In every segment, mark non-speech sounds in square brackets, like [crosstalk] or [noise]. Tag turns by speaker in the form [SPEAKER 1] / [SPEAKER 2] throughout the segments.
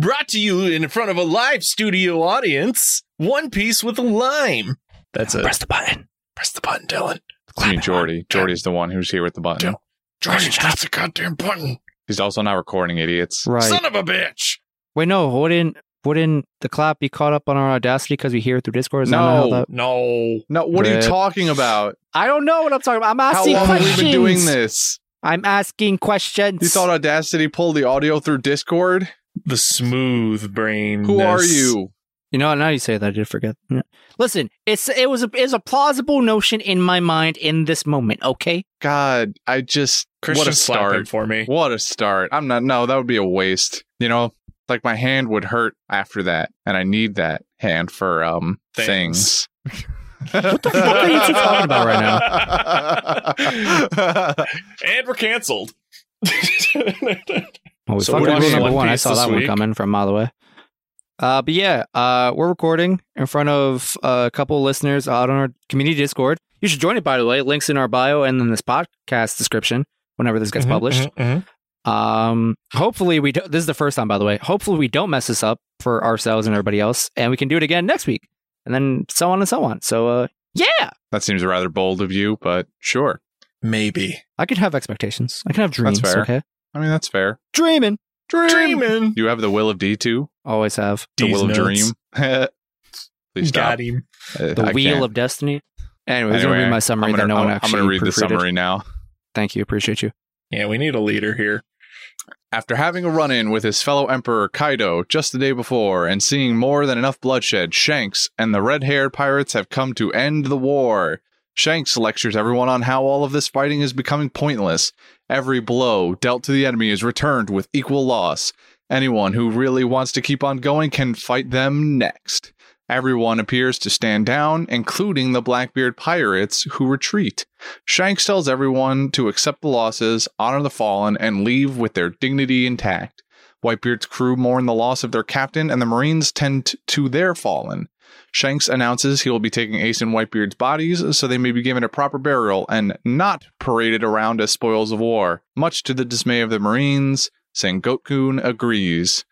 [SPEAKER 1] Brought to you in front of a live studio audience, One Piece with a Lime. That's it.
[SPEAKER 2] Press the button.
[SPEAKER 1] Press the button, Dylan.
[SPEAKER 2] Clap
[SPEAKER 3] I mean,
[SPEAKER 2] it.
[SPEAKER 3] Jordy. Jordy's the one who's here with the button.
[SPEAKER 1] Don't- Jordan,
[SPEAKER 2] Shut
[SPEAKER 1] press the goddamn button.
[SPEAKER 3] He's also not recording, idiots.
[SPEAKER 2] Right.
[SPEAKER 1] Son of a bitch.
[SPEAKER 2] Wait, no. Wouldn't wouldn't the clap be caught up on our audacity because we hear it through Discord? Is that not how
[SPEAKER 3] No.
[SPEAKER 2] that-
[SPEAKER 1] No.
[SPEAKER 3] No, what are you
[SPEAKER 2] Rip.
[SPEAKER 3] talking about?
[SPEAKER 2] I don't know what I'm talking about. I'm
[SPEAKER 3] How
[SPEAKER 2] asking
[SPEAKER 3] long
[SPEAKER 2] questions.
[SPEAKER 3] have we been doing this?
[SPEAKER 2] I'm asking questions.
[SPEAKER 3] You thought Audacity pulled the audio through Discord?
[SPEAKER 1] The smooth brain.
[SPEAKER 3] Who are you?
[SPEAKER 2] You know, now you say that, I did forget. Yeah. Listen, it's it was a, it's a plausible notion in my mind in this moment. Okay,
[SPEAKER 3] God, I just what
[SPEAKER 1] Christian
[SPEAKER 3] a
[SPEAKER 1] slap him
[SPEAKER 3] start.
[SPEAKER 1] for me.
[SPEAKER 3] What a start. I'm not no, that would be a waste. You know, like my hand would hurt after that, and I need that hand for um
[SPEAKER 1] Things.
[SPEAKER 3] things.
[SPEAKER 2] what the fuck are you two talking about right now?
[SPEAKER 3] now?
[SPEAKER 1] And we're
[SPEAKER 2] [laughs]
[SPEAKER 1] canceled.
[SPEAKER 2] Well, we
[SPEAKER 1] So
[SPEAKER 2] fucked
[SPEAKER 3] we're
[SPEAKER 2] up rule
[SPEAKER 3] watching
[SPEAKER 2] number
[SPEAKER 3] One
[SPEAKER 2] one. I
[SPEAKER 1] Piece
[SPEAKER 2] saw
[SPEAKER 1] this
[SPEAKER 2] that one
[SPEAKER 1] week.
[SPEAKER 2] coming from a mile away. Uh, but yeah, uh, we're recording in front of a couple of listeners out on our community Discord. You should join it, by the way. Links in our bio and in this podcast description whenever this gets
[SPEAKER 1] Mm-hmm,
[SPEAKER 2] published. Um, hopefully we do- this is the first time, by the way. Hopefully we don't mess this up for ourselves and everybody else, and we can do it again next week, and then so on and so on. So uh, yeah,
[SPEAKER 3] [laughs] that seems rather bold of you, but sure.
[SPEAKER 1] [laughs] Maybe.
[SPEAKER 2] I can have expectations. I can have dreams.
[SPEAKER 3] fair.
[SPEAKER 2] Okay,
[SPEAKER 3] I mean, that's fair.
[SPEAKER 2] dreaming.
[SPEAKER 3] Dream.
[SPEAKER 1] Dreaming.
[SPEAKER 3] You have the will of D too.
[SPEAKER 2] Always have
[SPEAKER 3] The
[SPEAKER 1] D's
[SPEAKER 3] will of
[SPEAKER 1] nuts.
[SPEAKER 3] dream. [laughs] Please stop.
[SPEAKER 1] Got him.
[SPEAKER 3] Uh,
[SPEAKER 2] the
[SPEAKER 3] I
[SPEAKER 2] wheel
[SPEAKER 3] can't.
[SPEAKER 2] of destiny. Anyway, this is gonna be
[SPEAKER 3] Anyway,
[SPEAKER 2] my summary
[SPEAKER 3] I'm gonna,
[SPEAKER 2] that no one
[SPEAKER 3] I'm-
[SPEAKER 2] actually.
[SPEAKER 3] I'm gonna read the
[SPEAKER 2] proofreaded.
[SPEAKER 3] summary now.
[SPEAKER 2] Thank you. Appreciate you.
[SPEAKER 1] Yeah, we need a leader here.
[SPEAKER 3] After having a run in with his fellow Emperor Kaido just the day before and seeing more than enough bloodshed, Shanks and the red haired pirates have come to end the war. Shanks lectures everyone on how all of this fighting is becoming pointless. Every blow dealt to the enemy is returned with equal loss. Anyone who really wants to keep on going can fight them next. Everyone appears to stand down, including the Blackbeard pirates, who retreat. Shanks tells everyone to accept the losses, honor the fallen, and leave with their dignity intact. Whitebeard's crew mourn the loss of their captain, and the Marines tend to their fallen. Shanks announces he will be taking Ace and Whitebeard's bodies so they may be given a proper burial and not paraded around as spoils of war, much to the dismay of the Marines. Sengoku agrees.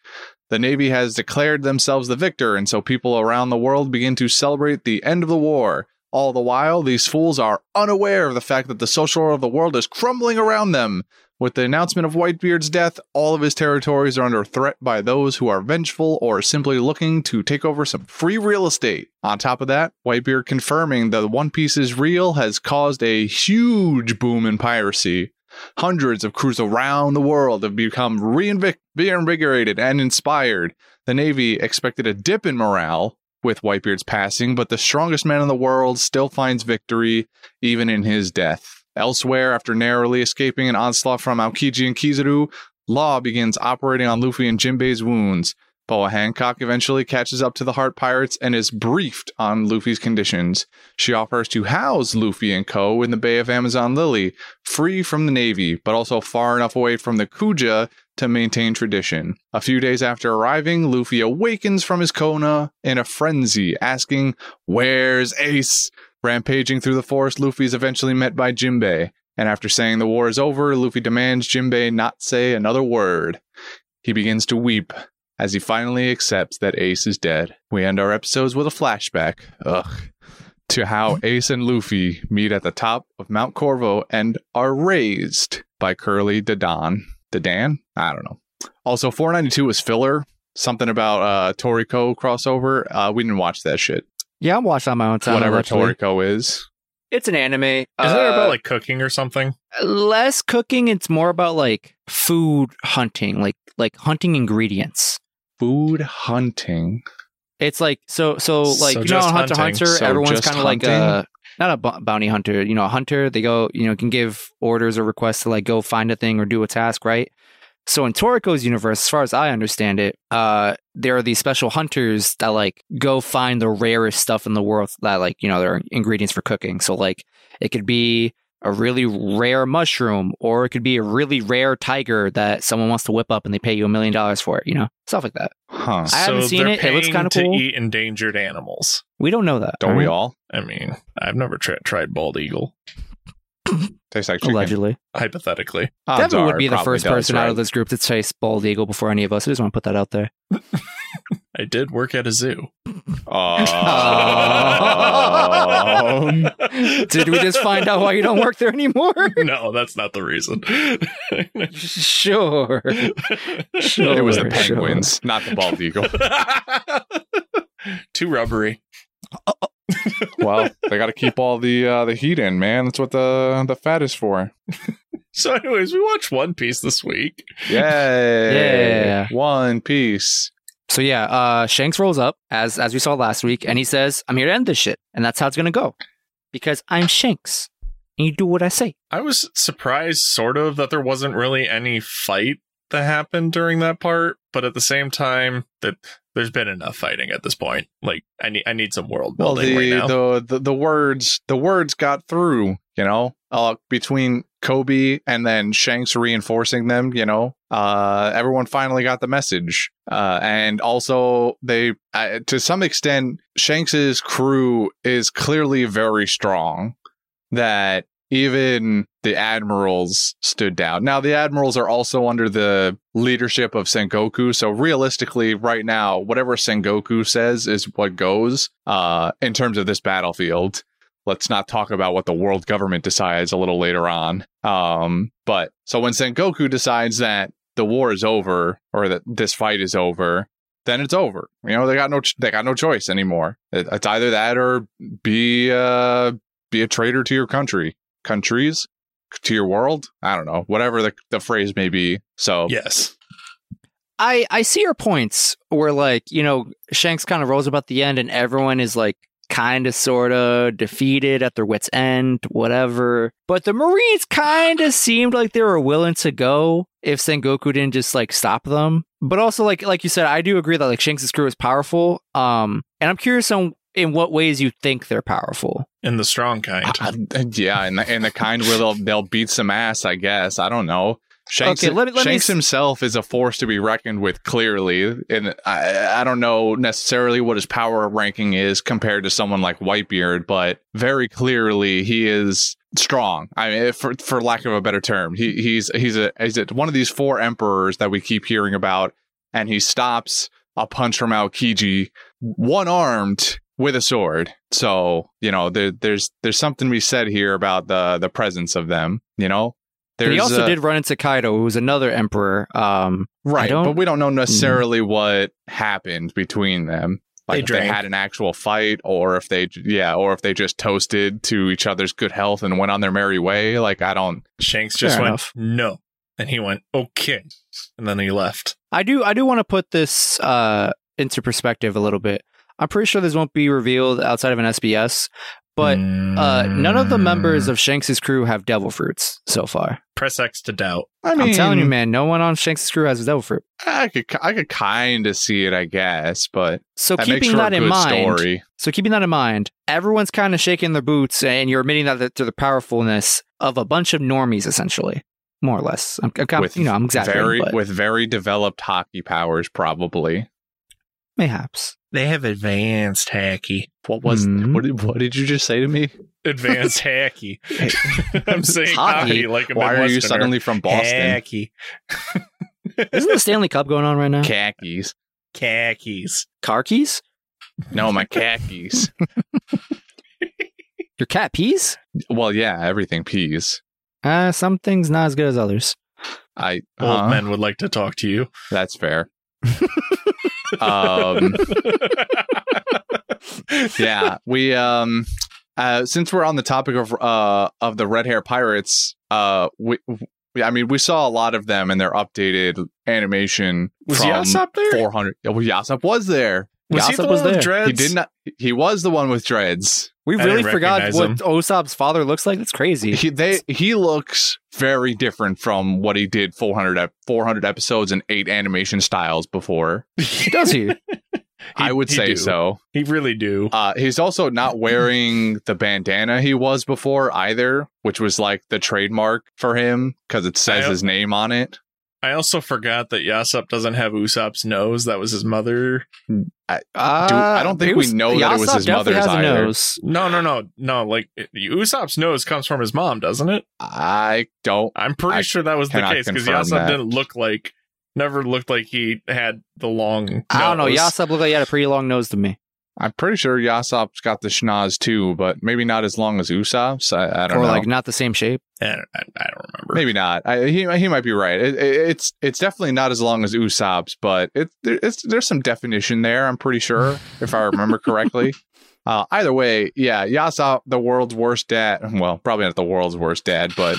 [SPEAKER 3] The Navy has declared themselves the victor, and so people around the world begin to celebrate the end of the war. All the while, these fools are unaware of the fact that the social order of the world is crumbling around them. With the announcement of Whitebeard's death, all of his territories are under threat by those who are vengeful or simply looking to take over some free real estate. On top of that, Whitebeard confirming that One Piece is real has caused a huge boom in piracy. Hundreds of crews around the world have become reinvic- reinvigorated and inspired. The Navy expected a dip in morale, with Whitebeard's passing, but the strongest man in the world still finds victory even in his death. Elsewhere, after narrowly escaping an onslaught from Aokiji and Kizaru, Law begins operating on Luffy and Jinbei's wounds. Boa Hancock eventually catches up to the Heart Pirates and is briefed on Luffy's conditions. She offers to house Luffy and Co. in the Bay of Amazon Lily, free from the Navy, but also far enough away from the Kuja to maintain tradition. A few days after arriving, Luffy awakens from his Kona in a frenzy, asking, Where's Ace? Rampaging through the forest, Luffy is eventually met by Jinbei, and after saying the war is over, Luffy demands Jinbei not say another word. He begins to weep as he finally accepts that Ace is dead. We end our episodes with a flashback. Ugh. To how Ace and Luffy meet at the top of Mount Corvo and are raised by Curly Dadan. Dadan? I don't know. Also, 492 was filler. Something about uh Toriko crossover. Uh we didn't watch that shit.
[SPEAKER 2] Yeah, I'm watching on my own time.
[SPEAKER 3] Whatever
[SPEAKER 2] actually.
[SPEAKER 3] Toriko is.
[SPEAKER 2] It's an anime. Is
[SPEAKER 1] Is that about like cooking or something?
[SPEAKER 2] less cooking? It's more about like food hunting, like like hunting ingredients.
[SPEAKER 3] Food hunting.
[SPEAKER 2] It's like so so
[SPEAKER 1] So
[SPEAKER 2] like you know
[SPEAKER 1] just
[SPEAKER 2] on Hunter x
[SPEAKER 1] hunting.
[SPEAKER 2] Hunter,
[SPEAKER 3] So
[SPEAKER 2] everyone's
[SPEAKER 3] just
[SPEAKER 2] kind of like a
[SPEAKER 3] hunting?
[SPEAKER 2] not a b- bounty hunter, you know, a hunter. They go, you know, can give orders or requests to like go find a thing or do a task, right? So in Toriko's universe, as far as I understand it, uh, there are these special hunters that like go find the rarest stuff in the world that like you know there are ingredients for cooking. So like it could be a really rare mushroom, or it could be a really rare tiger that someone wants to whip up and they pay you a million dollars for it. You know, stuff like that.
[SPEAKER 3] Huh.
[SPEAKER 2] I haven't
[SPEAKER 1] so
[SPEAKER 2] seen
[SPEAKER 1] they're
[SPEAKER 2] it. It looks
[SPEAKER 1] paying
[SPEAKER 2] kinda
[SPEAKER 1] to
[SPEAKER 2] cool.
[SPEAKER 1] eat endangered animals.
[SPEAKER 2] We don't know that.
[SPEAKER 3] Don't
[SPEAKER 2] all right?
[SPEAKER 3] we all?
[SPEAKER 1] I mean, I've never tri- tried bald eagle.
[SPEAKER 3] Tastes like chicken.
[SPEAKER 2] allegedly.
[SPEAKER 1] hypothetically.
[SPEAKER 3] Odds
[SPEAKER 2] Devin would
[SPEAKER 3] are
[SPEAKER 2] be the
[SPEAKER 3] probably
[SPEAKER 2] first
[SPEAKER 3] does,
[SPEAKER 2] person out
[SPEAKER 3] right?
[SPEAKER 2] of this group to chase bald eagle before any of us. I just want to put that out
[SPEAKER 3] [laughs]
[SPEAKER 2] there.
[SPEAKER 1] I did work at a zoo.
[SPEAKER 2] [laughs]
[SPEAKER 3] Oh.
[SPEAKER 2] Um,
[SPEAKER 1] [laughs]
[SPEAKER 2] Did we just find out why you don't work there anymore? [laughs]
[SPEAKER 1] no, that's not the reason.
[SPEAKER 2] sure. Sure.
[SPEAKER 3] it was the
[SPEAKER 2] sure.
[SPEAKER 3] penguins, not the
[SPEAKER 2] [laughs]
[SPEAKER 3] bald eagle.
[SPEAKER 1] [laughs] Too rubbery.
[SPEAKER 3] well, they got to keep all the uh, the heat in, man. That's what the the fat is for.
[SPEAKER 1] So, anyways, we watched One Piece this week.
[SPEAKER 3] Yay!
[SPEAKER 2] Yeah.
[SPEAKER 3] One Piece.
[SPEAKER 2] So yeah, uh, Shanks rolls up as as we saw last week, and he says, "I'm here to end this shit," and that's how it's gonna go, because I'm Shanks, and you do what I say.
[SPEAKER 1] I was surprised, sort of, that there wasn't really any fight that happened during that part, but at the same time, that there's been enough fighting at this point. Like, I need I need some world
[SPEAKER 3] Well,
[SPEAKER 1] building
[SPEAKER 3] the,
[SPEAKER 1] right now.
[SPEAKER 3] the the the words the words got through. You know, uh, between Kobe and then Shanks reinforcing them. You know, uh, everyone finally got the message. Uh, and also they, uh, to some extent, Shanks's crew is clearly very strong. That even the admirals stood down. Now the admirals are also under the leadership of Sengoku, so realistically right now whatever Sengoku says is what goes uh in terms of this battlefield. Let's not talk about what the world government decides a little later on. Um but so when Sengoku decides that the war is over or that this fight is over, then it's over. You know, they got no ch- they got no choice anymore. It- It's either that or be uh be a traitor to your country countries to your world. I don't know, whatever the, the phrase may be. So
[SPEAKER 1] yes.
[SPEAKER 2] I I see your points where like you know Shanks kind of rolls up at the end, and everyone is like kind of sort of defeated at their wits end, whatever. But the Marines kind of seemed like they were willing to go if Sengoku didn't just like stop them. But also like like you said, I do agree that like Shanks' crew is powerful. Um, and I'm curious on in what ways you think they're powerful.
[SPEAKER 1] In the strong kind.
[SPEAKER 3] Uh, uh, yeah, [laughs] and the, and the kind where they'll they'll beat some ass, I guess. I don't know. Shanks,
[SPEAKER 2] Okay, let me- let me
[SPEAKER 3] Shanks
[SPEAKER 2] s-
[SPEAKER 3] himself is a force to be reckoned with, clearly, and I, I don't know necessarily what his power ranking is compared to someone like Whitebeard, but very clearly he is strong. I mean, eh, for for lack of a better term, he he's he's a he's a, one of these four emperors that we keep hearing about, and he stops a punch from Aokiji one armed with a sword. So you know, there, there's there's something to be said here about the the presence of them. You know,
[SPEAKER 2] But
[SPEAKER 3] there's
[SPEAKER 2] he also
[SPEAKER 3] uh,
[SPEAKER 2] did run into Kaido, who was another emperor. Um, I
[SPEAKER 3] right,
[SPEAKER 2] don't- Mm-hmm.
[SPEAKER 3] but we don't know necessarily what happened between them.
[SPEAKER 1] They
[SPEAKER 3] Like if they
[SPEAKER 1] drank.
[SPEAKER 3] had an actual fight, or if they yeah, or if they just toasted to each other's good health and went on their merry way. Like I don't.
[SPEAKER 1] Shanks just
[SPEAKER 2] Fair
[SPEAKER 1] went,
[SPEAKER 2] enough.
[SPEAKER 1] no. And he went, okay. And then he left.
[SPEAKER 2] I do I do want to put this uh, into perspective a little bit. I'm pretty sure this won't be revealed outside of an SBS, but uh, none of the
[SPEAKER 3] Mm.
[SPEAKER 2] members of Shanks' crew have devil fruits so far.
[SPEAKER 1] Mm. Press X to doubt.
[SPEAKER 3] I mean,
[SPEAKER 2] I'm telling you, man, no one on Shanks' crew has a devil fruit.
[SPEAKER 3] I could I could kind of see it, I guess, but
[SPEAKER 2] So
[SPEAKER 3] that makes
[SPEAKER 2] keeping
[SPEAKER 3] for
[SPEAKER 2] that
[SPEAKER 3] a
[SPEAKER 2] in
[SPEAKER 3] good
[SPEAKER 2] mind,
[SPEAKER 3] story.
[SPEAKER 2] so keeping that in mind, everyone's kind of shaking their boots, and you're admitting that to the powerfulness of a bunch of normies, essentially, more or less. I'm, I'm you know, I'm exaggerating,
[SPEAKER 3] very
[SPEAKER 2] but
[SPEAKER 3] with very developed hockey powers, probably.
[SPEAKER 2] mayhaps.
[SPEAKER 1] They have advanced hacky.
[SPEAKER 3] What was
[SPEAKER 2] Mhm.
[SPEAKER 3] what? Did, what did you just say to me?
[SPEAKER 1] [laughs] Advanced hacky. [laughs] I'm saying
[SPEAKER 2] Hockey?
[SPEAKER 1] hockey, like a
[SPEAKER 3] Why are you
[SPEAKER 1] Midwesterner.
[SPEAKER 3] suddenly from Boston?
[SPEAKER 1] Hacky.
[SPEAKER 2] Isn't the Stanley Cup going on right now?
[SPEAKER 3] Khakis.
[SPEAKER 1] Khakis.
[SPEAKER 2] Car keys?
[SPEAKER 3] No,
[SPEAKER 2] [laughs]
[SPEAKER 3] my khakis.
[SPEAKER 2] Your cat pees?
[SPEAKER 3] well, yeah, everything peas.
[SPEAKER 2] Uh, some things not as good as others.
[SPEAKER 3] I
[SPEAKER 1] Old
[SPEAKER 3] huh?
[SPEAKER 1] men would like to talk to you.
[SPEAKER 2] [laughs]
[SPEAKER 3] That's fair.
[SPEAKER 1] [laughs]
[SPEAKER 3] um, yeah, we um uh since we're on the topic of uh of the red hair pirates, uh we, we I mean we saw a lot of them in their updated animation
[SPEAKER 1] Was
[SPEAKER 3] from
[SPEAKER 1] Yasop there?
[SPEAKER 3] 400 Yeah, well, Yasop was there.
[SPEAKER 1] was he
[SPEAKER 2] Gossip
[SPEAKER 1] the one
[SPEAKER 2] was
[SPEAKER 1] with
[SPEAKER 2] there.
[SPEAKER 1] dreads?
[SPEAKER 3] He did not he was the one with dreads.
[SPEAKER 2] We
[SPEAKER 1] I
[SPEAKER 2] really
[SPEAKER 1] didn't
[SPEAKER 2] forgot
[SPEAKER 1] recognize
[SPEAKER 2] what
[SPEAKER 1] him.
[SPEAKER 2] Osop's father looks like. That's crazy.
[SPEAKER 3] He they he looks very different from what he did 400 ep- 400 episodes and eight animation styles before.
[SPEAKER 2] Does
[SPEAKER 3] [laughs]
[SPEAKER 2] he?
[SPEAKER 3] I would
[SPEAKER 1] he
[SPEAKER 3] say
[SPEAKER 1] do.
[SPEAKER 3] so.
[SPEAKER 1] He really do.
[SPEAKER 3] Uh, he's also not wearing the bandana he was before either, which was like the trademark for him because it says
[SPEAKER 1] I-
[SPEAKER 3] his name on it.
[SPEAKER 1] I also forgot that Yasop doesn't have Usopp's nose. That was his mother.
[SPEAKER 2] Uh,
[SPEAKER 3] I don't think
[SPEAKER 2] it
[SPEAKER 3] we know that it was
[SPEAKER 2] Yasop
[SPEAKER 3] his
[SPEAKER 2] definitely
[SPEAKER 3] mother's
[SPEAKER 2] has a
[SPEAKER 3] either.
[SPEAKER 2] nose.
[SPEAKER 1] No, no, no, no. Like it- Usopp's nose comes from his mom, doesn't it?
[SPEAKER 3] I don't.
[SPEAKER 1] I'm pretty
[SPEAKER 3] I
[SPEAKER 1] sure that was the
[SPEAKER 3] cannot
[SPEAKER 1] case because
[SPEAKER 3] confirm
[SPEAKER 1] Yasop
[SPEAKER 3] that.
[SPEAKER 1] didn't look like, never looked like he had the long. Nose.
[SPEAKER 2] I don't know. Yasop looked like he had a pretty long nose to me,
[SPEAKER 3] I'm pretty sure Yasop's got the schnoz too, but maybe not as long as Usopp's. I, I don't
[SPEAKER 2] or
[SPEAKER 3] know.
[SPEAKER 2] like not the same shape.
[SPEAKER 1] I, don't- I I don't remember.
[SPEAKER 3] Maybe not. I, he he might be right. It, it, it's it's definitely not as long as Usopp's, but it, there, it's there's some definition there. I'm pretty sure, if I
[SPEAKER 2] [laughs]
[SPEAKER 3] remember correctly. Uh, either way, yeah, Yasop, the world's worst dad. Well, probably not the world's worst dad, but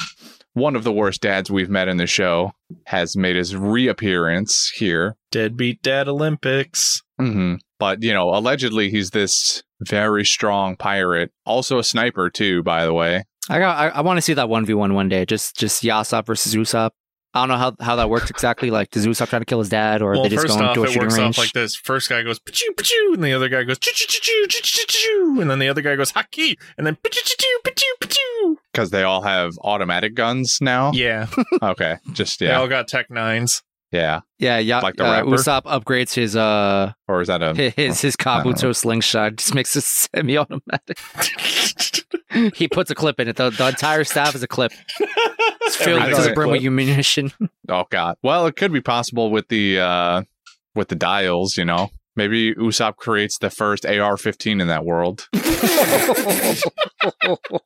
[SPEAKER 3] one of the worst dads we've met in the show has made his reappearance here.
[SPEAKER 1] Deadbeat Dad Olympics.
[SPEAKER 3] hmm But you know, allegedly he's this very strong pirate, also a sniper too. By the way,
[SPEAKER 2] I got. I, I want to see that one v one one day. Just just Yasop versus Usopp. I don't know how, how that works exactly. Like, does Usopp try to kill his dad, or
[SPEAKER 1] well,
[SPEAKER 2] they just
[SPEAKER 1] first
[SPEAKER 2] go
[SPEAKER 1] off,
[SPEAKER 2] into a
[SPEAKER 1] it
[SPEAKER 2] shooting
[SPEAKER 1] works
[SPEAKER 2] range?
[SPEAKER 1] off like this. First guy goes pachoo pachoo, and the other guy goes choo choo choo choo choo choo, choo, and then the other guy goes haki, and then pachoo choo pachoo pachoo.
[SPEAKER 3] because they all have automatic guns now.
[SPEAKER 1] Yeah,
[SPEAKER 3] Okay, just
[SPEAKER 1] they
[SPEAKER 3] Oh. yeah,
[SPEAKER 1] all got Tech Nines. [laughs]
[SPEAKER 3] yeah.
[SPEAKER 2] yeah, yeah.
[SPEAKER 3] like the
[SPEAKER 2] uh,
[SPEAKER 3] rapper? Um,
[SPEAKER 2] Usopp upgrades his uh
[SPEAKER 3] Or is that a
[SPEAKER 2] [laughs] his his Kabuto slingshot. Just makes [laughs] it semi-automatic. [laughs] he puts a clip in it. The, the entire staff is a
[SPEAKER 3] [laughs]
[SPEAKER 2] clip. It's filled to
[SPEAKER 1] Everything's
[SPEAKER 2] the
[SPEAKER 3] a
[SPEAKER 2] brim with ammunition. [laughs]
[SPEAKER 3] Oh god. Well, it could be possible with the uh with the dials, you know. Maybe Usopp creates the first AR-15 in that world.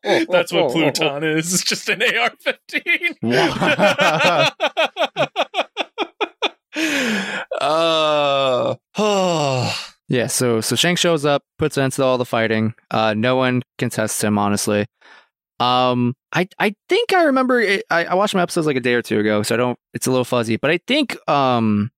[SPEAKER 1] That's what Pluton is. It's just an AR 15.
[SPEAKER 3] Wow.
[SPEAKER 1] [laughs] uh, [sighs] oh.
[SPEAKER 2] Yeah, so so Shank shows up, puts an end to all the fighting. Uh, no one contests him, honestly. Um, I I think I remember. It, I I watched my episodes like a day or two ago, so I don't. It's a little fuzzy, but I think um,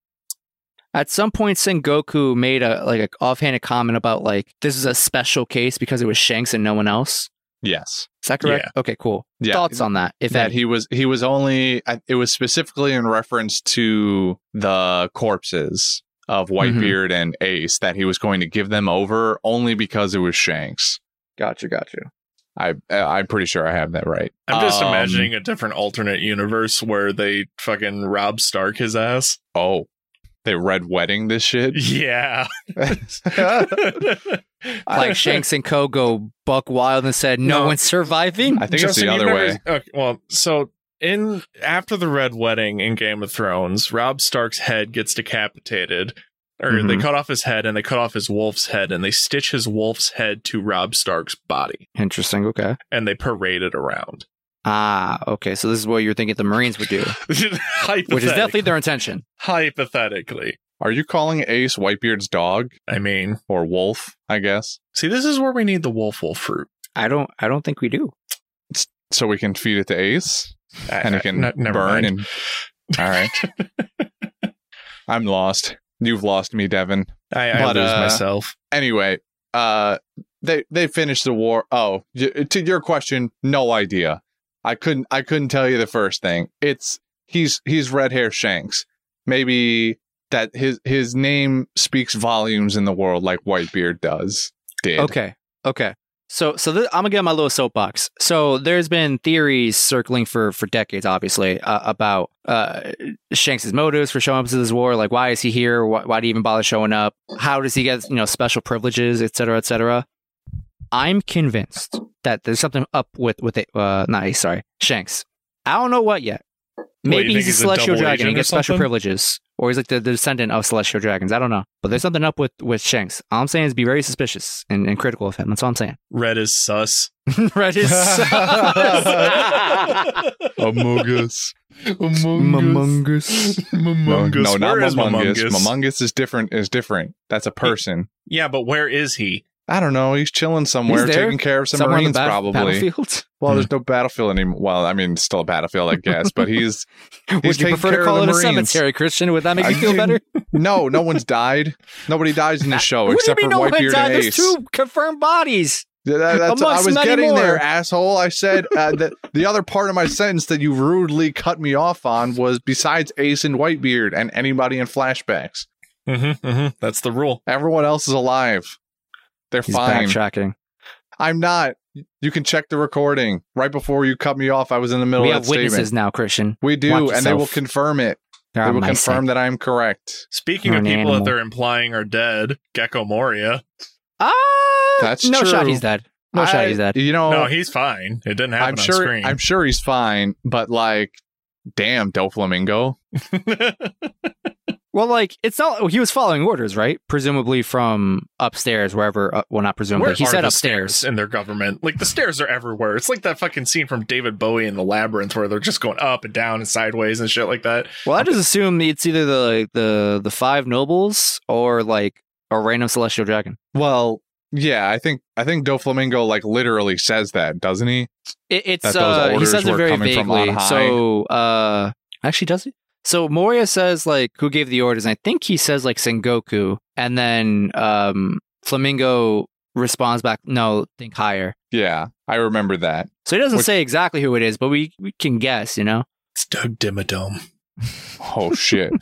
[SPEAKER 2] at some point, Sengoku made a like an offhanded comment about like this is a special case because it was Shanks and no one else.
[SPEAKER 3] Yes.
[SPEAKER 2] Is that correct? Okay, cool.
[SPEAKER 3] Yeah.
[SPEAKER 2] Thoughts on that? If
[SPEAKER 3] that
[SPEAKER 2] that
[SPEAKER 3] he was he was only I- it was specifically in reference to the corpses of Whitebeard and Ace that he was going to give them over only because it was Shanks.
[SPEAKER 2] gotcha, gotcha.
[SPEAKER 3] I I'm pretty sure I have that right.
[SPEAKER 1] I'm just
[SPEAKER 3] Um,
[SPEAKER 1] imagining a different alternate universe where they fucking rob Stark his ass.
[SPEAKER 3] Oh. They red wedding this
[SPEAKER 1] [laughs]
[SPEAKER 3] shit.
[SPEAKER 1] Yeah.
[SPEAKER 2] Like Shanks and Co go buck wild and said, "No,
[SPEAKER 1] No.
[SPEAKER 2] one's surviving."
[SPEAKER 3] I think it's
[SPEAKER 1] Justin,
[SPEAKER 3] the
[SPEAKER 1] you've
[SPEAKER 3] other
[SPEAKER 1] never-
[SPEAKER 3] way.
[SPEAKER 1] okay, well, so in after the red wedding in Game of Thrones, Rob Stark's head gets decapitated, or they
[SPEAKER 3] Mhm.
[SPEAKER 1] cut off his head and they cut off his wolf's head and they stitch his wolf's head to Rob Stark's body
[SPEAKER 2] Interesting. Okay.
[SPEAKER 1] and they parade it around. [laughs]
[SPEAKER 2] Ah, okay. So this is what you're thinking the Marines would do.
[SPEAKER 1] hypothetically,
[SPEAKER 2] which is definitely their intention.
[SPEAKER 1] hypothetically.
[SPEAKER 3] Are you calling Ace Whitebeard's dog
[SPEAKER 1] I mean,
[SPEAKER 3] or wolf? I guess
[SPEAKER 1] see, this is where we need the wolf wolf fruit.
[SPEAKER 2] I don't. I don't think we do.
[SPEAKER 3] so we can feed it to Ace
[SPEAKER 1] I-
[SPEAKER 3] and
[SPEAKER 1] I-
[SPEAKER 3] it can
[SPEAKER 1] ne- Uh, never
[SPEAKER 3] burn.
[SPEAKER 1] mind.
[SPEAKER 3] And all right,
[SPEAKER 1] [laughs]
[SPEAKER 3] I'm lost. You've lost me, Devin.
[SPEAKER 1] I, I
[SPEAKER 3] but,
[SPEAKER 1] lose
[SPEAKER 3] uh,
[SPEAKER 1] myself.
[SPEAKER 3] Anyway, uh, they they finished the war. Oh, y- to your question, no idea. I couldn't I couldn't tell you the first thing. It's he's he's red hair Shanks. Maybe that his his name speaks volumes in the world like Whitebeard does. Did
[SPEAKER 2] Okay. Okay. So, so th- I'm gonna get my little soapbox. So, there's been theories circling for for decades, obviously, uh, about uh, Shanks' motives for showing up to this war. Like, why is he here? Why, why do you even bother showing up? How does he get you know special privileges, et cetera, et cetera? I'm convinced that there's something up with with it. Uh, not Ace, sorry, Shanks. I don't know what yet.
[SPEAKER 1] you
[SPEAKER 2] Maybe
[SPEAKER 1] think
[SPEAKER 2] he's a
[SPEAKER 1] he's a
[SPEAKER 2] celestial
[SPEAKER 1] double
[SPEAKER 2] dragon. He
[SPEAKER 1] agent or
[SPEAKER 2] gets special
[SPEAKER 1] something?
[SPEAKER 2] privileges, or he's like the, the descendant of celestial dragons. I don't know, but there's something up with with Shanks. All I'm saying is be very suspicious and, and critical of him. That's all I'm saying. [laughs]
[SPEAKER 1] Red is
[SPEAKER 3] [laughs]
[SPEAKER 1] sus. [laughs]
[SPEAKER 2] Red is sus. [laughs]
[SPEAKER 3] Among Us.
[SPEAKER 1] Among
[SPEAKER 3] No, no, not
[SPEAKER 1] Where is
[SPEAKER 3] Mamungus.
[SPEAKER 1] Mamungus?
[SPEAKER 3] Mamungus is different. Is different. That's a person.
[SPEAKER 1] Yeah, but where is he?
[SPEAKER 3] I don't know. He's chilling somewhere,
[SPEAKER 2] there.
[SPEAKER 3] taking care of some
[SPEAKER 2] Somewhere on the
[SPEAKER 3] Marines,
[SPEAKER 2] bat-
[SPEAKER 3] probably.
[SPEAKER 2] battlefield.
[SPEAKER 3] Well, there's no battlefield anymore. Well, I mean, it's still a
[SPEAKER 2] [laughs]
[SPEAKER 3] battlefield, I guess. But he's
[SPEAKER 2] Would you
[SPEAKER 3] taking
[SPEAKER 2] prefer to
[SPEAKER 3] care of
[SPEAKER 2] call it
[SPEAKER 3] the
[SPEAKER 2] a
[SPEAKER 3] Marines.
[SPEAKER 2] cemetery, Christian? Would that make
[SPEAKER 3] I
[SPEAKER 2] you feel
[SPEAKER 3] didn't-
[SPEAKER 2] better?
[SPEAKER 3] no, no one's died. Nobody dies
[SPEAKER 2] [laughs]
[SPEAKER 3] in the show
[SPEAKER 2] What do you
[SPEAKER 3] Oh, except
[SPEAKER 2] mean
[SPEAKER 3] for
[SPEAKER 2] no one
[SPEAKER 3] Whitebeard
[SPEAKER 2] died?
[SPEAKER 3] and
[SPEAKER 2] There's
[SPEAKER 3] Ace.
[SPEAKER 2] two confirmed bodies.
[SPEAKER 3] Th- that- that's- I
[SPEAKER 2] Amongst
[SPEAKER 3] was
[SPEAKER 2] many
[SPEAKER 3] getting there,
[SPEAKER 2] more.
[SPEAKER 3] asshole. I said
[SPEAKER 2] [laughs]
[SPEAKER 3] uh, that the other part of my sentence that you rudely cut me off on was besides Ace and Whitebeard and anybody in flashbacks.
[SPEAKER 1] Mm-hmm, mm-hmm. That's the rule.
[SPEAKER 3] Everyone else is alive. They're
[SPEAKER 2] He's
[SPEAKER 3] fine.
[SPEAKER 2] backtracking.
[SPEAKER 3] I'm not. You can check the recording. Right before you cut me off, I was in the middle
[SPEAKER 2] We
[SPEAKER 3] of
[SPEAKER 2] have
[SPEAKER 3] that statement.
[SPEAKER 2] witnesses now, Christian.
[SPEAKER 3] We do,
[SPEAKER 2] Watch
[SPEAKER 3] and they
[SPEAKER 2] yourself.
[SPEAKER 3] will confirm it.
[SPEAKER 2] They're
[SPEAKER 3] They
[SPEAKER 2] on
[SPEAKER 3] will
[SPEAKER 2] my
[SPEAKER 3] confirm
[SPEAKER 2] side.
[SPEAKER 3] that I am correct.
[SPEAKER 1] Speaking
[SPEAKER 2] You're
[SPEAKER 1] of
[SPEAKER 2] an
[SPEAKER 1] people that
[SPEAKER 2] animal.
[SPEAKER 1] they're implying are dead, Gecko Moria.
[SPEAKER 2] Ah,
[SPEAKER 3] That's
[SPEAKER 2] no shot.
[SPEAKER 3] true.
[SPEAKER 2] He's dead. No shot.
[SPEAKER 3] I-
[SPEAKER 2] He's dead.
[SPEAKER 3] You know,
[SPEAKER 1] no, he's fine. It didn't happen
[SPEAKER 3] I'm sure.
[SPEAKER 1] on screen. [laughs]
[SPEAKER 3] I'm sure he's fine. But like, damn, Doflamingo.
[SPEAKER 2] Well, like it's not. well, He was following orders, right? Presumably from upstairs, wherever. Uh, well, not presumably.
[SPEAKER 1] Where
[SPEAKER 2] he
[SPEAKER 1] are
[SPEAKER 2] said
[SPEAKER 1] the
[SPEAKER 2] upstairs.
[SPEAKER 1] in their government. Like the stairs are everywhere. It's like that fucking scene from David Bowie in the labyrinth where they're just going up and down and sideways and shit like that.
[SPEAKER 2] Well, I just assume it's either the the the five nobles or like a random celestial dragon.
[SPEAKER 3] Well, yeah, I think I think Doflamingo like literally says that, doesn't he?
[SPEAKER 2] It,
[SPEAKER 3] That
[SPEAKER 2] it's
[SPEAKER 3] those
[SPEAKER 2] uh, he
[SPEAKER 3] orders
[SPEAKER 2] says it
[SPEAKER 3] were
[SPEAKER 2] very
[SPEAKER 3] coming from on
[SPEAKER 2] vaguely.
[SPEAKER 3] high.
[SPEAKER 2] So uh, actually, does he? So Moria says like who gave the orders, and I think he says like Sengoku, and then um, Flamingo responds back, "No, think higher."
[SPEAKER 3] Yeah, I remember that.
[SPEAKER 2] So he doesn't
[SPEAKER 3] Which-
[SPEAKER 2] say exactly who it is, but we, we can guess, you know.
[SPEAKER 1] It's Doug Dimmadome.
[SPEAKER 3] Oh shit!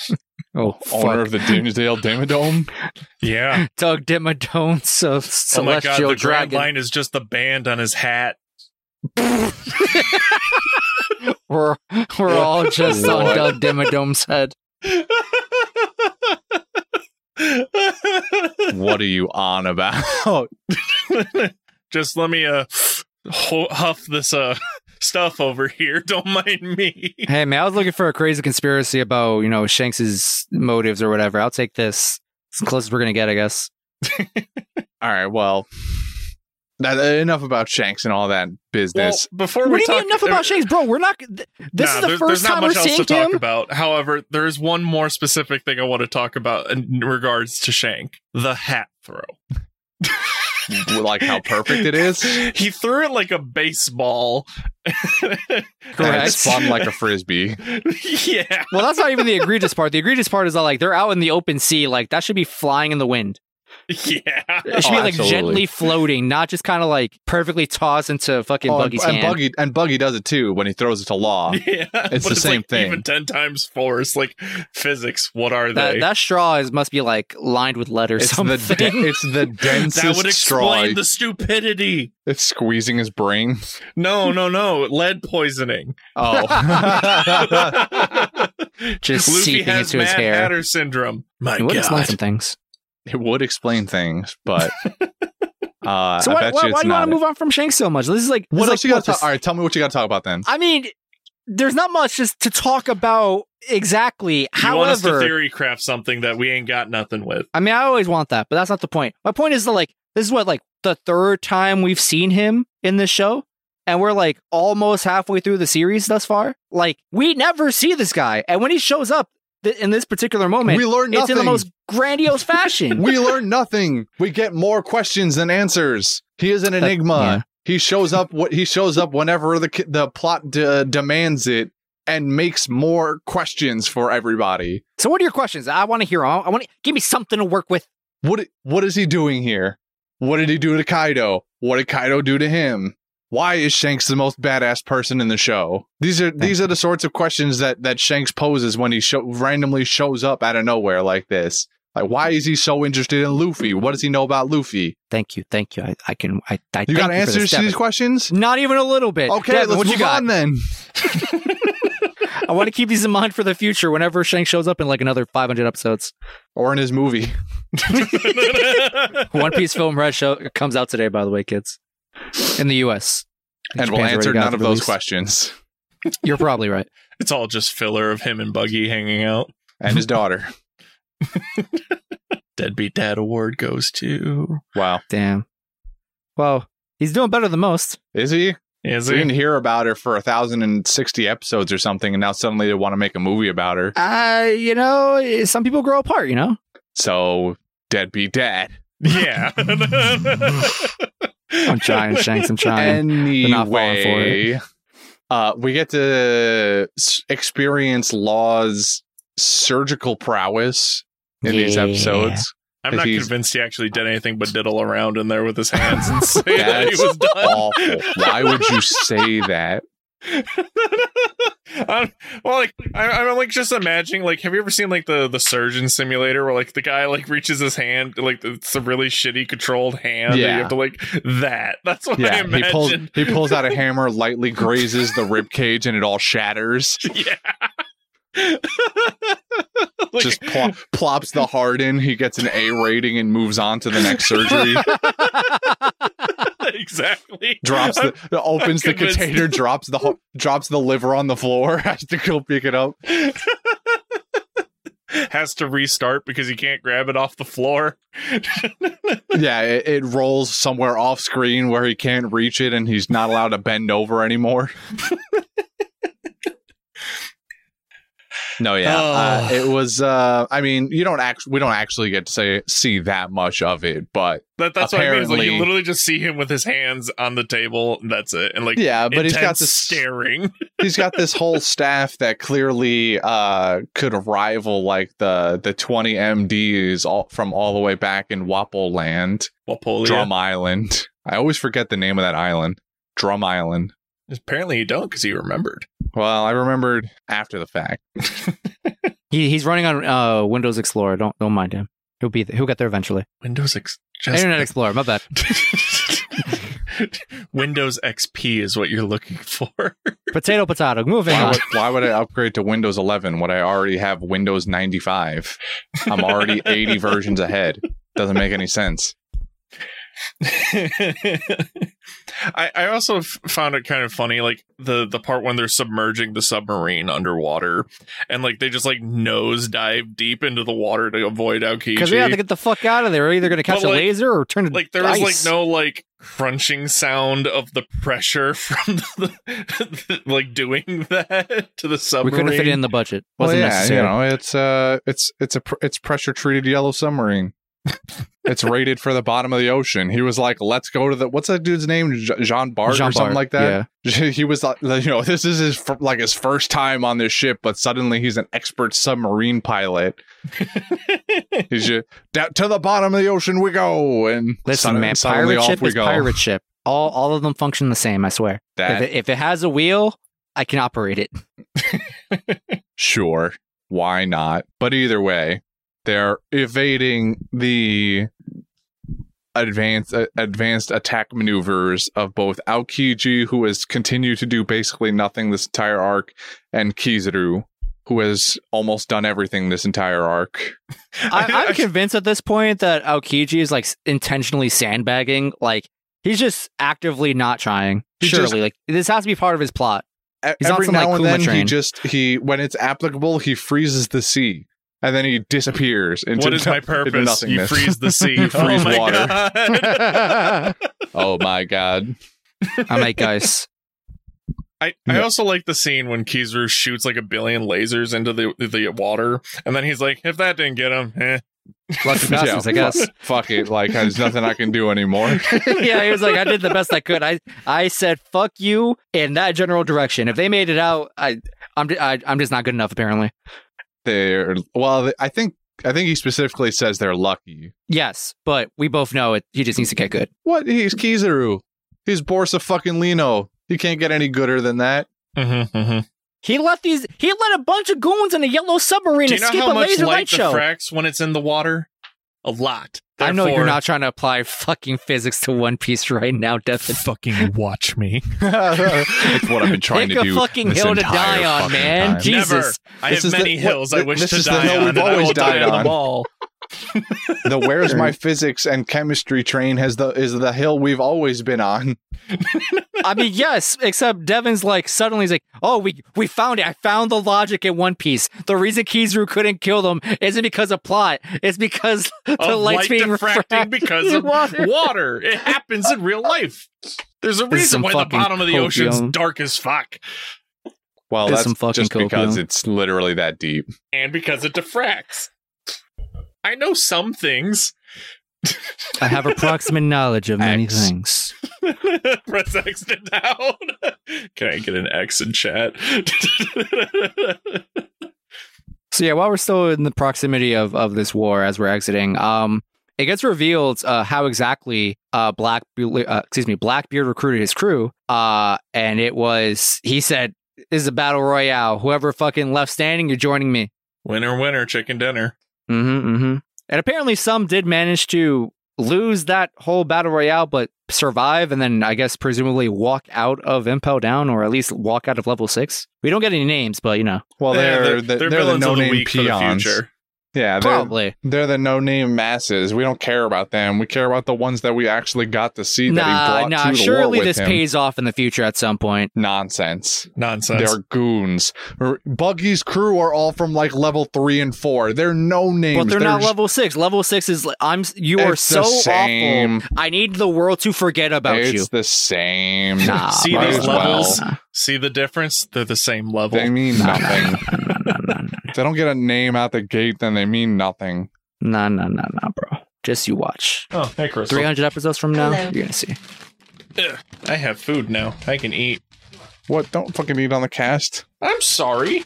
[SPEAKER 2] Oh,
[SPEAKER 3] [laughs] Owner of the Dimsdale Dimmadome.
[SPEAKER 2] [laughs]
[SPEAKER 1] Yeah.
[SPEAKER 2] Doug Dimmadome, so
[SPEAKER 1] Oh my god,
[SPEAKER 2] celestial
[SPEAKER 1] the grand
[SPEAKER 2] dragon.
[SPEAKER 1] line is just the band on his [laughs] hat.
[SPEAKER 2] We're we're all just on
[SPEAKER 3] Lord.
[SPEAKER 2] Doug Dimmadome's head.
[SPEAKER 3] what are you on about? [laughs]
[SPEAKER 1] [laughs] just let me uh ho- huff this uh [laughs] stuff over here. [laughs] Don't mind me.
[SPEAKER 2] Hey man, I was looking for a crazy conspiracy about you know Shanks's motives or whatever. I'll take this. It's the closest we're gonna get, I guess.
[SPEAKER 3] all right, well, that, uh, enough about Shanks and all that business.
[SPEAKER 1] Well, before
[SPEAKER 2] What
[SPEAKER 1] we
[SPEAKER 2] do you
[SPEAKER 1] talk uh,
[SPEAKER 2] mean enough about Shanks, bro? We're not. Th- this
[SPEAKER 1] Nah,
[SPEAKER 2] is the
[SPEAKER 1] there's,
[SPEAKER 2] first
[SPEAKER 1] there's not
[SPEAKER 2] time we're
[SPEAKER 1] much else
[SPEAKER 2] seeing
[SPEAKER 1] to talk
[SPEAKER 2] him.
[SPEAKER 1] about. However, there is one more specific thing I want to talk about in regards to Shank: the hat throw.
[SPEAKER 3] like how perfect it [laughs] is.
[SPEAKER 1] [laughs] He threw it like a baseball. [laughs]
[SPEAKER 3] And it
[SPEAKER 2] Correct.
[SPEAKER 3] spun like a frisbee.
[SPEAKER 1] yeah.
[SPEAKER 2] [laughs] Well, that's not even the egregious part. The egregious part is that like they're out in the open sea, like that should be flying in the wind.
[SPEAKER 1] Yeah.
[SPEAKER 2] It should be
[SPEAKER 3] Oh,
[SPEAKER 2] like
[SPEAKER 3] absolutely.
[SPEAKER 2] gently floating, not just kind of like perfectly tossed into fucking
[SPEAKER 3] Oh, and,
[SPEAKER 2] Buggy's
[SPEAKER 3] and
[SPEAKER 2] hand.
[SPEAKER 3] Buggy and Buggy does it too when he throws it to Law.
[SPEAKER 1] Yeah. But
[SPEAKER 3] the same
[SPEAKER 1] like
[SPEAKER 3] thing.
[SPEAKER 1] Even 10 times force. Like, physics, what are
[SPEAKER 2] that,
[SPEAKER 1] they?
[SPEAKER 2] that straw is must be like lined with letters.
[SPEAKER 3] It's the
[SPEAKER 2] something.
[SPEAKER 3] de-
[SPEAKER 2] [laughs]
[SPEAKER 3] it's the densest
[SPEAKER 1] That would
[SPEAKER 3] straw.
[SPEAKER 1] explain the stupidity.
[SPEAKER 3] It's squeezing his brain.
[SPEAKER 1] No, no, no. Lead [laughs] poisoning.
[SPEAKER 2] [laughs]
[SPEAKER 3] Oh. [laughs]
[SPEAKER 2] Just seeping
[SPEAKER 1] has
[SPEAKER 2] into his
[SPEAKER 1] Mad
[SPEAKER 2] hair.
[SPEAKER 1] Hatter syndrome.
[SPEAKER 3] Oh
[SPEAKER 1] My
[SPEAKER 2] it would explain
[SPEAKER 1] God.
[SPEAKER 2] some things.
[SPEAKER 3] it would explain things,
[SPEAKER 2] [laughs]
[SPEAKER 3] but uh,
[SPEAKER 2] So
[SPEAKER 3] I
[SPEAKER 2] why,
[SPEAKER 3] bet
[SPEAKER 2] why,
[SPEAKER 3] you it's
[SPEAKER 2] why do you
[SPEAKER 3] not.
[SPEAKER 2] want to move on from Shanks so much? This is like
[SPEAKER 3] what
[SPEAKER 2] this
[SPEAKER 3] else
[SPEAKER 2] is
[SPEAKER 3] you
[SPEAKER 2] like,
[SPEAKER 3] got to talk?
[SPEAKER 2] what,
[SPEAKER 3] All right, tell me what you got to talk about then.
[SPEAKER 2] this- I mean, there's not much just to talk about exactly.
[SPEAKER 1] you want us to
[SPEAKER 2] However,
[SPEAKER 1] theory craft something that we ain't got nothing
[SPEAKER 2] [laughs]
[SPEAKER 1] with. [laughs]
[SPEAKER 2] I mean, I always want that, but that's not the point. My point is that like this is what like the third time we've seen him in this show, and we're like almost halfway through the series thus far. Like we never see this guy, and when he shows up th- in this particular moment,
[SPEAKER 3] we learn
[SPEAKER 2] it's in
[SPEAKER 3] nothing.
[SPEAKER 2] the most grandiose
[SPEAKER 3] [laughs]
[SPEAKER 2] fashion.
[SPEAKER 3] we learn nothing. We get more questions than answers. He is an
[SPEAKER 2] That-
[SPEAKER 3] enigma.
[SPEAKER 2] yeah.
[SPEAKER 3] He shows up. What he shows up whenever the ki- the plot de- demands it, and makes more questions for everybody.
[SPEAKER 2] so, what are your questions? I want to hear. 'em. I want to give me something to work with.
[SPEAKER 3] What what is he doing here? What did he do to Kaido? What did Kaido do to him? Why is Shanks the most badass person in the show? These are these are the sorts of questions that that Shanks poses when he show, randomly shows up out of nowhere like this. Like why is he so interested in Luffy? What does he know about Luffy?
[SPEAKER 2] Thank you, thank you. I, I can. I, I
[SPEAKER 3] You
[SPEAKER 2] thank
[SPEAKER 3] got
[SPEAKER 2] for this,
[SPEAKER 3] answers to
[SPEAKER 2] Devin.
[SPEAKER 3] these questions?
[SPEAKER 2] Not even a little bit.
[SPEAKER 3] Okay,
[SPEAKER 2] Devin,
[SPEAKER 3] let's
[SPEAKER 2] what
[SPEAKER 3] move
[SPEAKER 2] you got?
[SPEAKER 3] on then.
[SPEAKER 2] I want to keep these in mind for the future. Whenever Shanks shows up in like another 500 episodes,
[SPEAKER 3] Or in his movie.
[SPEAKER 2] One Piece film red show comes out today. By the way, kids, in the U.S.
[SPEAKER 3] And we'll
[SPEAKER 2] Japan's
[SPEAKER 3] answer
[SPEAKER 2] already got it
[SPEAKER 3] none of those
[SPEAKER 2] released.
[SPEAKER 3] questions.
[SPEAKER 2] You're probably right.
[SPEAKER 1] it's all just filler of him and Buggy hanging out.
[SPEAKER 3] And his daughter.
[SPEAKER 1] Deadbeat Dad Award goes to.
[SPEAKER 3] Wow.
[SPEAKER 2] Damn. Well, he's doing better than most.
[SPEAKER 3] Is he?
[SPEAKER 1] Is
[SPEAKER 3] We didn't
[SPEAKER 1] it?
[SPEAKER 3] hear about her for 1,060 episodes or something, and now suddenly they want to make a movie about her.
[SPEAKER 2] Uh, you know, eh, some people grow apart. You know,
[SPEAKER 3] So deadbeat dad.
[SPEAKER 1] [laughs] Yeah.
[SPEAKER 2] I'm
[SPEAKER 3] [laughs]
[SPEAKER 1] [laughs]
[SPEAKER 2] trying, Shanks. I'm trying.
[SPEAKER 3] Anyway,
[SPEAKER 2] not falling for
[SPEAKER 3] Uh, we get to s- experience Law's surgical prowess in these
[SPEAKER 2] Yeah.
[SPEAKER 3] episodes.
[SPEAKER 1] I'm not
[SPEAKER 3] He's-
[SPEAKER 1] convinced he actually did anything but diddle around in there with his hands
[SPEAKER 2] [laughs]
[SPEAKER 1] and say that he
[SPEAKER 3] That's
[SPEAKER 1] was done.
[SPEAKER 3] awful. Why would you say that?
[SPEAKER 1] I'm, well, like I, I'm like just imagining. Like, have you ever seen like the the surgeon simulator where like the guy like reaches his hand like it's a really shitty controlled hand. Yeah,
[SPEAKER 3] Yeah.
[SPEAKER 1] you have to like that. [laughs] That's what I
[SPEAKER 3] Yeah, he pulls
[SPEAKER 1] imagine.
[SPEAKER 3] he pulls out a hammer, lightly grazes the rib cage, and it all shatters.
[SPEAKER 1] [laughs] yeah, [laughs] Like-
[SPEAKER 3] [laughs] Just pl- plops the heart in. He gets an A rating and moves on to the next
[SPEAKER 1] [laughs]
[SPEAKER 3] surgery.
[SPEAKER 1] [laughs] exactly.
[SPEAKER 3] drops the opens the
[SPEAKER 1] convinced.
[SPEAKER 3] container, drops the ho- drops the liver on the floor. [laughs] Has to go pick it up.
[SPEAKER 1] [laughs] has to restart because he can't grab it off the floor.
[SPEAKER 3] Yeah, it, it rolls somewhere off screen where he can't reach it, and he's not allowed to bend over anymore. [laughs] no, yeah, uh,
[SPEAKER 1] Oh.
[SPEAKER 3] it was. Uh, I mean, you don't actually we don't actually get to say see that much of it, but
[SPEAKER 1] That that's what I mean. Is like
[SPEAKER 3] Apparently-
[SPEAKER 1] you literally just see him with his hands on the table. And that's it. And like,
[SPEAKER 3] yeah, but he's got
[SPEAKER 1] intense
[SPEAKER 3] this
[SPEAKER 1] staring. [laughs]
[SPEAKER 3] he's got this whole staff that clearly uh, could rival like the the 20 MDs all, from all the way back in Wapple Land,
[SPEAKER 1] Wapolia.
[SPEAKER 3] Drum Island. I always forget the name of that island, Drum Island.
[SPEAKER 1] Apparently you don't because he remembered.
[SPEAKER 3] Well, I remembered after the fact.
[SPEAKER 2] He, he's running on uh, Windows Explorer. Don't don't mind him. He'll be there. he'll get there eventually.
[SPEAKER 1] Windows X.
[SPEAKER 2] Internet Explorer. My bad.
[SPEAKER 1] [laughs] Windows XP is what you're looking for. [laughs]
[SPEAKER 2] Potato potato. Moving
[SPEAKER 3] Why
[SPEAKER 2] on.
[SPEAKER 3] [laughs]
[SPEAKER 2] [laughs]
[SPEAKER 3] would, why would I upgrade to Windows 11 when I already have Windows 95? I'm already 80 versions ahead. Doesn't make any sense.
[SPEAKER 1] I, I also f- found it kind of funny, like the the part when they're submerging the submarine underwater, and like they just like nose dive deep into the water to avoid Aokiji.
[SPEAKER 2] Because we have to get the fuck out of there. We're either going to catch
[SPEAKER 1] But,
[SPEAKER 2] a
[SPEAKER 1] like-
[SPEAKER 2] laser or turn to
[SPEAKER 1] like there was
[SPEAKER 2] ice.
[SPEAKER 1] like no like crunching sound of the pressure [laughs] from the, like doing that to the
[SPEAKER 2] We
[SPEAKER 1] submarine.
[SPEAKER 2] couldn't fit it in the budget. Wasn't
[SPEAKER 3] well, yeah,
[SPEAKER 2] necessary.
[SPEAKER 3] you know, it's uh, it's it's a pr- it's pressure treated
[SPEAKER 2] [laughs]
[SPEAKER 3] yellow submarine. it's rated for the bottom of the ocean. He was like, "Let's go to the what's that dude's name, Je- Jean Bart or
[SPEAKER 2] Jean
[SPEAKER 3] something
[SPEAKER 2] Bart,
[SPEAKER 3] like that." [laughs] he was like, you know, this is his fir- like his first time on this ship, but suddenly he's an expert submarine pilot.
[SPEAKER 2] [laughs]
[SPEAKER 3] He's just down to the bottom of the ocean we go, and
[SPEAKER 2] Listen,
[SPEAKER 3] sudden-
[SPEAKER 2] man,
[SPEAKER 3] suddenly
[SPEAKER 2] pirate
[SPEAKER 3] off
[SPEAKER 2] ship
[SPEAKER 3] we
[SPEAKER 2] is
[SPEAKER 3] go.
[SPEAKER 2] pirate ship. All all of them function the same. I swear.
[SPEAKER 3] That
[SPEAKER 2] If it, if it has a wheel, I can operate
[SPEAKER 1] [laughs]
[SPEAKER 2] it.
[SPEAKER 3] Sure. Why not? But either way, they're evading the advanced uh, advanced attack maneuvers of both Aokiji, who has continued to do basically nothing this entire arc, and Kizuru, who has almost done everything this entire arc.
[SPEAKER 2] I,
[SPEAKER 1] I-
[SPEAKER 2] I'm
[SPEAKER 1] I-
[SPEAKER 2] convinced at this point that Aokiji is like s- intentionally sandbagging. Like he's just actively not trying.
[SPEAKER 3] He
[SPEAKER 2] Surely,
[SPEAKER 3] just-
[SPEAKER 2] like this has to be part of his plot.
[SPEAKER 3] E-
[SPEAKER 2] He's on
[SPEAKER 3] Every
[SPEAKER 2] some,
[SPEAKER 3] now
[SPEAKER 2] like,
[SPEAKER 3] and
[SPEAKER 2] Kuma
[SPEAKER 3] then, he
[SPEAKER 2] train.
[SPEAKER 3] just he when it's applicable, he freezes the sea, and then he disappears into
[SPEAKER 1] What is my purpose? You
[SPEAKER 3] nothingness.
[SPEAKER 1] freeze
[SPEAKER 3] [laughs]
[SPEAKER 1] the sea.
[SPEAKER 2] You
[SPEAKER 1] Oh
[SPEAKER 3] freeze
[SPEAKER 1] my
[SPEAKER 3] water.
[SPEAKER 1] God.
[SPEAKER 3] [laughs] oh my god!
[SPEAKER 2] I'm
[SPEAKER 1] [laughs]
[SPEAKER 2] like, guys,
[SPEAKER 1] I, I
[SPEAKER 3] Yeah.
[SPEAKER 1] also like the scene when Kizuru shoots like a billion lasers into the the water, and then he's like, "If that didn't get him, eh."
[SPEAKER 2] lucky
[SPEAKER 3] [laughs]
[SPEAKER 2] bastards, I guess.
[SPEAKER 3] Fuck it! Like there's nothing I can do anymore.
[SPEAKER 2] yeah, he was like, I did the best I could. I I said, fuck you in that general direction. If they made it out, I I'm ju- I, I'm just not good enough apparently.
[SPEAKER 3] they're well th- i think i think he specifically says they're lucky
[SPEAKER 2] Yes, but we both know it. He just needs to get good.
[SPEAKER 3] what he's kizaru he's borsa fucking lino he can't get any gooder
[SPEAKER 2] [laughs]
[SPEAKER 3] than that
[SPEAKER 1] Mhm, mhm.
[SPEAKER 2] He let these. He let a bunch of goons in a yellow submarine
[SPEAKER 1] Do you know
[SPEAKER 2] escape
[SPEAKER 1] how
[SPEAKER 2] a
[SPEAKER 1] much
[SPEAKER 2] laser
[SPEAKER 1] light
[SPEAKER 2] light
[SPEAKER 1] the
[SPEAKER 2] show.
[SPEAKER 1] fracks when it's in the water? A lot.
[SPEAKER 2] I know you're
[SPEAKER 1] Therefore-
[SPEAKER 2] not trying to apply fucking physics to One Piece right
[SPEAKER 1] [laughs]
[SPEAKER 2] now, Devin.
[SPEAKER 1] Fucking watch me.
[SPEAKER 3] it's what i've been trying
[SPEAKER 2] Pick
[SPEAKER 3] to
[SPEAKER 2] a
[SPEAKER 3] do
[SPEAKER 2] fucking
[SPEAKER 3] this
[SPEAKER 2] hill to
[SPEAKER 3] entire
[SPEAKER 2] die on,
[SPEAKER 3] fucking
[SPEAKER 2] man.
[SPEAKER 3] time.
[SPEAKER 2] Jesus.
[SPEAKER 1] Never. I
[SPEAKER 3] This
[SPEAKER 1] have
[SPEAKER 3] is
[SPEAKER 1] many
[SPEAKER 3] the-
[SPEAKER 1] hills I
[SPEAKER 3] what-
[SPEAKER 1] wish
[SPEAKER 3] this
[SPEAKER 1] to
[SPEAKER 3] is the
[SPEAKER 1] die on.
[SPEAKER 3] hill we've
[SPEAKER 1] and I
[SPEAKER 3] always
[SPEAKER 1] will die
[SPEAKER 3] died
[SPEAKER 1] on
[SPEAKER 3] on.
[SPEAKER 1] the ball.
[SPEAKER 3] the where's
[SPEAKER 2] [laughs]
[SPEAKER 3] my physics and chemistry train has the is the hill we've always been on
[SPEAKER 2] I mean, yes, except Devin's like suddenly he's like, "Oh, we we found it. I found the logic in One Piece. The reason Kizuru couldn't kill them isn't because of plot. It's because [laughs] the
[SPEAKER 1] Of light
[SPEAKER 2] light's being
[SPEAKER 1] diffracting
[SPEAKER 2] refracted [laughs]
[SPEAKER 1] because
[SPEAKER 2] in
[SPEAKER 1] of
[SPEAKER 2] water.
[SPEAKER 1] water. It happens in real life. There's a
[SPEAKER 2] This is
[SPEAKER 1] reason
[SPEAKER 2] some
[SPEAKER 1] why the
[SPEAKER 2] fucking
[SPEAKER 1] bottom of the ocean's
[SPEAKER 2] copium.
[SPEAKER 1] dark as fuck,
[SPEAKER 3] well
[SPEAKER 2] There's
[SPEAKER 3] that's
[SPEAKER 2] some fucking
[SPEAKER 3] just because
[SPEAKER 2] copium.
[SPEAKER 3] it's literally that deep
[SPEAKER 1] and because it diffracts. I know some things. [laughs]
[SPEAKER 2] I have approximate knowledge of many
[SPEAKER 3] X.
[SPEAKER 2] things.
[SPEAKER 1] Press X to down. [laughs] Can I get an X in chat? [laughs]
[SPEAKER 2] So yeah, while we're still in the proximity of of this war as we're exiting, um, it gets revealed uh, how exactly uh Black uh, excuse me Blackbeard recruited his crew, uh, and it was he said. This is a battle royale. Whoever fucking left standing, you're joining me.
[SPEAKER 1] winner, winner, chicken dinner.
[SPEAKER 2] Mm-hmm, mm-hmm. And apparently, some did manage to lose that whole battle royale, but survive and then I guess presumably walk out of Impel Down or at least walk out of level six. We don't get any names, but you know,
[SPEAKER 3] Well,
[SPEAKER 1] Yeah,
[SPEAKER 3] they're, they're, they're, the
[SPEAKER 1] villains
[SPEAKER 3] no
[SPEAKER 1] of the
[SPEAKER 3] name
[SPEAKER 1] week for the
[SPEAKER 3] peons.
[SPEAKER 1] future.
[SPEAKER 3] yeah, they're,
[SPEAKER 2] probably.
[SPEAKER 3] they're the no name masses. We don't care about them. We care about the ones that we actually got to see that he
[SPEAKER 2] Nah,
[SPEAKER 3] brought
[SPEAKER 2] nah.
[SPEAKER 3] to the war
[SPEAKER 2] Surely
[SPEAKER 3] with
[SPEAKER 2] this
[SPEAKER 3] him.
[SPEAKER 2] pays off in the future at some point.
[SPEAKER 3] Nonsense.
[SPEAKER 1] Nonsense.
[SPEAKER 3] They're goons. R- Buggy's crew are all from like level three and four. They're no names.
[SPEAKER 2] But they're, not
[SPEAKER 3] just-
[SPEAKER 2] level six. Level six is like, I'm. You are
[SPEAKER 3] It's
[SPEAKER 2] so
[SPEAKER 3] the same.
[SPEAKER 2] awful. I need the world to forget about
[SPEAKER 3] it's
[SPEAKER 2] you.
[SPEAKER 3] the same.
[SPEAKER 2] Nah,
[SPEAKER 1] See
[SPEAKER 3] might
[SPEAKER 1] these
[SPEAKER 3] as well.
[SPEAKER 1] levels? See the difference? They're the same level.
[SPEAKER 3] They mean nothing. If they don't get a name out the gate, then they mean nothing.
[SPEAKER 2] Nah, nah, nah, nah, bro. Just you watch.
[SPEAKER 1] oh, hey, Chris.
[SPEAKER 2] 300 episodes from now,
[SPEAKER 4] Hello.
[SPEAKER 2] you're gonna see.
[SPEAKER 1] I have food now. I can eat.
[SPEAKER 3] What? Don't fucking eat on the cast.
[SPEAKER 1] I'm sorry.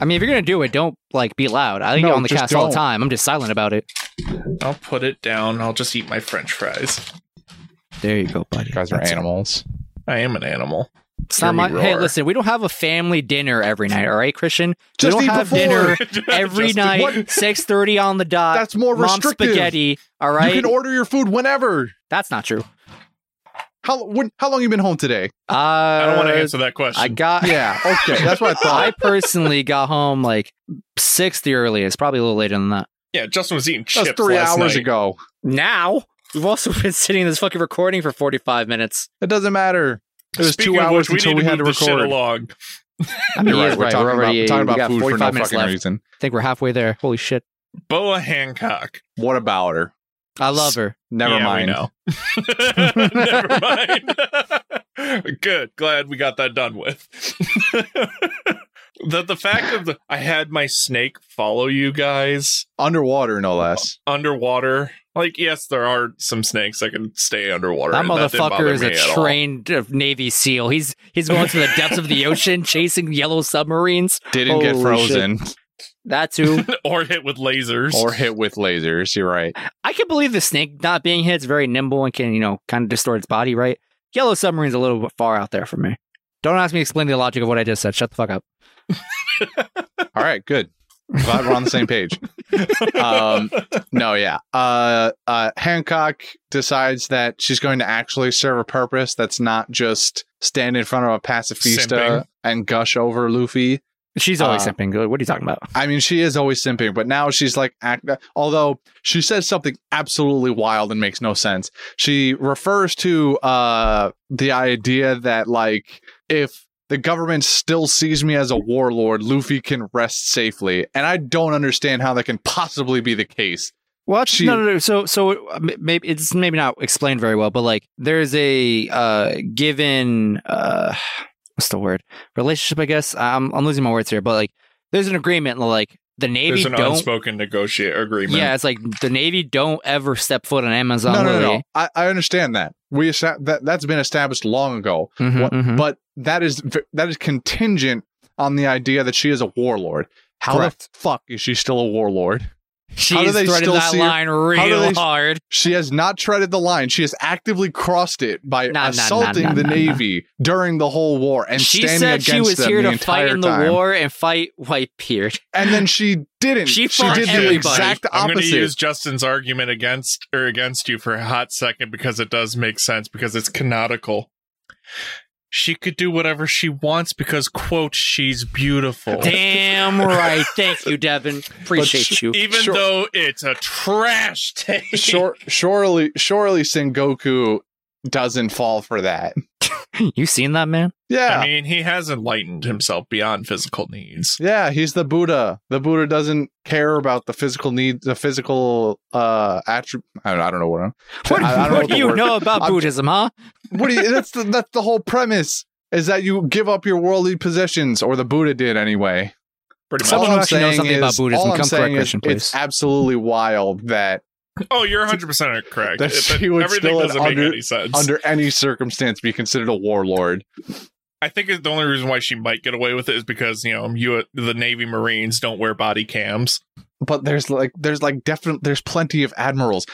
[SPEAKER 2] I mean, if you're gonna do it, don't like be loud. I eat
[SPEAKER 3] No,
[SPEAKER 2] on the
[SPEAKER 3] just
[SPEAKER 2] cast all the
[SPEAKER 3] don't.
[SPEAKER 2] time. I'm just silent about it.
[SPEAKER 1] I'll put it down. I'll just eat my french fries.
[SPEAKER 2] There you go, buddy.
[SPEAKER 3] You guys are
[SPEAKER 2] That's it.
[SPEAKER 3] animals.
[SPEAKER 1] I am an animal. [laughs]
[SPEAKER 2] It's not my.
[SPEAKER 3] Hear me
[SPEAKER 2] Hey,
[SPEAKER 3] roar.
[SPEAKER 2] listen, we don't have a family dinner every night, all right, Christian?
[SPEAKER 3] Just
[SPEAKER 2] we
[SPEAKER 3] eat
[SPEAKER 2] don't have
[SPEAKER 3] before.
[SPEAKER 2] dinner [laughs] every
[SPEAKER 1] Just-
[SPEAKER 2] night,
[SPEAKER 3] what?
[SPEAKER 2] six thirty on the dot.
[SPEAKER 3] That's more
[SPEAKER 2] Mom
[SPEAKER 3] restrictive.
[SPEAKER 2] spaghetti. All right,
[SPEAKER 3] You can order your food whenever.
[SPEAKER 2] that's not true.
[SPEAKER 3] How when, how long you been home today?
[SPEAKER 2] Uh,
[SPEAKER 1] I don't want to answer that question.
[SPEAKER 2] I got.
[SPEAKER 3] Yeah, [laughs] okay, that's what I thought.
[SPEAKER 2] [laughs] I personally got home like six the earliest, probably a little later than that.
[SPEAKER 1] yeah, Justin was eating chips
[SPEAKER 3] That's three
[SPEAKER 1] last
[SPEAKER 3] hours
[SPEAKER 1] night.
[SPEAKER 3] ago.
[SPEAKER 2] Now we've also [laughs] been sitting in this fucking recording for forty five minutes.
[SPEAKER 3] It doesn't matter. It was
[SPEAKER 1] Speaking
[SPEAKER 3] two
[SPEAKER 1] of
[SPEAKER 3] hours
[SPEAKER 1] which, we
[SPEAKER 3] until
[SPEAKER 1] need
[SPEAKER 3] we
[SPEAKER 1] to
[SPEAKER 3] had to
[SPEAKER 1] move this shit
[SPEAKER 3] record.
[SPEAKER 1] along.
[SPEAKER 2] I mean,
[SPEAKER 3] You're
[SPEAKER 2] he
[SPEAKER 3] right.
[SPEAKER 2] is
[SPEAKER 3] We're
[SPEAKER 2] right.
[SPEAKER 3] talking
[SPEAKER 2] We're already
[SPEAKER 3] about, talking
[SPEAKER 2] we
[SPEAKER 3] about
[SPEAKER 2] got
[SPEAKER 3] food for no
[SPEAKER 2] 45 minutes
[SPEAKER 3] fucking
[SPEAKER 2] left.
[SPEAKER 3] reason.
[SPEAKER 2] I think we're halfway there. Holy shit!
[SPEAKER 1] Boa Hancock.
[SPEAKER 3] What about her?
[SPEAKER 2] I love her.
[SPEAKER 3] Never
[SPEAKER 1] Yeah,
[SPEAKER 3] mind. [laughs]
[SPEAKER 1] We know. [laughs] Never mind. [laughs] Good. Glad we got that done with. [laughs] the the fact of the, I had my snake follow you guys
[SPEAKER 3] Underwater, no less.
[SPEAKER 1] underwater. Like, yes, there are some snakes that can stay underwater.
[SPEAKER 2] That
[SPEAKER 1] and didn't bother
[SPEAKER 2] motherfucker is
[SPEAKER 1] me
[SPEAKER 2] a
[SPEAKER 1] at all.
[SPEAKER 2] trained uh, Navy SEAL. He's he's going to the depths
[SPEAKER 1] [laughs]
[SPEAKER 2] of the ocean chasing yellow submarines.
[SPEAKER 3] Didn't
[SPEAKER 2] Holy
[SPEAKER 3] get
[SPEAKER 2] shit. [laughs]
[SPEAKER 3] frozen
[SPEAKER 1] [laughs]
[SPEAKER 2] That too.
[SPEAKER 1] or hit with lasers. [laughs]
[SPEAKER 3] or hit with lasers. You're right.
[SPEAKER 2] I can believe the snake not being hit. It's very nimble and can you know kind of distort its body, right? Yellow submarine's a little bit far out there for me. Don't ask me to explain the logic of what I just said. Shut the fuck up.
[SPEAKER 3] All right, good. Glad we're on the same page. Um, no, yeah. Uh, uh, Hancock decides that she's going to actually serve a purpose that's not just stand in front of a pacifista
[SPEAKER 1] Simping.
[SPEAKER 3] and gush over Luffy.
[SPEAKER 2] She's always
[SPEAKER 3] Uh,
[SPEAKER 2] simping. What are you talking about?
[SPEAKER 3] I mean, she is always simping, but now she's like, act- although she says something absolutely wild and makes no sense. She refers to uh, the idea that, like, if the government still sees me as a warlord, Luffy can rest safely. And I don't understand how that can possibly be the case.
[SPEAKER 2] Well,
[SPEAKER 3] she-
[SPEAKER 2] no, no, no. So, so uh, m- maybe it's maybe not explained very well, but like there's a uh, given uh, what's the word relationship? I guess I'm I'm losing my words here, but like there's an agreement. Like the Navy
[SPEAKER 1] There's an
[SPEAKER 2] don't.
[SPEAKER 1] unspoken negotiate agreement.
[SPEAKER 2] Yeah, it's like the Navy don't ever step foot on Amazon.
[SPEAKER 3] no, no, no,
[SPEAKER 2] Lily.
[SPEAKER 3] no. I, I understand that. We esta- that that's been established long ago.
[SPEAKER 2] Mhm,
[SPEAKER 3] What-
[SPEAKER 2] mhm.
[SPEAKER 3] but that is v- that is contingent on the idea that she is a warlord. How
[SPEAKER 2] Correct.
[SPEAKER 3] the fuck is she still a warlord? do
[SPEAKER 2] She's
[SPEAKER 3] they
[SPEAKER 2] threaded
[SPEAKER 3] still
[SPEAKER 2] that
[SPEAKER 3] see her-
[SPEAKER 2] line real
[SPEAKER 3] they-
[SPEAKER 2] hard.
[SPEAKER 3] She has not treaded the line. She has actively crossed it by
[SPEAKER 2] Nah, nah, nah,
[SPEAKER 3] assaulting
[SPEAKER 2] nah,
[SPEAKER 3] the
[SPEAKER 2] nah, nah.
[SPEAKER 3] Navy during the whole war and
[SPEAKER 2] she
[SPEAKER 3] standing
[SPEAKER 2] said
[SPEAKER 3] against
[SPEAKER 2] she was
[SPEAKER 3] them
[SPEAKER 2] here
[SPEAKER 3] the
[SPEAKER 2] to fight
[SPEAKER 3] entire
[SPEAKER 2] in the
[SPEAKER 3] time.
[SPEAKER 2] war and fight
[SPEAKER 3] [laughs]
[SPEAKER 2] Whitebeard.
[SPEAKER 3] And then she didn't.
[SPEAKER 2] She
[SPEAKER 3] She,
[SPEAKER 2] fought
[SPEAKER 3] did the
[SPEAKER 2] everybody.
[SPEAKER 3] exact
[SPEAKER 1] I'm going to
[SPEAKER 3] opposite.
[SPEAKER 1] use Justin's argument against or against you for a hot second because it does make sense because it's canonical. She could do whatever she wants because quote she's beautiful.
[SPEAKER 2] Damn right. Thank you, Devin. Appreciate
[SPEAKER 3] she-
[SPEAKER 2] you.
[SPEAKER 1] Even
[SPEAKER 3] Sure.
[SPEAKER 1] though it's a trash take. [laughs]
[SPEAKER 3] Sure, surely, surely, Sengoku doesn't fall for that.
[SPEAKER 2] You seen that man?
[SPEAKER 3] Yeah,
[SPEAKER 1] I mean, he has enlightened himself beyond physical needs.
[SPEAKER 3] yeah. He's the Buddha. The Buddha doesn't care about the physical needs, the physical uh attribute. I don't, I don't know what. I'm,
[SPEAKER 2] What,
[SPEAKER 3] I, I don't
[SPEAKER 2] what
[SPEAKER 3] know what the
[SPEAKER 2] do you
[SPEAKER 3] word-
[SPEAKER 2] know about
[SPEAKER 3] I'm-
[SPEAKER 2] Buddhism, huh?
[SPEAKER 3] What do you? That's the, that's the whole premise. Is that you give up your worldly possessions, or the Buddha did anyway.
[SPEAKER 1] Pretty much.
[SPEAKER 2] Someone
[SPEAKER 3] all
[SPEAKER 2] who
[SPEAKER 3] I'm
[SPEAKER 2] actually knows
[SPEAKER 3] saying
[SPEAKER 2] something
[SPEAKER 3] is,
[SPEAKER 2] about Buddhism,
[SPEAKER 3] all I'm
[SPEAKER 2] come correct
[SPEAKER 3] saying is
[SPEAKER 2] Christian,
[SPEAKER 3] it's
[SPEAKER 2] please.
[SPEAKER 3] absolutely wild that
[SPEAKER 1] oh, you're 100% correct.
[SPEAKER 3] That
[SPEAKER 1] It- but
[SPEAKER 3] she would
[SPEAKER 1] everything
[SPEAKER 3] still
[SPEAKER 1] doesn't make
[SPEAKER 3] under-
[SPEAKER 1] any sense.
[SPEAKER 3] under any circumstance be considered a warlord.
[SPEAKER 1] I think the only reason why she might get away with it is because, you know, you, the Navy Marines don't wear body cams.
[SPEAKER 3] But there's like there's like definitely there's plenty of admirals.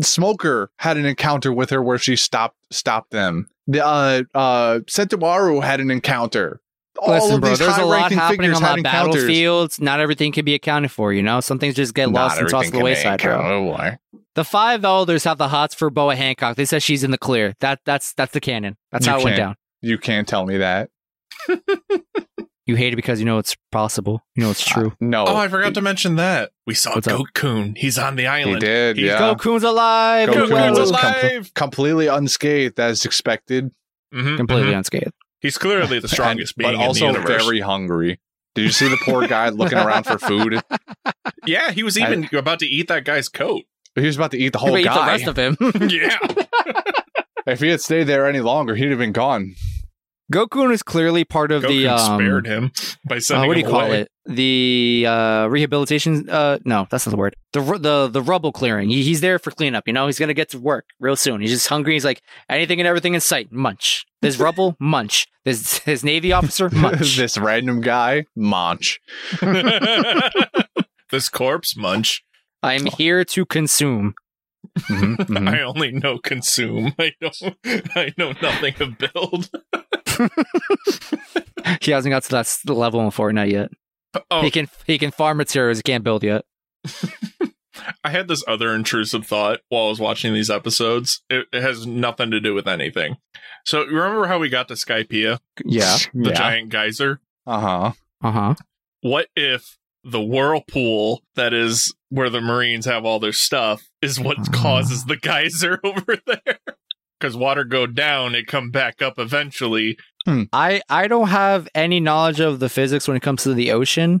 [SPEAKER 3] Smoker had an encounter with her where she stopped stopped them. The uh uh Sentomaru had an encounter. All
[SPEAKER 2] Listen,
[SPEAKER 3] of
[SPEAKER 2] bro,
[SPEAKER 3] these
[SPEAKER 2] there's a lot
[SPEAKER 3] high-ranking
[SPEAKER 2] happening
[SPEAKER 3] figures
[SPEAKER 2] on
[SPEAKER 3] had
[SPEAKER 2] that
[SPEAKER 3] encounters.
[SPEAKER 2] battlefield. Not everything can be accounted for, you know? Some things just get lost
[SPEAKER 3] Not
[SPEAKER 2] and tossed to
[SPEAKER 3] everything
[SPEAKER 2] the
[SPEAKER 3] can Oh,
[SPEAKER 2] wayside,
[SPEAKER 3] make
[SPEAKER 2] bro.
[SPEAKER 3] a war.
[SPEAKER 2] The five elders have the hots for Boa Hancock. They said she's in the clear. That that's that's the canon. That's
[SPEAKER 3] You
[SPEAKER 2] how it went
[SPEAKER 3] can't.
[SPEAKER 2] down.
[SPEAKER 3] You can't tell me that.
[SPEAKER 2] You hate it because you know it's possible. You know it's
[SPEAKER 3] Uh,
[SPEAKER 2] true.
[SPEAKER 3] No.
[SPEAKER 1] Oh, I forgot to mention that. We saw
[SPEAKER 2] What's up?
[SPEAKER 1] Goat Coon. He's on the
[SPEAKER 3] He
[SPEAKER 1] island.
[SPEAKER 3] did.
[SPEAKER 1] He's
[SPEAKER 3] yeah.
[SPEAKER 2] Gokun's alive.
[SPEAKER 1] Goat
[SPEAKER 3] Goku's
[SPEAKER 1] Coon's
[SPEAKER 3] Well,
[SPEAKER 1] alive.
[SPEAKER 3] completely unscathed as expected,
[SPEAKER 1] Mhm,
[SPEAKER 2] Completely
[SPEAKER 3] Mm-hmm.
[SPEAKER 1] mhm.
[SPEAKER 2] unscathed.
[SPEAKER 1] He's
[SPEAKER 2] [laughs]
[SPEAKER 1] clearly the strongest
[SPEAKER 3] and-
[SPEAKER 1] being
[SPEAKER 3] but also
[SPEAKER 1] in the universe.
[SPEAKER 3] very hungry. Did you see the poor guy looking around for food?
[SPEAKER 1] [laughs] yeah, he was even about to eat that guy's coat. [laughs]
[SPEAKER 3] He was about to eat the whole
[SPEAKER 2] Wait, eat the
[SPEAKER 3] guy.
[SPEAKER 2] rest of him. [laughs]
[SPEAKER 1] yeah.
[SPEAKER 3] if he had stayed there any longer, he'd have been gone.
[SPEAKER 2] Gokun is clearly part of
[SPEAKER 1] Goat
[SPEAKER 2] the
[SPEAKER 1] Coon
[SPEAKER 2] um,
[SPEAKER 1] spared him by
[SPEAKER 2] uh,
[SPEAKER 1] sending
[SPEAKER 2] what do you
[SPEAKER 1] him
[SPEAKER 2] call
[SPEAKER 1] away.
[SPEAKER 2] it? The uh, rehabilitation? Uh, no, that's not the word. The ru- the the rubble clearing. He, he's there for cleanup. You know, he's gonna get to work real soon. He's just hungry. He's like anything and everything in sight. Munch. There's rubble. [laughs] Munch. There's his
[SPEAKER 1] [laughs]
[SPEAKER 2] navy officer. Munch.
[SPEAKER 3] [laughs] this random guy, Munch.
[SPEAKER 1] [laughs] this corpse munch.
[SPEAKER 2] I'm here to consume.
[SPEAKER 1] Mm-hmm,
[SPEAKER 3] Mhm,
[SPEAKER 2] Mm-hmm.
[SPEAKER 3] mhm.
[SPEAKER 1] I only know consume. [laughs] I don't. I know nothing of build.
[SPEAKER 2] He hasn't got to that s- level in Fortnite yet.
[SPEAKER 1] Oh,
[SPEAKER 2] He can he can farm materials. He can't build yet.
[SPEAKER 1] I had this other intrusive thought while I was watching these episodes. It, it has nothing to do with anything. So you remember how we got to Skypea,
[SPEAKER 2] Yeah.
[SPEAKER 1] [laughs] the
[SPEAKER 3] [laughs] yeah.
[SPEAKER 1] giant geyser?
[SPEAKER 3] Uh huh.
[SPEAKER 2] Uh huh.
[SPEAKER 1] What if the whirlpool that is where the Marines have all their stuff is what
[SPEAKER 2] Ah.
[SPEAKER 1] causes the geyser [laughs] over there? Because water go down, it come back up eventually.
[SPEAKER 2] I I don't have any knowledge of the physics when it comes to the ocean,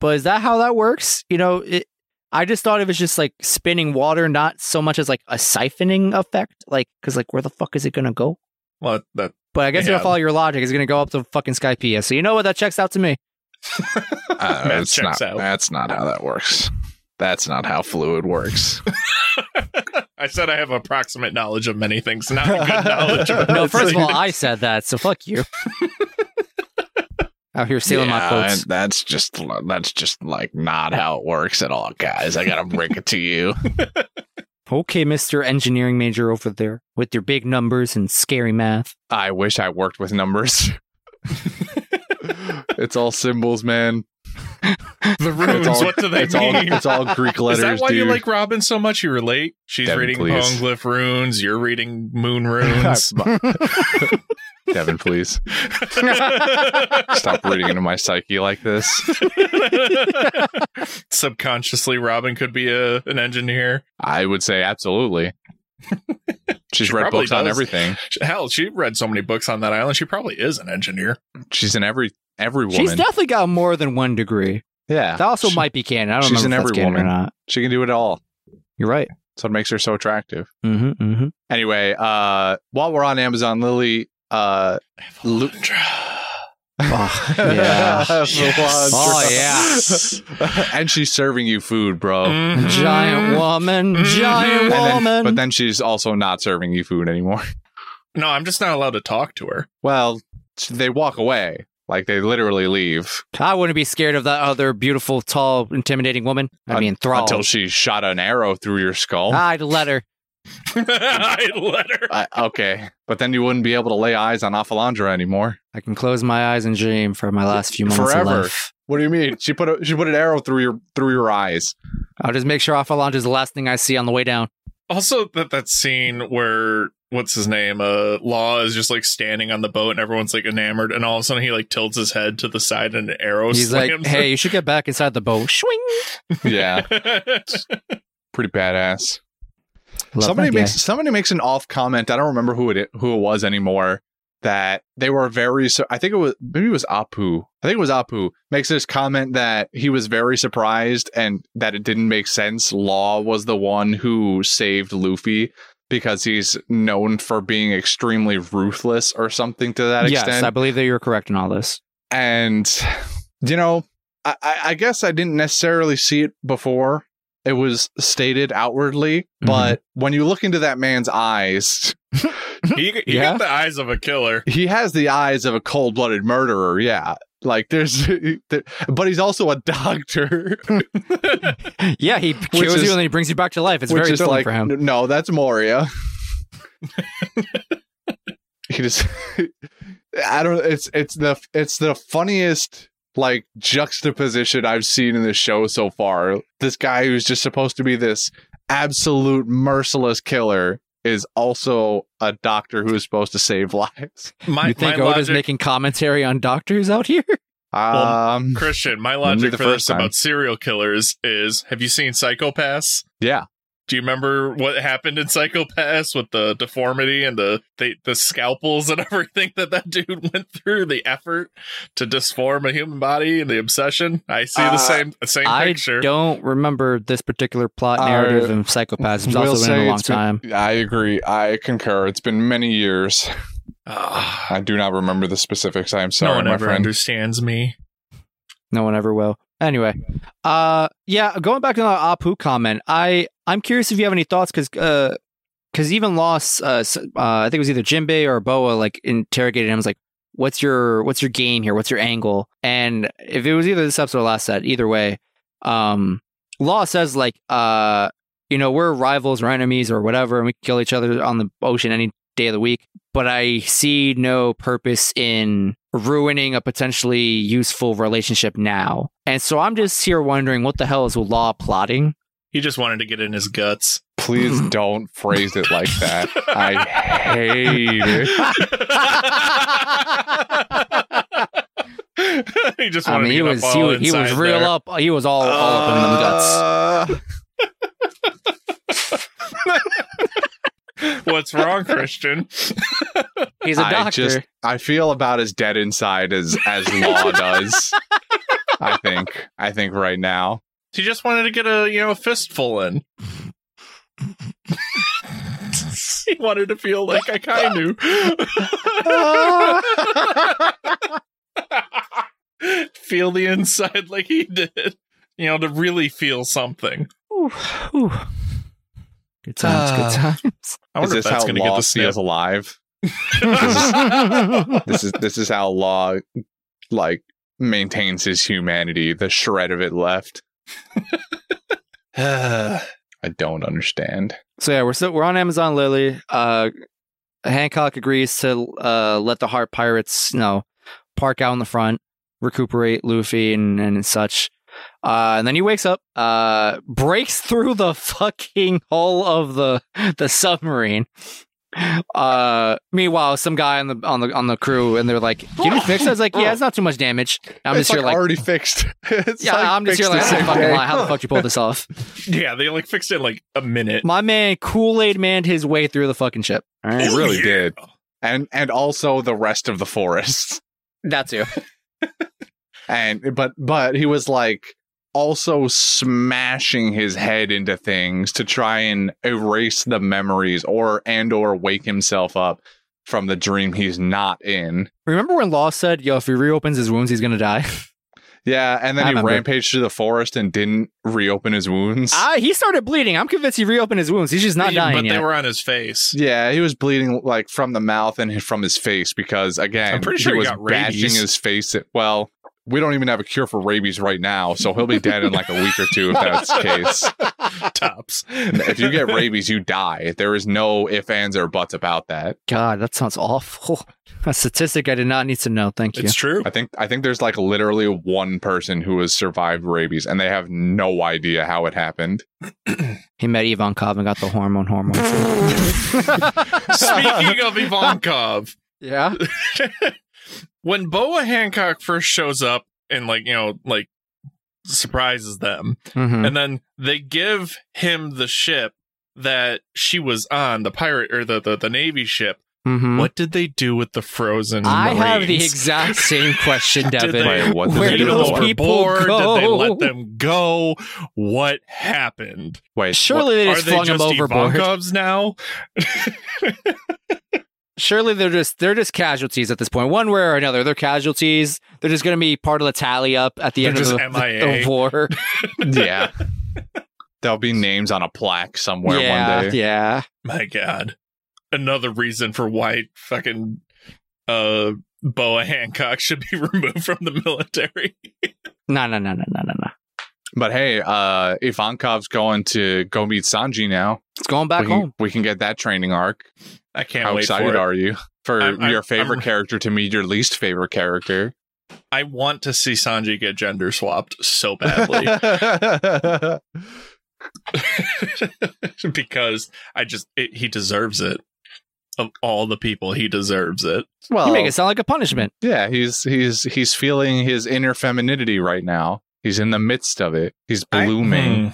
[SPEAKER 2] but is that how that works? You know, it, I just thought it was just like spinning water, not so much as like a siphoning effect, like because like where the fuck is it gonna go?
[SPEAKER 1] Well, that
[SPEAKER 2] But I guess if
[SPEAKER 1] Yeah.
[SPEAKER 2] I follow your logic, it's gonna go up to fucking Skypea. So you know what? That checks out to me.
[SPEAKER 3] Uh,
[SPEAKER 1] [laughs] Math
[SPEAKER 3] that's
[SPEAKER 1] checks
[SPEAKER 3] not.
[SPEAKER 1] out.
[SPEAKER 3] That's not how that works. That's not how
[SPEAKER 1] [laughs]
[SPEAKER 3] fluid works.
[SPEAKER 1] I said I have approximate knowledge of many things, not good knowledge.
[SPEAKER 2] [laughs]
[SPEAKER 1] Of
[SPEAKER 2] No,
[SPEAKER 1] many
[SPEAKER 2] first of all,
[SPEAKER 1] things.
[SPEAKER 2] I said that, so fuck you. out here stealing my quotes.
[SPEAKER 3] and That's just that's just like not how it works at all, guys. I gotta bring it
[SPEAKER 1] [laughs]
[SPEAKER 3] to you.
[SPEAKER 2] Okay, Mister Engineering Major over there with your big numbers and scary math.
[SPEAKER 3] I wish I worked
[SPEAKER 1] [laughs]
[SPEAKER 3] with numbers. it's all symbols, man.
[SPEAKER 1] [laughs] the runes.
[SPEAKER 3] all-
[SPEAKER 1] what do they
[SPEAKER 3] It's all
[SPEAKER 1] mean?
[SPEAKER 3] it's all Greek
[SPEAKER 1] [laughs]
[SPEAKER 3] letters.
[SPEAKER 1] Is that why
[SPEAKER 3] dude.
[SPEAKER 1] you
[SPEAKER 3] [laughs]
[SPEAKER 1] like Robin so much? You relate? She's
[SPEAKER 3] Devin,
[SPEAKER 1] reading
[SPEAKER 3] please.
[SPEAKER 1] Ponglyph runes. You're reading
[SPEAKER 3] [laughs]
[SPEAKER 1] moon runes. [laughs]
[SPEAKER 3] Devin? Please stop reading into my psyche like this.
[SPEAKER 1] Subconsciously, Robin could be a an engineer.
[SPEAKER 3] I would say absolutely. She's
[SPEAKER 1] She
[SPEAKER 3] read
[SPEAKER 1] probably
[SPEAKER 3] books on
[SPEAKER 1] does.
[SPEAKER 3] everything.
[SPEAKER 1] Hell, she read so many books on that island. She probably is an engineer.
[SPEAKER 3] She's in every every woman.
[SPEAKER 2] She's definitely got more than one degree.
[SPEAKER 3] yeah,
[SPEAKER 2] That also
[SPEAKER 3] she,
[SPEAKER 2] might be canon. I don't
[SPEAKER 3] she's
[SPEAKER 2] know
[SPEAKER 3] an
[SPEAKER 2] if that's
[SPEAKER 3] every
[SPEAKER 2] canon or
[SPEAKER 3] woman.
[SPEAKER 2] not.
[SPEAKER 3] she can do it all.
[SPEAKER 2] You're right.
[SPEAKER 3] That's what makes her so attractive.
[SPEAKER 2] Mm-hmm,
[SPEAKER 3] [laughs]
[SPEAKER 2] mm-hmm.
[SPEAKER 3] Anyway, uh, while we're on Amazon, Lily, uh,
[SPEAKER 1] [laughs] Evalandra.
[SPEAKER 3] [laughs]
[SPEAKER 2] Oh, yeah.
[SPEAKER 1] Yes.
[SPEAKER 2] Oh,
[SPEAKER 1] [laughs]
[SPEAKER 3] yeah. and she's serving you food, bro.
[SPEAKER 1] Mhm.
[SPEAKER 2] Giant woman,
[SPEAKER 1] Mhm. And
[SPEAKER 2] giant
[SPEAKER 3] Mm-hmm. And then-
[SPEAKER 2] Mm. woman.
[SPEAKER 3] but then she's also not serving you food anymore.
[SPEAKER 1] No, I'm just not allowed to talk to her. [laughs]
[SPEAKER 3] Well, they walk away. Like they literally leave
[SPEAKER 2] I wouldn't be scared of that other beautiful, tall, intimidating woman. I
[SPEAKER 3] Un-
[SPEAKER 2] mean, thrall.
[SPEAKER 3] until she shot an arrow through your skull.
[SPEAKER 2] I'd let her.
[SPEAKER 1] I let her.
[SPEAKER 3] I- okay, but then you wouldn't be able to lay eyes on Afalandra anymore.
[SPEAKER 2] I can close my eyes and dream for my last few moments of
[SPEAKER 3] Forever.
[SPEAKER 2] life.
[SPEAKER 3] What do you mean? She put a, she put an arrow through your through your eyes.
[SPEAKER 2] I'll just make sure Afalange is the last thing I see on the way down.
[SPEAKER 1] Also, that that scene where what's his name, uh, Law is just like standing on the boat and everyone's like enamored, and all of a sudden he like tilts his head to the side and an arrow
[SPEAKER 3] Oh,
[SPEAKER 2] He's like,
[SPEAKER 1] slams.
[SPEAKER 2] "Hey, you should get back inside the boat." Swing.
[SPEAKER 3] [laughs] Yeah, pretty badass.
[SPEAKER 2] Love
[SPEAKER 3] somebody
[SPEAKER 2] that guy.
[SPEAKER 3] makes somebody makes an off comment. I don't remember who it who it was anymore. That they were very. Su- I think it was maybe it was Apu. I think it was Apu makes this comment that he was very surprised and that it didn't make sense. Law was the one who saved Luffy because he's known for being extremely ruthless or something to that
[SPEAKER 2] yes,
[SPEAKER 3] extent
[SPEAKER 2] I believe that you're correct in all this.
[SPEAKER 3] [laughs] and you know I, I I guess i didn't necessarily see it before it was stated outwardly but when you look into that man's eyes
[SPEAKER 1] [laughs] he, he
[SPEAKER 2] Yeah?
[SPEAKER 1] got the eyes of a killer.
[SPEAKER 3] he has the eyes of a cold-blooded murderer yeah like there's [laughs] but he's also a doctor [laughs]
[SPEAKER 2] Yeah, he kills
[SPEAKER 3] is-
[SPEAKER 2] you and then he brings you back to life. It's very thrilling
[SPEAKER 3] like
[SPEAKER 2] for him.
[SPEAKER 3] n- no that's moria [laughs] he just i don't it's it's the it's the funniest like juxtaposition i've seen in the show so far this guy who's just supposed to be this absolute merciless killer is also a doctor who is supposed to save [laughs] lives.
[SPEAKER 1] My,
[SPEAKER 2] you think
[SPEAKER 1] my
[SPEAKER 2] Oda's
[SPEAKER 1] logic,
[SPEAKER 2] making commentary on doctors out here?
[SPEAKER 3] [laughs] Um,
[SPEAKER 1] Christian, my
[SPEAKER 3] Wouldn't be
[SPEAKER 1] logic
[SPEAKER 3] the
[SPEAKER 1] for this
[SPEAKER 3] first time.
[SPEAKER 1] about serial killers is: Have you seen Psychopaths?
[SPEAKER 3] yeah,
[SPEAKER 1] Do you remember what happened in Psychopaths with the deformity and the the, the scalpels and [laughs] everything that that dude went through? The effort to disform a human body and the obsession. I see
[SPEAKER 3] Uh,
[SPEAKER 1] the same same
[SPEAKER 2] I
[SPEAKER 1] picture.
[SPEAKER 2] don't remember this particular plot
[SPEAKER 3] Uh,
[SPEAKER 2] narrative in Psychopaths. It's also been in a long
[SPEAKER 3] it's been-
[SPEAKER 2] time.
[SPEAKER 3] I agree. I concur. It's been many years.
[SPEAKER 1] Ah,
[SPEAKER 3] I do not remember the specifics. I am
[SPEAKER 1] no
[SPEAKER 3] sorry,
[SPEAKER 1] one
[SPEAKER 3] my
[SPEAKER 1] ever
[SPEAKER 3] friend.
[SPEAKER 1] understands me.
[SPEAKER 2] No one ever will. Anyway, uh, yeah, going back to the Apu comment, I I'm curious if you have any thoughts because because even Lost, uh, s- uh, I think it was either Jinbei or Boa like interrogated him. Was like, what's your what's your game here? What's your angle? And if it was either this episode or last set, either way, um, Law says like, uh, you know, we're rivals or enemies or whatever, and we can kill each other on the ocean any day of the week. But I see no purpose in ruining a potentially useful relationship now. And so I'm just here wondering what the hell is Law plotting?
[SPEAKER 1] He just wanted to get in his
[SPEAKER 2] [laughs]
[SPEAKER 1] [laughs] guts.
[SPEAKER 3] Please [laughs] don't phrase it like that. I hate it.
[SPEAKER 1] he just
[SPEAKER 2] I
[SPEAKER 1] wanted
[SPEAKER 2] mean, he
[SPEAKER 1] to get
[SPEAKER 2] was
[SPEAKER 1] up
[SPEAKER 2] he
[SPEAKER 1] all
[SPEAKER 2] was, he was
[SPEAKER 1] inside
[SPEAKER 2] real
[SPEAKER 1] there.
[SPEAKER 2] up. He was all, all up in them
[SPEAKER 3] Uh,
[SPEAKER 2] guts.
[SPEAKER 1] What's wrong,
[SPEAKER 2] [laughs]
[SPEAKER 1] Christian?
[SPEAKER 2] He's a doctor.
[SPEAKER 3] I just I feel about as dead inside as as
[SPEAKER 2] [laughs]
[SPEAKER 3] Law does. I think. I think right now.
[SPEAKER 1] He just wanted to get a you know a fistful
[SPEAKER 3] [laughs]
[SPEAKER 1] in. he wanted to feel like I kind
[SPEAKER 3] [laughs]
[SPEAKER 1] knew. feel the inside like he did. You know, to really feel something.
[SPEAKER 2] Ooh, ooh. Good times,
[SPEAKER 3] Ah.
[SPEAKER 1] I
[SPEAKER 2] good
[SPEAKER 3] Is
[SPEAKER 1] wonder if
[SPEAKER 3] this
[SPEAKER 1] that's
[SPEAKER 3] how
[SPEAKER 1] going to get
[SPEAKER 3] Law
[SPEAKER 1] the
[SPEAKER 3] feels
[SPEAKER 1] sniff.
[SPEAKER 3] alive?
[SPEAKER 2] times.
[SPEAKER 3] This is this is how Law like maintains his humanity, the shred of it left. [laughs] I don't understand.
[SPEAKER 2] so yeah, we're still we're on Amazon Lily. Uh, Hancock agrees to uh, let the Heart Pirates, you know, park out in the front, recuperate Luffy and, and such. Uh, and then he wakes up, uh, breaks through the fucking hull of the the submarine. Uh, meanwhile, some guy on the on the on the crew, and they're like, "Can you fix?" it?" I was like, "Yeah, it's not too much damage." I'm
[SPEAKER 3] it's
[SPEAKER 2] just here
[SPEAKER 3] like
[SPEAKER 2] like,
[SPEAKER 3] already fixed. [laughs] It's
[SPEAKER 2] "Yeah,
[SPEAKER 3] like
[SPEAKER 2] I'm just here like,
[SPEAKER 3] fixed the
[SPEAKER 2] I don't
[SPEAKER 3] same
[SPEAKER 2] fucking
[SPEAKER 3] day.
[SPEAKER 2] lie. How the fuck you pull this off?"
[SPEAKER 1] [laughs] yeah, they like fixed it in like a minute.
[SPEAKER 2] My man Kool Aid manned his way through the fucking ship. All
[SPEAKER 3] He
[SPEAKER 2] right,
[SPEAKER 1] Oh,
[SPEAKER 3] really [laughs]
[SPEAKER 1] yeah.
[SPEAKER 3] did. And and also the rest of the forest.
[SPEAKER 2] that's you.
[SPEAKER 3] and but but he was like also smashing his head into things to try and erase the memories or and or wake himself up from the dream he's not in
[SPEAKER 2] Remember when Law said, "Yo, if he reopens his wounds, he's gonna die." [laughs]
[SPEAKER 3] yeah and then
[SPEAKER 2] I
[SPEAKER 3] he
[SPEAKER 2] remember.
[SPEAKER 3] rampaged through the forest and didn't reopen his wounds
[SPEAKER 2] Ah, he started bleeding. I'm convinced he reopened his wounds. He's just not
[SPEAKER 1] Yeah,
[SPEAKER 2] dying
[SPEAKER 1] But
[SPEAKER 2] yet.
[SPEAKER 1] they were on his
[SPEAKER 3] [laughs]
[SPEAKER 1] face.
[SPEAKER 3] yeah he was bleeding like from the mouth and from his face because again
[SPEAKER 1] I'm pretty sure
[SPEAKER 3] he
[SPEAKER 1] he
[SPEAKER 3] was
[SPEAKER 1] got
[SPEAKER 3] bashing
[SPEAKER 1] rabies.
[SPEAKER 3] his face at, well we don't even have a cure for rabies right now so he'll be dead in like a week or two if
[SPEAKER 1] [laughs]
[SPEAKER 3] that's the case
[SPEAKER 1] Tops.
[SPEAKER 3] if you get rabies, you die. There is no if, ands, or buts about that.
[SPEAKER 2] God, that sounds awful. [laughs] A statistic I did not need to know. Thank you.
[SPEAKER 1] it's true.
[SPEAKER 3] [laughs] I think I think there's like literally one person who has survived rabies, and they have no idea how it happened.
[SPEAKER 2] He met Ivankov and got the hormone hormone.
[SPEAKER 1] Speaking of Ivankov,
[SPEAKER 2] [laughs] yeah.
[SPEAKER 1] when Boa Hancock first shows up and like you know like surprises them,
[SPEAKER 2] hmm
[SPEAKER 1] and then they give him the ship that she was on, the pirate or the the, the navy ship.
[SPEAKER 2] hmm
[SPEAKER 1] What did they do with the frozen?
[SPEAKER 2] I have the
[SPEAKER 1] Marines?
[SPEAKER 2] exact same question,
[SPEAKER 1] [laughs]
[SPEAKER 2] Devin.
[SPEAKER 1] Did they,
[SPEAKER 3] Wait, what did
[SPEAKER 2] Where
[SPEAKER 1] they
[SPEAKER 2] do
[SPEAKER 1] go
[SPEAKER 2] those
[SPEAKER 3] What?
[SPEAKER 2] people
[SPEAKER 1] overboard?
[SPEAKER 2] go?
[SPEAKER 1] Did they let them go? What happened?
[SPEAKER 3] Wait,
[SPEAKER 2] Surely they
[SPEAKER 1] Are
[SPEAKER 2] just flung
[SPEAKER 1] they
[SPEAKER 2] him
[SPEAKER 1] just
[SPEAKER 2] overboard.
[SPEAKER 1] Ivankovs now?
[SPEAKER 2] surely they're just they're just casualties at this point, one way or another. They're casualties. They're just going to be part of the tally up at the
[SPEAKER 1] They're
[SPEAKER 2] end
[SPEAKER 1] just
[SPEAKER 2] of the,
[SPEAKER 1] MIA.
[SPEAKER 2] the war.
[SPEAKER 1] [laughs]
[SPEAKER 3] what- [laughs] yeah, there'll be names on a plaque somewhere
[SPEAKER 2] yeah,
[SPEAKER 3] one day.
[SPEAKER 2] yeah.
[SPEAKER 1] My God. Another reason for why fucking uh Boa Hancock should be [laughs] removed from the military.
[SPEAKER 2] No, no, no, no, no, no, no.
[SPEAKER 3] But hey, uh, Ivankov's going to go meet Sanji now.
[SPEAKER 2] It's going back
[SPEAKER 3] we, can-
[SPEAKER 2] home.
[SPEAKER 3] we can get that training arc.
[SPEAKER 1] I can't
[SPEAKER 3] how
[SPEAKER 1] wait for
[SPEAKER 3] excited
[SPEAKER 1] it.
[SPEAKER 3] are you for
[SPEAKER 1] I'm- I'm-
[SPEAKER 3] your favorite
[SPEAKER 1] I'm-
[SPEAKER 3] character to meet your least favorite character?
[SPEAKER 1] I
[SPEAKER 3] [laughs]
[SPEAKER 1] want to see Sanji get gender swapped so badly. [laughs] because I just it, he deserves it. Of all the people, he deserves it.
[SPEAKER 3] Well,
[SPEAKER 2] You make it sound like a punishment.
[SPEAKER 3] yeah, he's he's he's feeling his inner femininity right now. He's in the midst of it. He's blooming.
[SPEAKER 1] Hmm.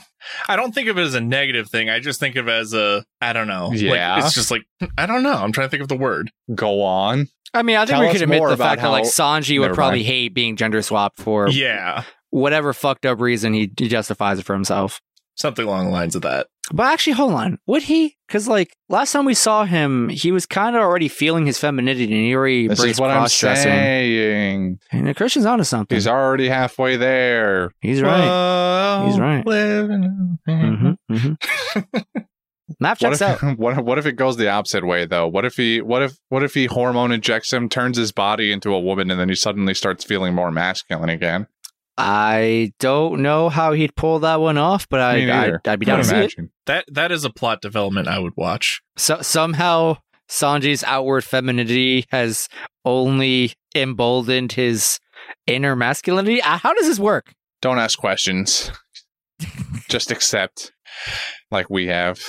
[SPEAKER 1] I don't think of it as a negative thing. I just think of it as a I don't know.
[SPEAKER 3] Yeah.
[SPEAKER 1] Like, it's just like I don't know. I'm trying to think of the word.
[SPEAKER 3] Go on.
[SPEAKER 2] I mean, I think
[SPEAKER 3] Tell
[SPEAKER 2] we
[SPEAKER 3] us
[SPEAKER 2] could admit
[SPEAKER 3] more
[SPEAKER 2] the
[SPEAKER 3] about
[SPEAKER 2] fact that like
[SPEAKER 3] how-
[SPEAKER 2] Sanji
[SPEAKER 3] Never
[SPEAKER 2] would probably
[SPEAKER 3] mind.
[SPEAKER 2] hate being gender swapped for
[SPEAKER 1] yeah.
[SPEAKER 2] whatever fucked up reason he he justifies it for himself.
[SPEAKER 1] Something along the lines of that.
[SPEAKER 2] But actually, hold on. Would he? Because like last time we saw him, he was kind of already feeling his femininity, and he already
[SPEAKER 3] This is
[SPEAKER 2] embraced
[SPEAKER 3] what I'm
[SPEAKER 2] cross dressing.
[SPEAKER 3] saying.
[SPEAKER 2] And Christian's onto something.
[SPEAKER 3] He's
[SPEAKER 2] He's,
[SPEAKER 3] already halfway there.
[SPEAKER 2] right. He's right.
[SPEAKER 1] Living.
[SPEAKER 2] hmm hmm
[SPEAKER 3] [laughs]
[SPEAKER 2] Map
[SPEAKER 3] Mm-hmm. What
[SPEAKER 2] checks
[SPEAKER 3] if,
[SPEAKER 2] out.
[SPEAKER 3] [laughs] what, what if it goes the opposite way though? What if he what if what if he hormone injects him, turns his body into a woman, and then he suddenly starts feeling more masculine again?
[SPEAKER 2] I don't know how he'd pull that one off, but
[SPEAKER 3] Me
[SPEAKER 2] I, I,
[SPEAKER 3] neither.
[SPEAKER 2] I'd be down
[SPEAKER 3] Can't
[SPEAKER 2] to see it.
[SPEAKER 3] imagine.
[SPEAKER 1] That that is a plot development I would watch.
[SPEAKER 2] So, somehow, Sanji's outward femininity has only emboldened his inner masculinity. Uh, How does this work?
[SPEAKER 3] Don't ask questions. [laughs] Just accept. Like we have.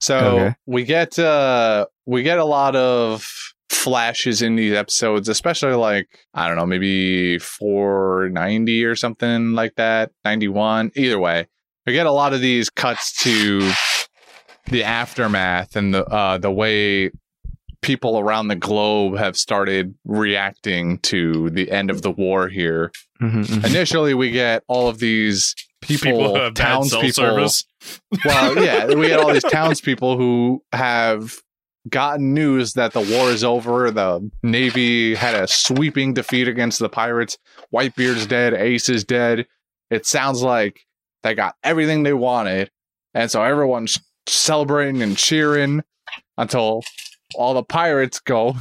[SPEAKER 3] So
[SPEAKER 2] Okay.
[SPEAKER 3] we get uh we get a lot of flashes in these episodes, especially like I don't know, maybe 490 or something like that, 91. Either way, we get a lot of these cuts to the aftermath and the uh the way people around the globe have started reacting to the end of the war here.
[SPEAKER 2] Mm-hmm,
[SPEAKER 3] [laughs] Initially, we get all of these people,
[SPEAKER 1] People who have bad cell
[SPEAKER 3] townspeople
[SPEAKER 1] service. [laughs]
[SPEAKER 3] well, yeah, we had all these townspeople who have gotten news that the war is over. The Navy had a sweeping defeat against the pirates. Whitebeard's dead. Ace is dead. It sounds like they got everything they wanted. And so everyone's celebrating and cheering until all the pirates go.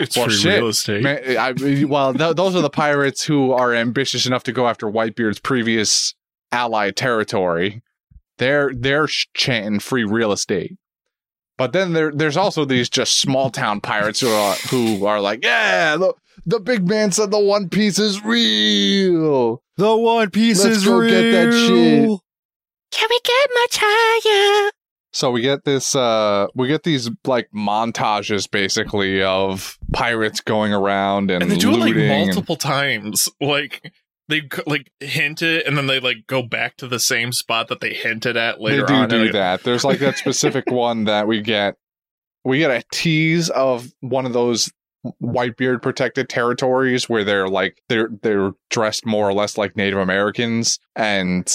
[SPEAKER 1] It's
[SPEAKER 3] Well,
[SPEAKER 1] free
[SPEAKER 3] shit,
[SPEAKER 1] real estate.
[SPEAKER 3] Man, I, well, th- those are the pirates who are ambitious enough to go after Whitebeard's previous ally territory. They're they're sh- chanting free real estate. But then there there's also these just small town pirates who are who are like, yeah, the, the big man said the One Piece is real.
[SPEAKER 2] The One Piece
[SPEAKER 3] Let's is go get that real.
[SPEAKER 2] Can we get much higher?
[SPEAKER 3] So we get this uh we get these like montages basically of pirates going around and,
[SPEAKER 1] and they do it like
[SPEAKER 3] looting and-
[SPEAKER 1] multiple times like they c- like hint it and then they like go back to the same spot that they hinted at later
[SPEAKER 3] they do
[SPEAKER 1] on
[SPEAKER 3] do
[SPEAKER 1] And, like,
[SPEAKER 3] that. There's like that
[SPEAKER 1] [laughs]
[SPEAKER 3] specific one that we get. We get a tease of one of those Whitebeard protected territories where they're like they're they're dressed more or less like Native Americans, and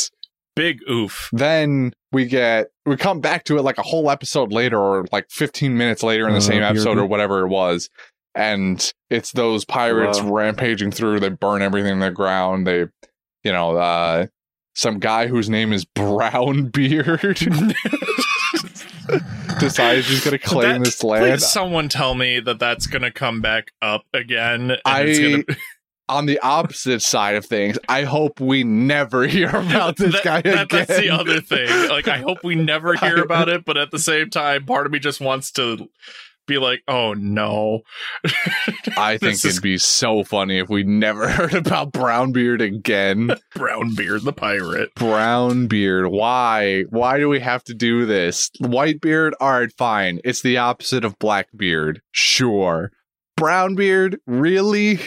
[SPEAKER 1] big oof
[SPEAKER 3] then we get we come back to it like a whole episode later or like 15 minutes later in the
[SPEAKER 2] Uh,
[SPEAKER 3] same
[SPEAKER 2] you're
[SPEAKER 3] episode or
[SPEAKER 2] good.
[SPEAKER 3] whatever it was and it's those pirates
[SPEAKER 2] Wow.
[SPEAKER 3] rampaging through they burn everything in the ground they you know uh some guy whose name is brown [laughs] beard decides he's gonna claim
[SPEAKER 1] That-
[SPEAKER 3] this land
[SPEAKER 1] Please, someone tell me that that's gonna come back up again. And it's
[SPEAKER 3] I-
[SPEAKER 1] gonna,
[SPEAKER 3] [laughs] on the opposite side of things i hope we never [laughs] hear about this
[SPEAKER 1] That-
[SPEAKER 3] guy again
[SPEAKER 1] that- that's the other thing. Like, I hope we
[SPEAKER 3] [laughs]
[SPEAKER 1] never hear about it, but at the same time, part of me just wants to be like, "Oh no!"
[SPEAKER 3] i think
[SPEAKER 1] This
[SPEAKER 3] it'd
[SPEAKER 1] is-
[SPEAKER 3] be so funny if we never [laughs] heard about brown beard again
[SPEAKER 1] [laughs] Brown beard, the pirate.
[SPEAKER 3] brown beard why why do we have to do this white beard all right fine it's the opposite of black beard sure brown beard
[SPEAKER 1] [laughs]
[SPEAKER 3] really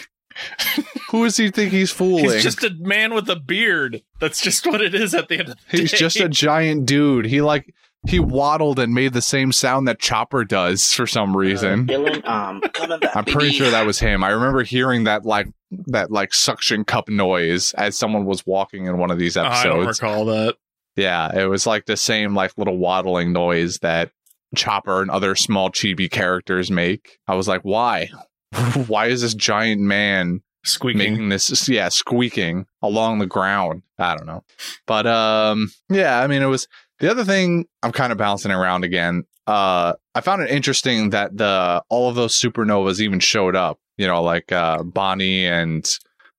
[SPEAKER 3] who does he think he's fooling
[SPEAKER 1] He's just a man with a beard. That's just what it is. At the end of the
[SPEAKER 3] He's
[SPEAKER 1] day.
[SPEAKER 3] just a giant dude he like he waddled and made the same sound that chopper does for some reason
[SPEAKER 4] Dylan, um, coming back.
[SPEAKER 3] i'm pretty
[SPEAKER 4] baby. [laughs]
[SPEAKER 3] sure that was him i remember hearing that like that like suction cup noise as someone was walking in one of these
[SPEAKER 1] Oh, I don't
[SPEAKER 3] episodes
[SPEAKER 1] recall that.
[SPEAKER 3] Yeah, it was like the same like little waddling noise that Chopper and other small chibi characters make. I was like, why? [laughs] why is this giant man
[SPEAKER 1] Squeaking.
[SPEAKER 3] making this yeah, squeaking along the ground? I don't know. But um yeah, I mean it was the other thing I'm kind of bouncing around again. Uh I found it interesting that the all of those supernovas even showed up, you know, like uh Bonnie and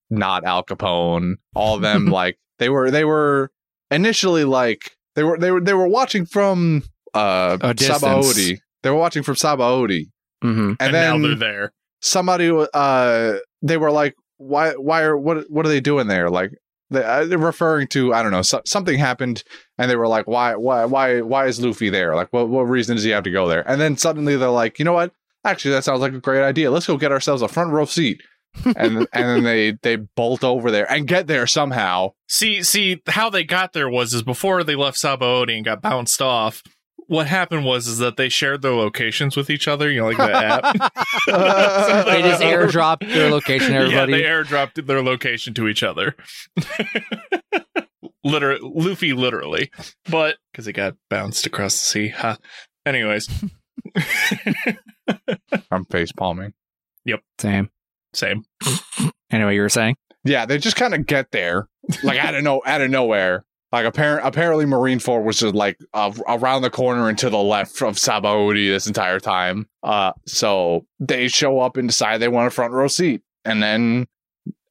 [SPEAKER 3] not Al Capone, all of them like they were they were initially like they were they were they were watching from uh
[SPEAKER 2] A distance.
[SPEAKER 3] Sabaody. They were watching from Sabaody.
[SPEAKER 2] Mm-hmm.
[SPEAKER 3] And,
[SPEAKER 1] And,
[SPEAKER 3] then
[SPEAKER 1] now they're there.
[SPEAKER 3] somebody uh they were like why why are what what are they doing there like They, uh, they're referring to I don't know so, something happened, and they were like, why, why, why, why is Luffy there? Like, what, what reason does he have to go there? And then suddenly they're like, you know what? Actually, that sounds like a great idea. Let's go get ourselves a front row seat. and and then they they bolt over there and get there somehow.
[SPEAKER 1] See, see how they got there was is before they left Sabaody and got bounced off. What happened was is that they shared their locations with each other. You know, like
[SPEAKER 3] [laughs]
[SPEAKER 1] that app.
[SPEAKER 2] They just airdropped their
[SPEAKER 3] [laughs]
[SPEAKER 2] location, everybody.
[SPEAKER 1] Yeah, they airdropped their location to each other. [laughs] Liter- Luffy literally, but because he got bounced across the sea. Huh. Anyways, [laughs]
[SPEAKER 3] I'm face palming.
[SPEAKER 2] Same.
[SPEAKER 1] same.
[SPEAKER 2] Anyway, you were saying?
[SPEAKER 3] Yeah, they just kind of get there, like out of no out of nowhere. Like apparent, apparently, Marine Four was just like uh, around the corner and to the left of Sabaody this entire time. Uh, so they show up and decide they want a front row seat, and then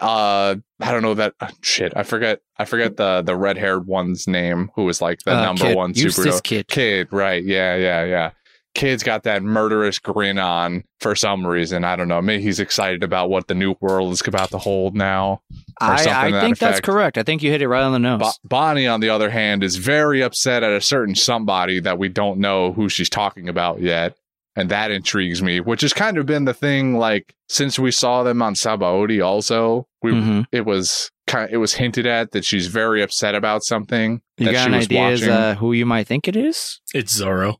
[SPEAKER 3] uh, I don't know that uh, shit. I forget. I forget the the red haired one's name who was like the
[SPEAKER 2] Uh,
[SPEAKER 3] number
[SPEAKER 2] kid,
[SPEAKER 3] one super
[SPEAKER 2] Eustace kid.
[SPEAKER 3] Kid, right. Yeah, yeah, yeah. Kid's got that murderous grin on for some reason. I don't know. Maybe he's excited about what the new world is about to hold now. or
[SPEAKER 2] I,
[SPEAKER 3] something to
[SPEAKER 2] I
[SPEAKER 3] that
[SPEAKER 2] think that's
[SPEAKER 3] effect.
[SPEAKER 2] correct. I think you hit it right on the nose.
[SPEAKER 3] Bo- Bonnie, on the other hand, is very upset at a certain somebody that we don't know who she's talking about yet. And that intrigues me, which has kind of been the thing, like, since we saw them on Sabaody also, we
[SPEAKER 2] Mhm.
[SPEAKER 3] it was kind it was hinted at that she's very upset about something
[SPEAKER 2] You
[SPEAKER 3] that
[SPEAKER 2] got
[SPEAKER 3] she
[SPEAKER 2] an
[SPEAKER 3] was
[SPEAKER 2] idea as
[SPEAKER 3] watching.
[SPEAKER 2] uh, who you might think it is?
[SPEAKER 1] It's Zoro.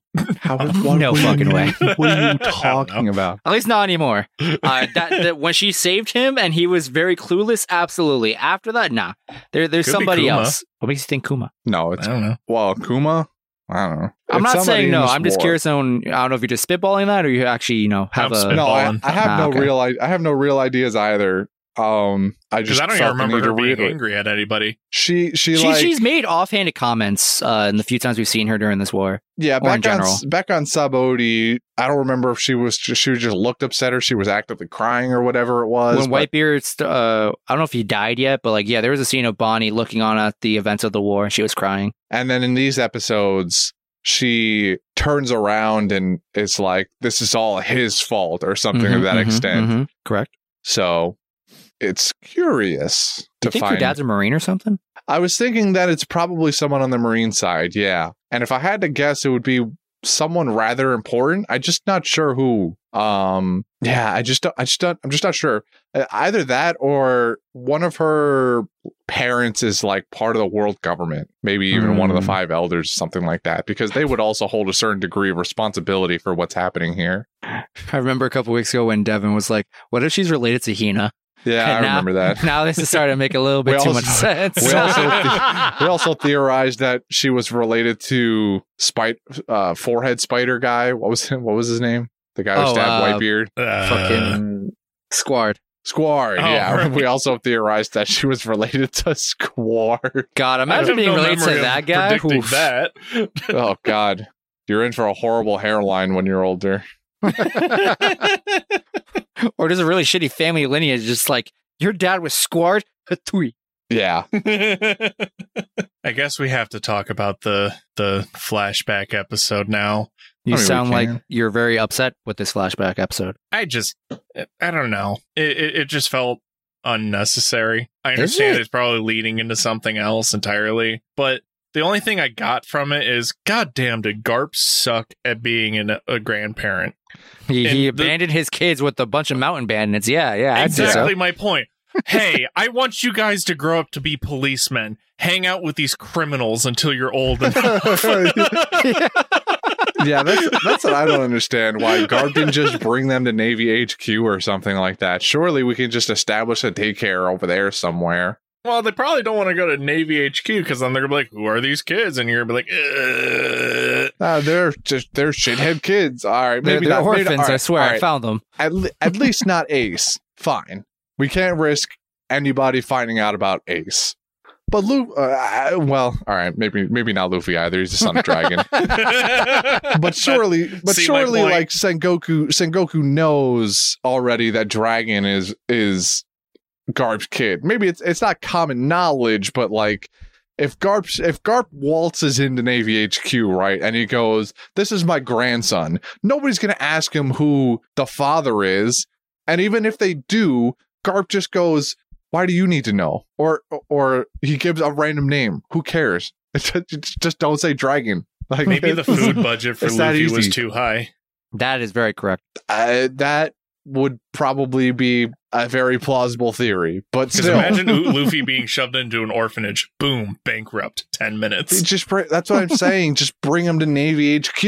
[SPEAKER 2] [laughs]
[SPEAKER 3] How,
[SPEAKER 2] No
[SPEAKER 3] what are
[SPEAKER 2] fucking
[SPEAKER 3] you-
[SPEAKER 2] way.
[SPEAKER 3] [laughs] What
[SPEAKER 1] [laughs]
[SPEAKER 3] are
[SPEAKER 1] I
[SPEAKER 3] you
[SPEAKER 1] don't know.
[SPEAKER 3] talking about?
[SPEAKER 2] At least not anymore. Uh, that, that when she saved him and he was very clueless, absolutely. After that, nah. There, there's
[SPEAKER 1] Could be
[SPEAKER 2] somebody
[SPEAKER 1] Kuma.
[SPEAKER 2] else. What makes you think Kuma?
[SPEAKER 3] No,
[SPEAKER 1] I
[SPEAKER 3] it's
[SPEAKER 1] don't know.
[SPEAKER 3] Well, Kuma, I don't know.
[SPEAKER 2] I'm
[SPEAKER 3] It's
[SPEAKER 2] not
[SPEAKER 3] somebody
[SPEAKER 2] saying
[SPEAKER 3] in
[SPEAKER 2] no.
[SPEAKER 3] this
[SPEAKER 2] I'm just
[SPEAKER 3] war.
[SPEAKER 2] curious on. I don't know if you're just spitballing that or you actually, you know,
[SPEAKER 1] I'm
[SPEAKER 2] have a.
[SPEAKER 1] spitballing.
[SPEAKER 3] No, I, I have
[SPEAKER 2] Ah,
[SPEAKER 3] no
[SPEAKER 2] okay.
[SPEAKER 3] real. I, I have no real ideas either. Um, I
[SPEAKER 1] Because
[SPEAKER 3] just
[SPEAKER 1] I don't even
[SPEAKER 3] felt the
[SPEAKER 1] remember
[SPEAKER 3] need
[SPEAKER 1] her
[SPEAKER 3] to
[SPEAKER 1] being
[SPEAKER 3] reiterate.
[SPEAKER 1] angry at anybody.
[SPEAKER 3] She, she,
[SPEAKER 2] She,
[SPEAKER 3] like,
[SPEAKER 2] she's made offhanded comments uh, in the few times we've seen her during this war. or
[SPEAKER 3] yeah.
[SPEAKER 2] in
[SPEAKER 3] Back on,
[SPEAKER 2] general.
[SPEAKER 3] back on Sabaody, I don't remember if she was just, she just looked upset or she was actively crying or whatever it was.
[SPEAKER 2] when
[SPEAKER 3] but-
[SPEAKER 2] Whitebeard, st- uh, I don't know if he died yet, but like, yeah, there was a scene of Bonnie looking on at the events of the war and she was crying.
[SPEAKER 3] and then in these episodes, she turns around and it's like, "This is all his fault" or something
[SPEAKER 2] Mhm,
[SPEAKER 3] to that
[SPEAKER 2] mhm,
[SPEAKER 3] extent.
[SPEAKER 2] mhm. Correct.
[SPEAKER 3] So, it's curious
[SPEAKER 2] Do you
[SPEAKER 3] to
[SPEAKER 2] think
[SPEAKER 3] find.
[SPEAKER 2] your dad's a Marine or something?
[SPEAKER 3] I was thinking that it's probably someone on the Marine side, yeah. And if I had to guess, it would be someone rather important. I'm just not sure who. Um, yeah, I just, don't, I just, don't, I'm just not sure. Uh, Either that or one of her parents is like part of the world government, maybe even one of the
[SPEAKER 2] Hmm.
[SPEAKER 3] five elders, something like that, because they would also hold a certain degree of responsibility for what's happening here.
[SPEAKER 2] I remember a couple weeks ago when Devin was like, "What if she's related to Hina?"
[SPEAKER 3] Yeah, I
[SPEAKER 2] And now-
[SPEAKER 3] remember
[SPEAKER 2] [laughs]
[SPEAKER 3] that.
[SPEAKER 2] Now this is starting to make a little
[SPEAKER 3] We
[SPEAKER 2] bit too
[SPEAKER 3] also-
[SPEAKER 2] much sense.
[SPEAKER 3] we also- We also theorized that she was related to spite uh forehead spider guy. What was him? What was his name? The guy who
[SPEAKER 2] Oh,
[SPEAKER 3] stabbed
[SPEAKER 2] uh,
[SPEAKER 3] Whitebeard.
[SPEAKER 2] [laughs]
[SPEAKER 1] Uh,
[SPEAKER 2] fucking Squard.
[SPEAKER 3] Squard.
[SPEAKER 1] oh,
[SPEAKER 3] yeah.
[SPEAKER 1] right.
[SPEAKER 3] We also theorized that she was related to
[SPEAKER 2] [laughs]
[SPEAKER 3] Squard.
[SPEAKER 2] God,
[SPEAKER 1] I
[SPEAKER 2] imagine
[SPEAKER 1] have
[SPEAKER 2] being
[SPEAKER 1] no
[SPEAKER 2] related
[SPEAKER 1] memory
[SPEAKER 2] to
[SPEAKER 1] of
[SPEAKER 2] that guy.
[SPEAKER 1] Predicting
[SPEAKER 2] Oof.
[SPEAKER 1] that.
[SPEAKER 3] Oh God. You're in for a horrible hairline when you're older.
[SPEAKER 2] [laughs] or just a really shitty family lineage. Just like your dad was Squard Hatui.
[SPEAKER 3] Yeah.
[SPEAKER 1] [laughs] I guess we have to talk about the the flashback episode now.
[SPEAKER 2] You
[SPEAKER 3] I mean, we
[SPEAKER 2] sound like
[SPEAKER 3] can.
[SPEAKER 2] you're very upset with this flashback episode.
[SPEAKER 1] I just, I don't know. It it, it just felt unnecessary. I
[SPEAKER 2] Is
[SPEAKER 1] understand
[SPEAKER 2] it?
[SPEAKER 1] it's probably leading into something else entirely, but the only thing I got from it is, goddamn, did Garp suck at being an, a grandparent?
[SPEAKER 2] He, he
[SPEAKER 1] And the-
[SPEAKER 2] abandoned his kids with a bunch of mountain bandits. Yeah, yeah, I'd say
[SPEAKER 1] exactly
[SPEAKER 2] so.
[SPEAKER 1] my point. hey, [laughs] I want you guys to grow up to be policemen. Hang out with these criminals until you're old enough.
[SPEAKER 2] [laughs]
[SPEAKER 3] Yeah, that's that's what I don't understand. Why Garb didn't just bring them to Navy HQ or something like that. Surely we can just establish a daycare over there somewhere.
[SPEAKER 1] [laughs] well, they probably don't want to go to Navy HQ because then they're gonna be like, "Who are these kids?" And you're gonna be like, Ugh. [laughs]
[SPEAKER 3] Uh, they're just they're shithead kids. All right,
[SPEAKER 2] They're,
[SPEAKER 3] maybe
[SPEAKER 2] they're
[SPEAKER 3] not, maybe
[SPEAKER 2] orphans.
[SPEAKER 3] not- all
[SPEAKER 2] I
[SPEAKER 3] right,
[SPEAKER 2] swear,
[SPEAKER 3] all
[SPEAKER 2] I
[SPEAKER 3] right.
[SPEAKER 2] found them.
[SPEAKER 3] at, le- at least not Ace. Fine. We can't risk anybody finding out about Ace. But Luffy, uh, I- well, all right, maybe maybe not Luffy either. He's
[SPEAKER 2] [laughs]
[SPEAKER 3] the son of dragon.
[SPEAKER 1] [laughs]
[SPEAKER 3] But surely, but
[SPEAKER 1] See my
[SPEAKER 3] surely,
[SPEAKER 1] point?
[SPEAKER 3] like Sengoku, Sengoku knows already that Dragon is is Garb's kid. Maybe it's it's not common knowledge, but like if Garp if Garp waltzes into Navy HQ, right, and he goes, "This is my grandson," nobody's gonna ask him who the father is, and even if they do, Garp just goes, Why do you need to know? Or or he gives a random name. Who cares? [laughs] Just don't say dragon. Like
[SPEAKER 1] Maybe
[SPEAKER 3] [laughs]
[SPEAKER 1] the food budget for
[SPEAKER 3] It's that
[SPEAKER 1] Luffy was
[SPEAKER 3] easy.
[SPEAKER 1] too high.
[SPEAKER 2] That is very correct.
[SPEAKER 3] Uh, that would probably be a very plausible theory, but
[SPEAKER 1] Because
[SPEAKER 3] still,
[SPEAKER 1] imagine
[SPEAKER 3] [laughs]
[SPEAKER 1] U- Luffy being shoved into an orphanage. Boom, bankrupt. Ten minutes.
[SPEAKER 3] just br- that's what I'm saying. Just bring him to Navy HQ.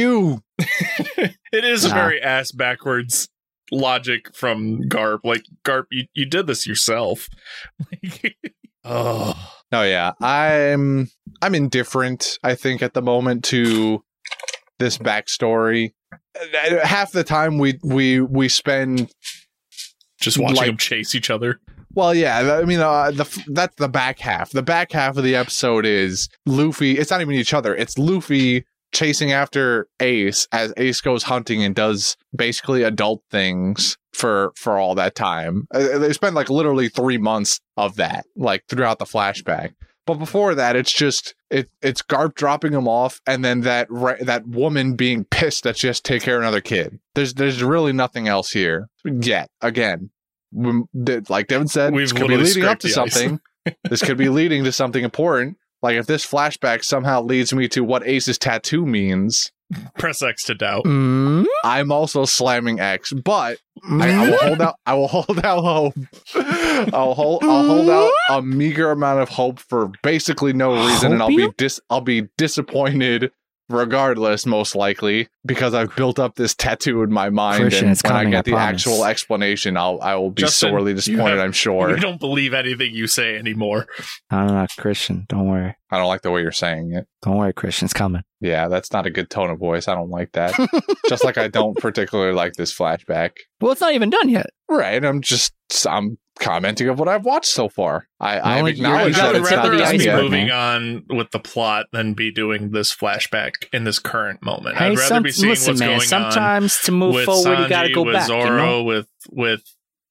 [SPEAKER 1] It is a
[SPEAKER 2] Nah.
[SPEAKER 1] very ass backwards logic from Garp. Like Garp, you, you did this [laughs] yourself. oh,
[SPEAKER 3] Oh yeah, I'm I'm indifferent. I think at the moment to this backstory. Uh, Half the time we we we spend
[SPEAKER 1] just watching
[SPEAKER 3] Like-
[SPEAKER 1] them chase each other.
[SPEAKER 3] well, yeah. th- I mean, uh, the f- that's the back half. The back half of the episode is Luffy. It's not even each other. It's Luffy chasing after Ace as Ace goes hunting and does basically adult things for for all that time. Uh, They spend like literally three months of that, like throughout the flashback. But before that, it's just it it's Garp dropping him off, and then that re- that woman being pissed that she has to take care of another kid. There's there's really nothing else here yet. Again, we- that- like Devin said,
[SPEAKER 1] We've
[SPEAKER 3] this could be
[SPEAKER 1] literally
[SPEAKER 3] leading
[SPEAKER 1] scraped
[SPEAKER 3] up to
[SPEAKER 1] the ice. [laughs]
[SPEAKER 3] something. this could be leading to something important. Like if this flashback somehow leads me to what Ace's tattoo means,
[SPEAKER 1] Press X to doubt.
[SPEAKER 2] Mm,
[SPEAKER 3] I'm also slamming X. But
[SPEAKER 2] Mm-hmm.
[SPEAKER 3] I, I will hold out. I will [laughs] hold out hope. I'll hold. I'll hold out a meager amount of hope for basically no reason, and I'll be
[SPEAKER 2] Hopium?
[SPEAKER 3] dis. I'll be disappointed regardless, most likely, because I've built up this tattoo in my mind.
[SPEAKER 2] Christian,
[SPEAKER 3] and
[SPEAKER 2] it's
[SPEAKER 3] when
[SPEAKER 2] coming,
[SPEAKER 3] I
[SPEAKER 2] I
[SPEAKER 3] get the
[SPEAKER 2] promise.
[SPEAKER 3] actual explanation, I'll I will be
[SPEAKER 1] Justin, [laughs]
[SPEAKER 3] sorely
[SPEAKER 1] you
[SPEAKER 3] disappointed.
[SPEAKER 1] have-
[SPEAKER 3] I'm
[SPEAKER 1] We
[SPEAKER 3] sure.
[SPEAKER 1] don't believe anything you say anymore.
[SPEAKER 2] I'm not Christian. Don't worry.
[SPEAKER 3] I don't like the way you're saying it.
[SPEAKER 2] Don't worry, Christian.
[SPEAKER 1] [laughs]
[SPEAKER 2] It's coming.
[SPEAKER 3] Yeah, that's not a good tone of voice. I don't like that. Just like I
[SPEAKER 2] [laughs]
[SPEAKER 3] don't particularly like this flashback.
[SPEAKER 2] Well, it's not even done yet.
[SPEAKER 3] Right. I'm just I'm commenting of what I've watched so far. I, I've
[SPEAKER 2] Only- I
[SPEAKER 1] I'd
[SPEAKER 3] acknowledged
[SPEAKER 2] think
[SPEAKER 1] rather
[SPEAKER 2] you're
[SPEAKER 3] that it's
[SPEAKER 2] right.
[SPEAKER 3] not
[SPEAKER 1] rather
[SPEAKER 2] the
[SPEAKER 1] us
[SPEAKER 3] done
[SPEAKER 1] be
[SPEAKER 2] iceberg,
[SPEAKER 3] yet.
[SPEAKER 1] moving
[SPEAKER 2] man.
[SPEAKER 1] on with the plot than be doing this flashback in this current moment.
[SPEAKER 2] Hey,
[SPEAKER 1] I'd rather
[SPEAKER 2] some-
[SPEAKER 1] be seeing
[SPEAKER 2] listen,
[SPEAKER 1] what's
[SPEAKER 2] man.
[SPEAKER 1] going on
[SPEAKER 2] sometimes to move
[SPEAKER 1] with
[SPEAKER 2] forward,
[SPEAKER 1] Sanji,
[SPEAKER 2] you got to go
[SPEAKER 1] with
[SPEAKER 2] back. you
[SPEAKER 1] Zoro,
[SPEAKER 2] know?
[SPEAKER 1] with with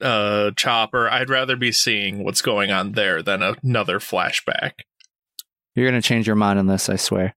[SPEAKER 1] uh, Chopper. I'd rather be seeing what's going on there than another flashback.
[SPEAKER 2] You're gonna change your mind on this. I swear.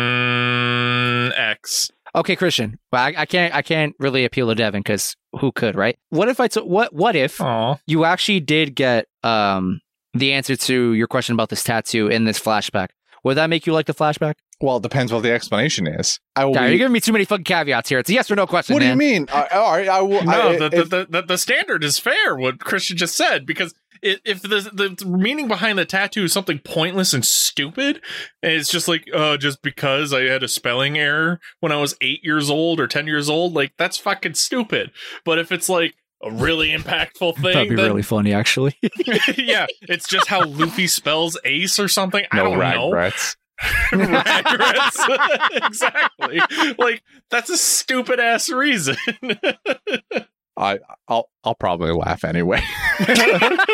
[SPEAKER 1] Mm, X.
[SPEAKER 2] Okay, Christian. Well, I, I can't. I can't really appeal to Devin because who could, right? What if I? T- what? What if
[SPEAKER 1] Aw.
[SPEAKER 2] you actually did get um the answer to your question about this tattoo in this flashback? Would that make you like the flashback?
[SPEAKER 3] Well, it depends what the explanation is. I will
[SPEAKER 2] Yeah,
[SPEAKER 3] be-
[SPEAKER 2] you're giving me too many fucking caveats here. It's a yes or no question.
[SPEAKER 3] what do you
[SPEAKER 2] man.
[SPEAKER 3] mean? I, all right, I will.
[SPEAKER 1] No,
[SPEAKER 3] I,
[SPEAKER 1] the,
[SPEAKER 3] if-
[SPEAKER 1] the, the, the standard is fair, what Christian just said, because i- if the, the meaning behind the tattoo is something pointless and stupid, and it's just like, uh, just because I had a spelling error when I was eight years old or 10 years old, like, that's fucking stupid. But if it's like a really impactful thing,
[SPEAKER 2] That'd be
[SPEAKER 1] then-
[SPEAKER 2] really funny, [laughs] actually.
[SPEAKER 1] [laughs] yeah, it's just how Luffy spells ace or something. I
[SPEAKER 3] no
[SPEAKER 1] don't
[SPEAKER 3] rag
[SPEAKER 1] know. [laughs]
[SPEAKER 3] rats.
[SPEAKER 1] Regrets. [laughs] exactly. Like that's a stupid ass reason. [laughs]
[SPEAKER 3] I'll I'll probably
[SPEAKER 1] [laughs]
[SPEAKER 3] laugh anyway. [laughs]
[SPEAKER 2] now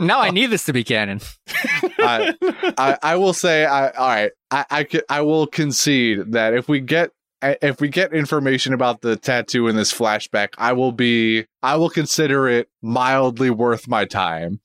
[SPEAKER 1] Oh.
[SPEAKER 2] I need this to be canon.
[SPEAKER 3] I,
[SPEAKER 2] [laughs]
[SPEAKER 3] I I will say I all right I I, c- I will concede that if we get eh, if we get information about the tattoo in this flashback I will be I will consider it mildly worth my time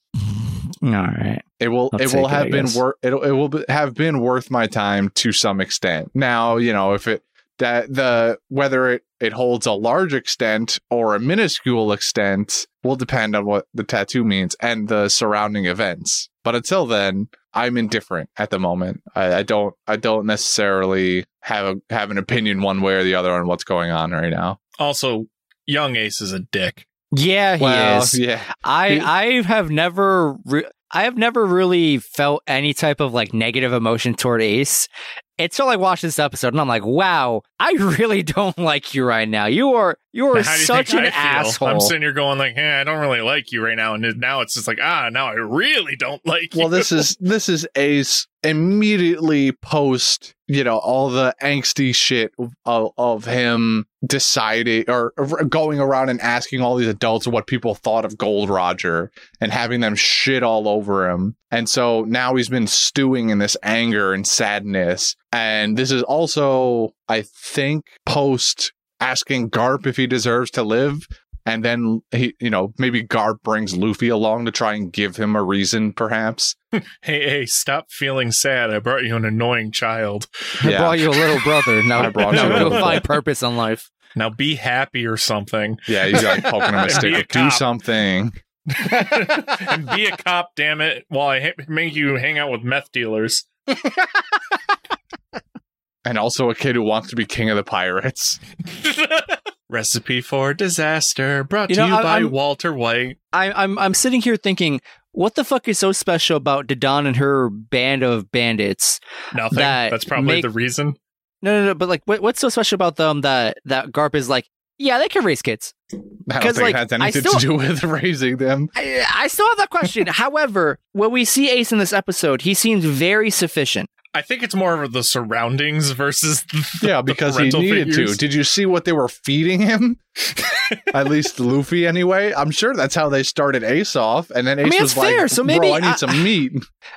[SPEAKER 2] All right.
[SPEAKER 3] it will
[SPEAKER 2] I'll
[SPEAKER 3] it will
[SPEAKER 2] take it,
[SPEAKER 3] have
[SPEAKER 2] I
[SPEAKER 3] been
[SPEAKER 2] guess.
[SPEAKER 3] worth it it will be, have been worth my time to some extent now you know if it that the whether it it holds a large extent or a minuscule extent will depend on what the tattoo means and the surrounding events but until then i'm indifferent at the moment i, I don't i don't necessarily have a, have an opinion one way or the other on what's going on right now
[SPEAKER 1] also, young Ace is a dick.
[SPEAKER 2] Yeah, he is.
[SPEAKER 3] yeah
[SPEAKER 2] I
[SPEAKER 3] He-
[SPEAKER 2] I have never re- I have never really felt any type of like negative emotion toward Ace until I watched this episode, and I'm like, wow, I [laughs] really don't like you right now. You are you are
[SPEAKER 1] Now, how do you
[SPEAKER 2] such
[SPEAKER 1] think
[SPEAKER 2] an
[SPEAKER 1] I feel?
[SPEAKER 2] asshole.
[SPEAKER 1] I'm sitting here going like, "Hey, I don't really like you right now," and then- now it's just like, "Ah, now I really don't like
[SPEAKER 3] well
[SPEAKER 1] you."
[SPEAKER 3] this is this is ace immediately post you know all the angsty shit of, of him deciding or, or going around and asking all these adults what people thought of gold roger and having them shit all over him and so now he's been stewing in this anger and sadness and this is also i think post asking garp if he deserves to live and then he you know maybe garp brings luffy along to try and give him a reason perhaps
[SPEAKER 1] [laughs] hey, hey, stop feeling sad. I brought you an annoying child.
[SPEAKER 2] I brought you a little brother. Now,
[SPEAKER 3] I brought
[SPEAKER 2] now
[SPEAKER 1] you a
[SPEAKER 2] go
[SPEAKER 1] little
[SPEAKER 2] find purpose in life.
[SPEAKER 1] Now be happy or
[SPEAKER 2] [laughs]
[SPEAKER 1] something.
[SPEAKER 3] Yeah, he's like poking him a
[SPEAKER 1] And
[SPEAKER 3] stick.
[SPEAKER 1] be a
[SPEAKER 3] like, Do
[SPEAKER 1] cop."
[SPEAKER 3] something.
[SPEAKER 1] and be a cop, damn it, while I ha- make you hang out with meth dealers. [laughs]
[SPEAKER 3] And also a kid who wants to be king of the pirates. [laughs]
[SPEAKER 1] Recipe for disaster brought
[SPEAKER 2] You
[SPEAKER 1] to
[SPEAKER 2] know,
[SPEAKER 1] you
[SPEAKER 2] I-
[SPEAKER 1] by
[SPEAKER 2] I'm-
[SPEAKER 1] Walter White.
[SPEAKER 2] I, I'm I'm sitting here thinking, what the fuck is so special about Dadon and her band of bandits?
[SPEAKER 1] Nothing.
[SPEAKER 2] That
[SPEAKER 1] That's probably
[SPEAKER 2] make-
[SPEAKER 1] the reason.
[SPEAKER 2] No, no, no. But like, what, what's so special about them that that Garp is like, yeah, they can raise kids.
[SPEAKER 3] I don't
[SPEAKER 2] 'Cause,
[SPEAKER 3] think
[SPEAKER 2] like,
[SPEAKER 3] it has
[SPEAKER 2] I
[SPEAKER 3] anything
[SPEAKER 2] still-
[SPEAKER 3] to do [laughs] with raising them.
[SPEAKER 2] I, I still have that
[SPEAKER 3] [laughs]
[SPEAKER 2] question. However, when we see Ace in this episode, he seems very sufficient.
[SPEAKER 1] I think it's more of the surroundings versus [laughs] the,
[SPEAKER 3] Yeah,
[SPEAKER 1] the
[SPEAKER 3] because he
[SPEAKER 1] parental
[SPEAKER 3] needed
[SPEAKER 1] figures.
[SPEAKER 3] to. Did you see what they were
[SPEAKER 2] [laughs]
[SPEAKER 3] feeding him? At least Luffy, anyway. I'm sure that's how they started Ace off, and then Ace
[SPEAKER 2] mean, it's
[SPEAKER 3] was like,
[SPEAKER 2] fair, so
[SPEAKER 3] "Bro,
[SPEAKER 2] maybe
[SPEAKER 3] I need
[SPEAKER 2] I- [laughs]
[SPEAKER 3] some meat."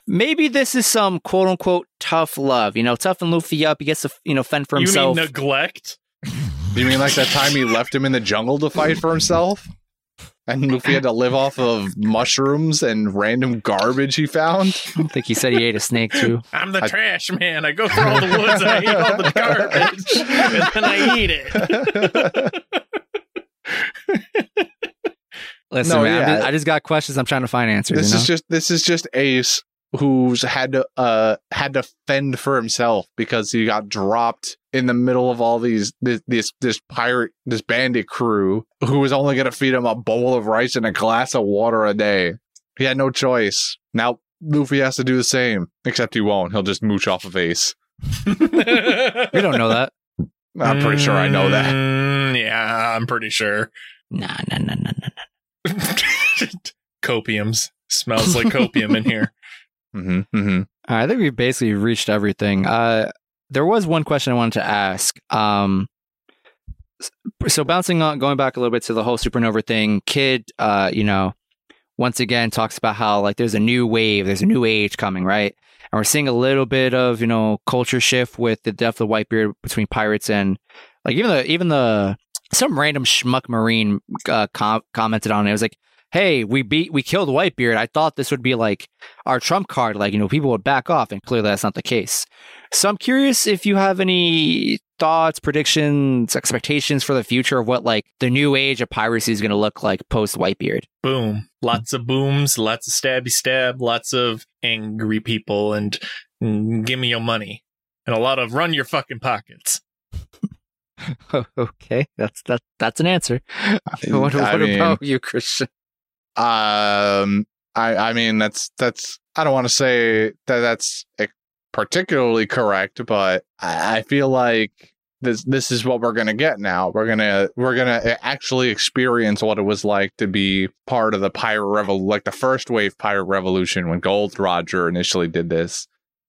[SPEAKER 2] Maybe this is some quote unquote tough love. You know, tough and Luffy up. He gets to you know fend for
[SPEAKER 1] You
[SPEAKER 2] himself.
[SPEAKER 1] mean neglect?
[SPEAKER 3] You mean like that time he left him in the jungle to fight for himself? And Luffy had to live off of mushrooms and random garbage he found? [laughs]
[SPEAKER 2] I think he said he ate a snake too.
[SPEAKER 1] I'm the
[SPEAKER 3] I-
[SPEAKER 1] trash man. I go through all the woods and I eat all
[SPEAKER 3] [laughs]
[SPEAKER 1] the garbage and then I eat it.
[SPEAKER 2] Listen,
[SPEAKER 3] No,
[SPEAKER 2] man, I'm
[SPEAKER 3] yeah.
[SPEAKER 2] just- I just got questions. I'm trying to find answers.
[SPEAKER 3] this
[SPEAKER 2] you know?
[SPEAKER 3] is just this is just Ace who's had to uh had to fend for himself because he got dropped in the middle of all these this this, this pirate this bandit crew who was only gonna feed him a bowl of rice and a glass of water a day. He had no choice. Now Luffy has to do the same, except he won't. He'll just mooch off of Ace.
[SPEAKER 2] we don't know that.
[SPEAKER 3] [laughs] I'm pretty sure I know that.
[SPEAKER 1] Mm, yeah, I'm pretty sure.
[SPEAKER 2] [laughs]
[SPEAKER 1] [laughs]
[SPEAKER 2] Nah, nah, nah, nah, nah.
[SPEAKER 1] Copiums smells like copium in
[SPEAKER 3] [laughs]
[SPEAKER 1] here.
[SPEAKER 2] Mm.
[SPEAKER 3] hmm hmm
[SPEAKER 2] All right, I think we basically reached everything. Uh, there was one question I wanted to ask. Um, s- so bouncing on, going back a little bit to the whole supernova thing, kid, uh, you know, once again talks about how like there's a new wave, there's a new age coming, right? And we're seeing a little bit of you know culture shift with the death of Whitebeard between pirates and like even the even the some random schmuck marine uh, com- commented on it. It was like, hey, we beat we killed Whitebeard. I thought this would be like our trump card, like, you know, people would back off, and clearly that's not the case. So I'm curious if you have any thoughts, predictions, expectations for the future of what like the new age of piracy is going to look like post Whitebeard.
[SPEAKER 1] Boom. Lots of booms, lots of stabby stab, lots of angry people and mm, give me your money. And a lot of run your fucking pockets.
[SPEAKER 2] [laughs] okay, that's that that's an answer. [laughs]
[SPEAKER 3] What- I what mean- about
[SPEAKER 2] you, Christian?
[SPEAKER 3] Um, I I mean that's that's I don't want to say that that's eh, particularly correct, but I, I feel like this this is what we're gonna get now. We're gonna we're gonna eh, actually experience what it was like to be part of the pirate revol like the first wave pirate revolution when Gold Roger initially did this.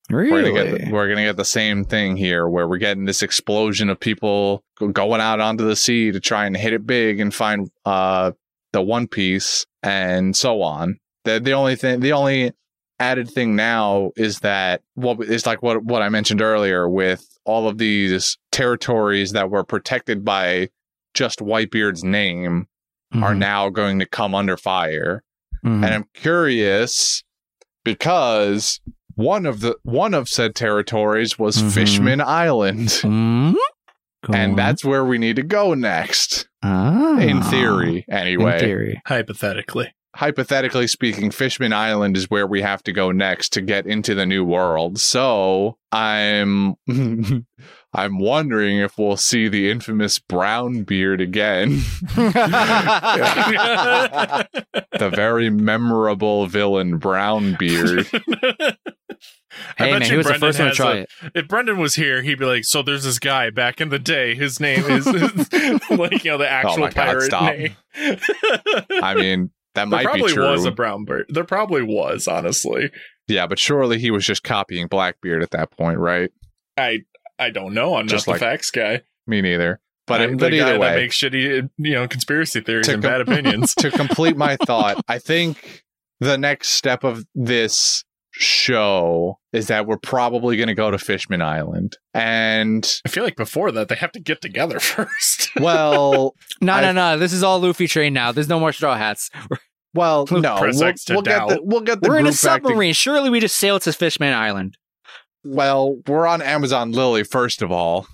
[SPEAKER 2] Really?
[SPEAKER 3] We're gonna get the, we're gonna get the same thing here, where we're getting this explosion of people go- going out onto the sea to try and hit it big and find uh the One Piece and so on. The the only thing the only added thing now is that what is like what what I mentioned earlier with all of these territories that were protected by just Whitebeard's name
[SPEAKER 2] Mm-hmm.
[SPEAKER 3] are now going to come under fire
[SPEAKER 2] Mhm.
[SPEAKER 3] and I'm curious because one of the one of said territories was
[SPEAKER 2] Mhm. [laughs]
[SPEAKER 3] Fishman Island,
[SPEAKER 2] Mhm. Go on.
[SPEAKER 3] and that's where we need to go next,
[SPEAKER 2] Ah.
[SPEAKER 3] in theory.
[SPEAKER 2] In
[SPEAKER 3] Anyway,
[SPEAKER 2] theory.
[SPEAKER 1] Hypothetically.
[SPEAKER 3] hypothetically speaking, Fishman Island is where we have to go next to get into the new world. So I'm [laughs] I'm wondering if we'll see the infamous brown
[SPEAKER 2] [laughs]
[SPEAKER 3] beard again, [laughs]
[SPEAKER 1] [laughs]
[SPEAKER 3] the very memorable villain brown beard.
[SPEAKER 1] I
[SPEAKER 2] Hey
[SPEAKER 1] bet
[SPEAKER 2] man,
[SPEAKER 1] you
[SPEAKER 2] he was the
[SPEAKER 1] Brendan
[SPEAKER 2] first one to
[SPEAKER 1] has
[SPEAKER 2] try
[SPEAKER 1] a-
[SPEAKER 2] it.
[SPEAKER 1] If Brendan was here, he'd be like, "So there's this guy back in the day. His name
[SPEAKER 3] [laughs]
[SPEAKER 1] is [laughs] like you know the
[SPEAKER 3] Oh
[SPEAKER 1] actual
[SPEAKER 3] my God,
[SPEAKER 1] pirate
[SPEAKER 3] stop.
[SPEAKER 1] name." [laughs]
[SPEAKER 3] I mean,
[SPEAKER 1] there
[SPEAKER 3] that might be
[SPEAKER 1] probably
[SPEAKER 3] true.
[SPEAKER 1] was a brown bird. There probably was, honestly.
[SPEAKER 3] Yeah, but surely he was just copying Blackbeard at that point, right?
[SPEAKER 1] I I don't know. I'm
[SPEAKER 3] Just
[SPEAKER 1] not
[SPEAKER 3] like-
[SPEAKER 1] the facts guy.
[SPEAKER 3] Me neither. But,
[SPEAKER 1] I'm
[SPEAKER 3] but
[SPEAKER 1] the guy
[SPEAKER 3] either
[SPEAKER 1] that
[SPEAKER 3] way,
[SPEAKER 1] makes [laughs] shitty you know conspiracy theories
[SPEAKER 3] To
[SPEAKER 1] and
[SPEAKER 3] [laughs] com-
[SPEAKER 1] bad opinions.
[SPEAKER 3] to complete my thought, I think the next step of this show is that we're probably going to go to Fishman Island.
[SPEAKER 1] [laughs]
[SPEAKER 3] And,
[SPEAKER 1] I feel like before that they have to get together [laughs] first.
[SPEAKER 3] [laughs] well,
[SPEAKER 2] No,
[SPEAKER 3] I-
[SPEAKER 2] no, no. This is all Luffy train now. There's no more straw hats. [laughs]
[SPEAKER 3] well, no.
[SPEAKER 1] Press
[SPEAKER 3] We'll,
[SPEAKER 1] X to
[SPEAKER 3] we'll get
[SPEAKER 1] doubt.
[SPEAKER 3] the, we'll get the
[SPEAKER 2] We're in a
[SPEAKER 3] group back to-
[SPEAKER 2] submarine. Surely we just sail to Fishman Island.
[SPEAKER 3] well, we're on Amazon Lily, first of all.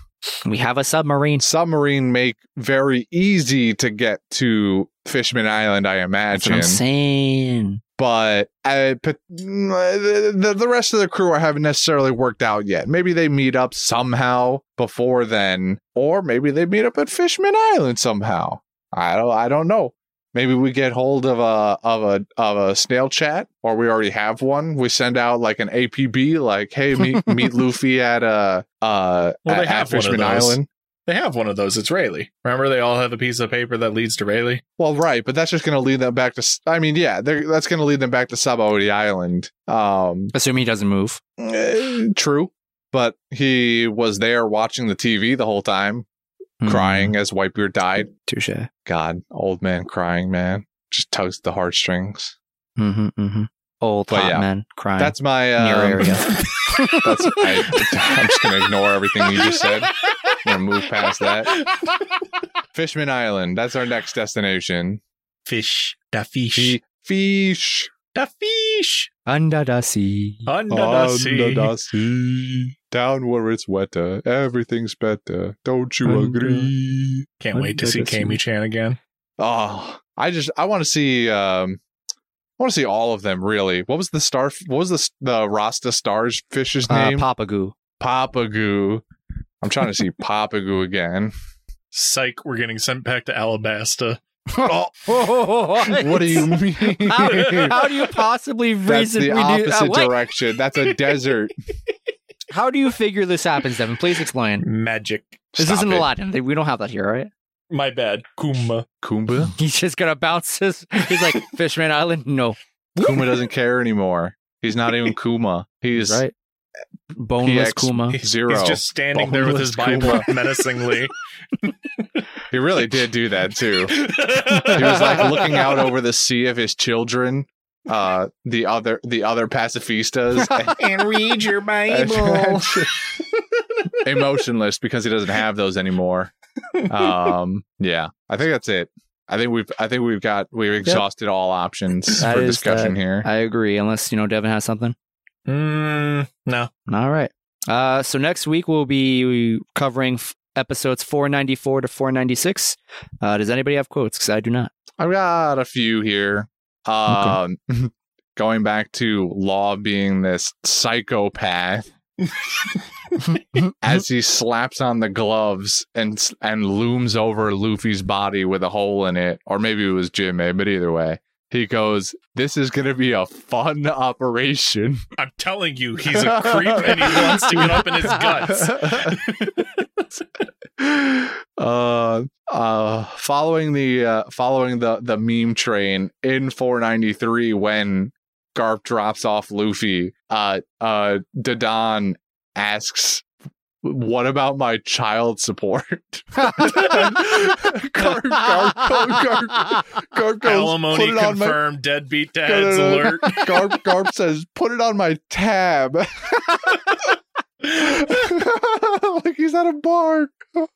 [SPEAKER 2] We have a submarine.
[SPEAKER 3] Submarine make very easy to get to Fishman Island, I
[SPEAKER 2] That's what
[SPEAKER 3] imagine.
[SPEAKER 2] I'm saying.
[SPEAKER 3] But I, but mm, the, the rest of the crew I haven't necessarily worked out yet. Maybe they meet up somehow before then, or maybe they meet up at Fishman Island somehow. I don't. I don't know. Maybe we get hold of a of a of a snail chat, or we already have one. We send out like an APB, like, "Hey,
[SPEAKER 1] [laughs]
[SPEAKER 3] meet meet Luffy at uh uh
[SPEAKER 1] Well, they
[SPEAKER 3] at, at
[SPEAKER 1] have one of
[SPEAKER 3] Fishman
[SPEAKER 1] those.
[SPEAKER 3] Island."
[SPEAKER 1] They have one of those. It's Rayleigh. Remember, they all have a piece of paper that leads to Rayleigh.
[SPEAKER 3] Well, right, but that's just going to lead them back to. I mean, yeah, they're- that's going to lead them back to Sabaody Island. Um,
[SPEAKER 2] Assuming he doesn't move.
[SPEAKER 3] eh, true, but he was there watching the TV the whole time,
[SPEAKER 2] Hmm.
[SPEAKER 3] crying as Whitebeard died.
[SPEAKER 2] Touche.
[SPEAKER 3] God, old man crying, man, just tugs the heartstrings.
[SPEAKER 2] Mm-hmm, mm-hmm. Old
[SPEAKER 3] But
[SPEAKER 2] hot
[SPEAKER 3] yeah,
[SPEAKER 2] man crying.
[SPEAKER 3] That's my.
[SPEAKER 2] Near
[SPEAKER 3] Um,
[SPEAKER 2] area.
[SPEAKER 3] [laughs] that's. [laughs] I, I'm just going to ignore everything you just said. I'm going to move past that. Fishman Island. That's our next destination.
[SPEAKER 1] Fish. Da fish.
[SPEAKER 3] Fi- Fish.
[SPEAKER 1] Da fish.
[SPEAKER 2] under the sea.
[SPEAKER 1] Under
[SPEAKER 3] Under
[SPEAKER 1] the sea.
[SPEAKER 3] the sea, down where it's wetter, everything's better. Don't you
[SPEAKER 2] Under-
[SPEAKER 3] agree?
[SPEAKER 1] Can't wait to see
[SPEAKER 2] Under the sea.
[SPEAKER 1] Kami Chan again.
[SPEAKER 3] Oh, I just I want to see um, I want to see all of them. Really, what was the star? What was the s- the Rasta stars fish's
[SPEAKER 2] Uh,
[SPEAKER 3] name?
[SPEAKER 2] Papagoo.
[SPEAKER 3] Papagoo. I'm trying to see Papagoo again.
[SPEAKER 1] Psych, we're getting sent back to Alabasta.
[SPEAKER 3] Oh,
[SPEAKER 2] [laughs] what?
[SPEAKER 3] [laughs] what
[SPEAKER 2] [laughs]
[SPEAKER 3] do you mean?
[SPEAKER 2] How, how do you possibly
[SPEAKER 3] That's
[SPEAKER 2] reason
[SPEAKER 3] the
[SPEAKER 2] we do? Uh,
[SPEAKER 3] opposite
[SPEAKER 2] what?
[SPEAKER 3] direction. That's a desert.
[SPEAKER 2] How do you figure this happens, Devin? Please explain.
[SPEAKER 1] Magic.
[SPEAKER 2] [laughs] This
[SPEAKER 3] Stop
[SPEAKER 2] isn't
[SPEAKER 3] it.
[SPEAKER 2] Aladdin. They- We don't have that here, right? [laughs]
[SPEAKER 1] My bad. Kuma.
[SPEAKER 3] Kumba.
[SPEAKER 2] He's just gonna bounce his. He's like [laughs] Fishman Island. No,
[SPEAKER 3] Kuma doesn't care anymore. He's not
[SPEAKER 2] [laughs]
[SPEAKER 3] even Kuma. He's
[SPEAKER 2] right? Boneless
[SPEAKER 3] PX.
[SPEAKER 2] Kuma.
[SPEAKER 3] zero.
[SPEAKER 1] He's just standing there with his
[SPEAKER 3] Boneless
[SPEAKER 1] Bible [laughs] menacingly.
[SPEAKER 2] [laughs]
[SPEAKER 3] He really did do that too. [laughs] He was like looking out over the sea of his children, uh, the other the
[SPEAKER 2] [laughs]
[SPEAKER 3] other pacifistas,
[SPEAKER 1] and read your
[SPEAKER 3] [laughs] emotionless because he doesn't have those anymore. Um, yeah, I think that's it. I think we've I think we've got we've exhausted all options
[SPEAKER 2] That
[SPEAKER 3] for
[SPEAKER 2] is
[SPEAKER 3] discussion
[SPEAKER 2] that.
[SPEAKER 3] here.
[SPEAKER 2] I agree. Unless you know Devin has something.
[SPEAKER 1] Mm, no.
[SPEAKER 2] All right. Uh, so next week we'll be covering f- episodes 494 to 496. Uh, does anybody have quotes? Because I do [laughs] not.
[SPEAKER 3] I've got a few here. Um, going back to Law being this psychopath. as he slaps on the gloves and and looms over Luffy's body with a hole in it, or maybe it was Jimmy, but either way, he goes, "This is gonna be a fun [laughs] operation."
[SPEAKER 1] I'm telling you, he's a creep and he wants to get up in
[SPEAKER 3] [laughs]
[SPEAKER 1] his guts.
[SPEAKER 3] uh, uh, following the uh, following the the meme train in 493 when Garp drops off Luffy, uh, uh, Dadon asks. What about my child support? [laughs] [laughs] Garp, Garp, Garp, Garp goes, put
[SPEAKER 1] Alimony
[SPEAKER 3] it on my
[SPEAKER 1] confirmed, deadbeat dad's
[SPEAKER 3] no, no.
[SPEAKER 1] alert.
[SPEAKER 3] Garp, Garp says, put it on my tab. [laughs] like he's at a bar. [laughs]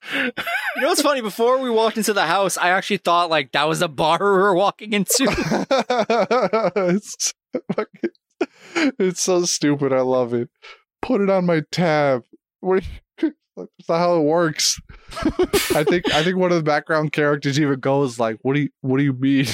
[SPEAKER 2] You know what's funny? Before we walked into the house, I actually thought like that was a bar we were walking into.
[SPEAKER 3] it's, fucking- it's so stupid. I love it. Put it on my tab. What? That's not how it works. I think I think one of the background characters even goes like, "What do you What do you mean?"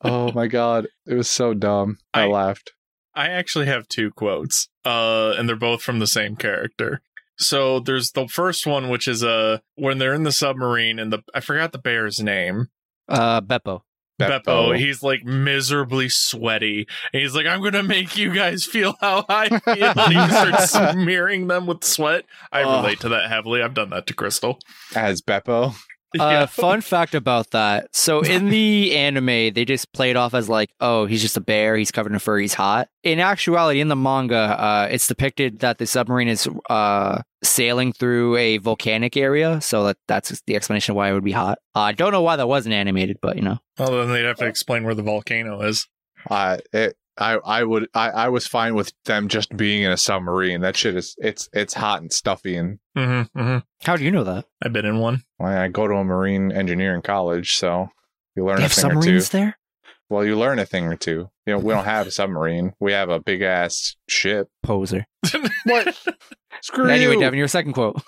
[SPEAKER 3] oh my god, it was so dumb. I,
[SPEAKER 1] I-
[SPEAKER 3] laughed.
[SPEAKER 1] I actually have two quotes, uh, and they're both from the same character. So there's the first one, which is uh, when they're in the submarine, and the I forgot the bear's name,
[SPEAKER 2] Uh, Beppo.
[SPEAKER 1] Beppo. He's like miserably sweaty, and he's like, "I'm gonna make you guys feel how I feel." and he starts smearing them with sweat. I
[SPEAKER 3] Ugh.
[SPEAKER 1] relate to that heavily. I've done that to Crystal.
[SPEAKER 3] as Beppo.
[SPEAKER 1] [laughs] Yeah.
[SPEAKER 2] Uh, fun fact about that. So in the anime, they just played off as like, oh, he's just a bear. He's covered in fur. He's hot. In actuality, in the manga, uh, it's depicted that the submarine is uh, sailing through a volcanic area. So that, that's the explanation why it would be hot. Uh, I don't know why that wasn't animated, but you know.
[SPEAKER 1] Well, then they'd have to explain where the volcano is.
[SPEAKER 3] I it, I I would I, I was fine with them just being in a submarine. That shit is it's it's hot and stuffy and
[SPEAKER 1] Mm-hmm, mm-hmm.
[SPEAKER 2] How do you know that?
[SPEAKER 1] I've been in one.
[SPEAKER 3] well, I go to a marine engineering college, so you learn
[SPEAKER 2] They
[SPEAKER 3] a
[SPEAKER 2] have
[SPEAKER 3] thing or two.
[SPEAKER 2] submarines there?
[SPEAKER 3] Well, you learn a thing or two. You know, we don't have a submarine. We have a big ass ship. [laughs]
[SPEAKER 2] Poser.
[SPEAKER 3] What? Screw
[SPEAKER 2] anyway,
[SPEAKER 3] you.
[SPEAKER 2] Devin, your second
[SPEAKER 1] [laughs]
[SPEAKER 2] quote.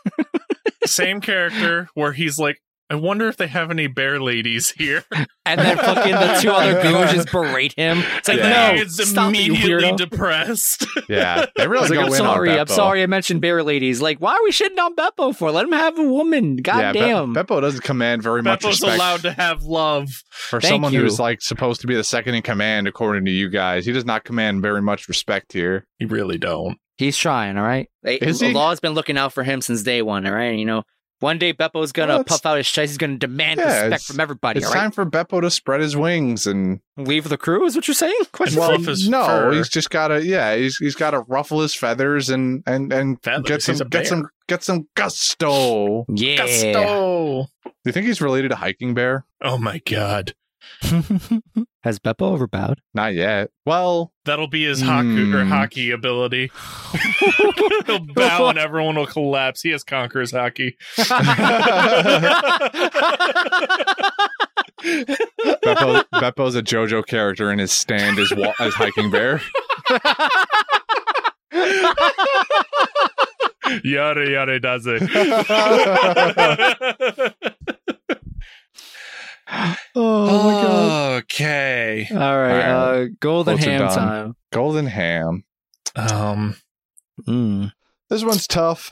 [SPEAKER 1] Same character where he's like, I wonder if they have any bear ladies here.
[SPEAKER 2] And then fucking the two other goons just berate him. It's like,
[SPEAKER 3] Yeah.
[SPEAKER 2] no,
[SPEAKER 1] it's
[SPEAKER 2] stop it, you
[SPEAKER 1] immediately
[SPEAKER 2] weirdo.
[SPEAKER 1] depressed.
[SPEAKER 3] Yeah, they
[SPEAKER 2] I
[SPEAKER 3] really
[SPEAKER 2] was like,
[SPEAKER 3] go
[SPEAKER 2] I'm
[SPEAKER 3] in
[SPEAKER 2] sorry.
[SPEAKER 3] on Beppo.
[SPEAKER 2] I'm sorry I mentioned bear ladies. Like, why are we shitting on Beppo for? Let him have a woman. God
[SPEAKER 3] yeah, Be-
[SPEAKER 2] damn.
[SPEAKER 3] Beppo doesn't command very much
[SPEAKER 1] Beppo's
[SPEAKER 3] respect
[SPEAKER 1] allowed to have love.
[SPEAKER 3] for
[SPEAKER 2] Thank
[SPEAKER 3] someone
[SPEAKER 2] you.
[SPEAKER 3] who's like supposed to be the second in command, according to you guys. He does not command very much respect here.
[SPEAKER 1] You really don't.
[SPEAKER 2] He's trying, all right? They,
[SPEAKER 3] Is he?
[SPEAKER 2] Law's been looking out for him since day one, all right? You know, one day Beppo's going to
[SPEAKER 3] Well, it's-
[SPEAKER 2] puff out his chest. He's going to demand
[SPEAKER 3] Yeah,
[SPEAKER 2] respect
[SPEAKER 3] it's-
[SPEAKER 2] from everybody,
[SPEAKER 3] It's
[SPEAKER 2] all right?
[SPEAKER 3] time for Beppo to spread his
[SPEAKER 1] [laughs]
[SPEAKER 3] wings and
[SPEAKER 2] Leave the crew, is what you're saying? Question
[SPEAKER 1] Well,
[SPEAKER 2] mark?
[SPEAKER 1] fluff his
[SPEAKER 3] no,
[SPEAKER 1] fur.
[SPEAKER 3] he's just gotta yeah, he's he's gotta ruffle his feathers and and and
[SPEAKER 1] Feathers,
[SPEAKER 3] get some
[SPEAKER 1] he's a
[SPEAKER 3] get some get some gusto. [laughs] Do
[SPEAKER 2] Yeah.
[SPEAKER 1] Gusto.
[SPEAKER 3] you think he's related to hiking bear?
[SPEAKER 1] Oh my god.
[SPEAKER 2] [laughs] Has Beppo ever
[SPEAKER 3] [laughs]
[SPEAKER 2] bowed?
[SPEAKER 3] Not yet.
[SPEAKER 1] [laughs]
[SPEAKER 3] Well, [laughs]
[SPEAKER 1] That'll be his haku or
[SPEAKER 3] Hmm.
[SPEAKER 1] hockey ability.
[SPEAKER 3] [laughs]
[SPEAKER 1] He'll
[SPEAKER 2] [laughs]
[SPEAKER 1] bow and everyone will collapse. He has conquerors hockey.
[SPEAKER 3] Beppo, Beppo's a JoJo character, and his stand is wa- as hiking bear.
[SPEAKER 1] yada yada does
[SPEAKER 3] [laughs]
[SPEAKER 1] it.
[SPEAKER 2] oh, my God.
[SPEAKER 1] Okay.
[SPEAKER 2] All right,
[SPEAKER 3] All
[SPEAKER 2] uh, golden
[SPEAKER 3] Quotes are
[SPEAKER 2] ham
[SPEAKER 3] done.
[SPEAKER 2] time.
[SPEAKER 3] Golden ham.
[SPEAKER 1] Um
[SPEAKER 2] Mm.
[SPEAKER 3] This one's tough.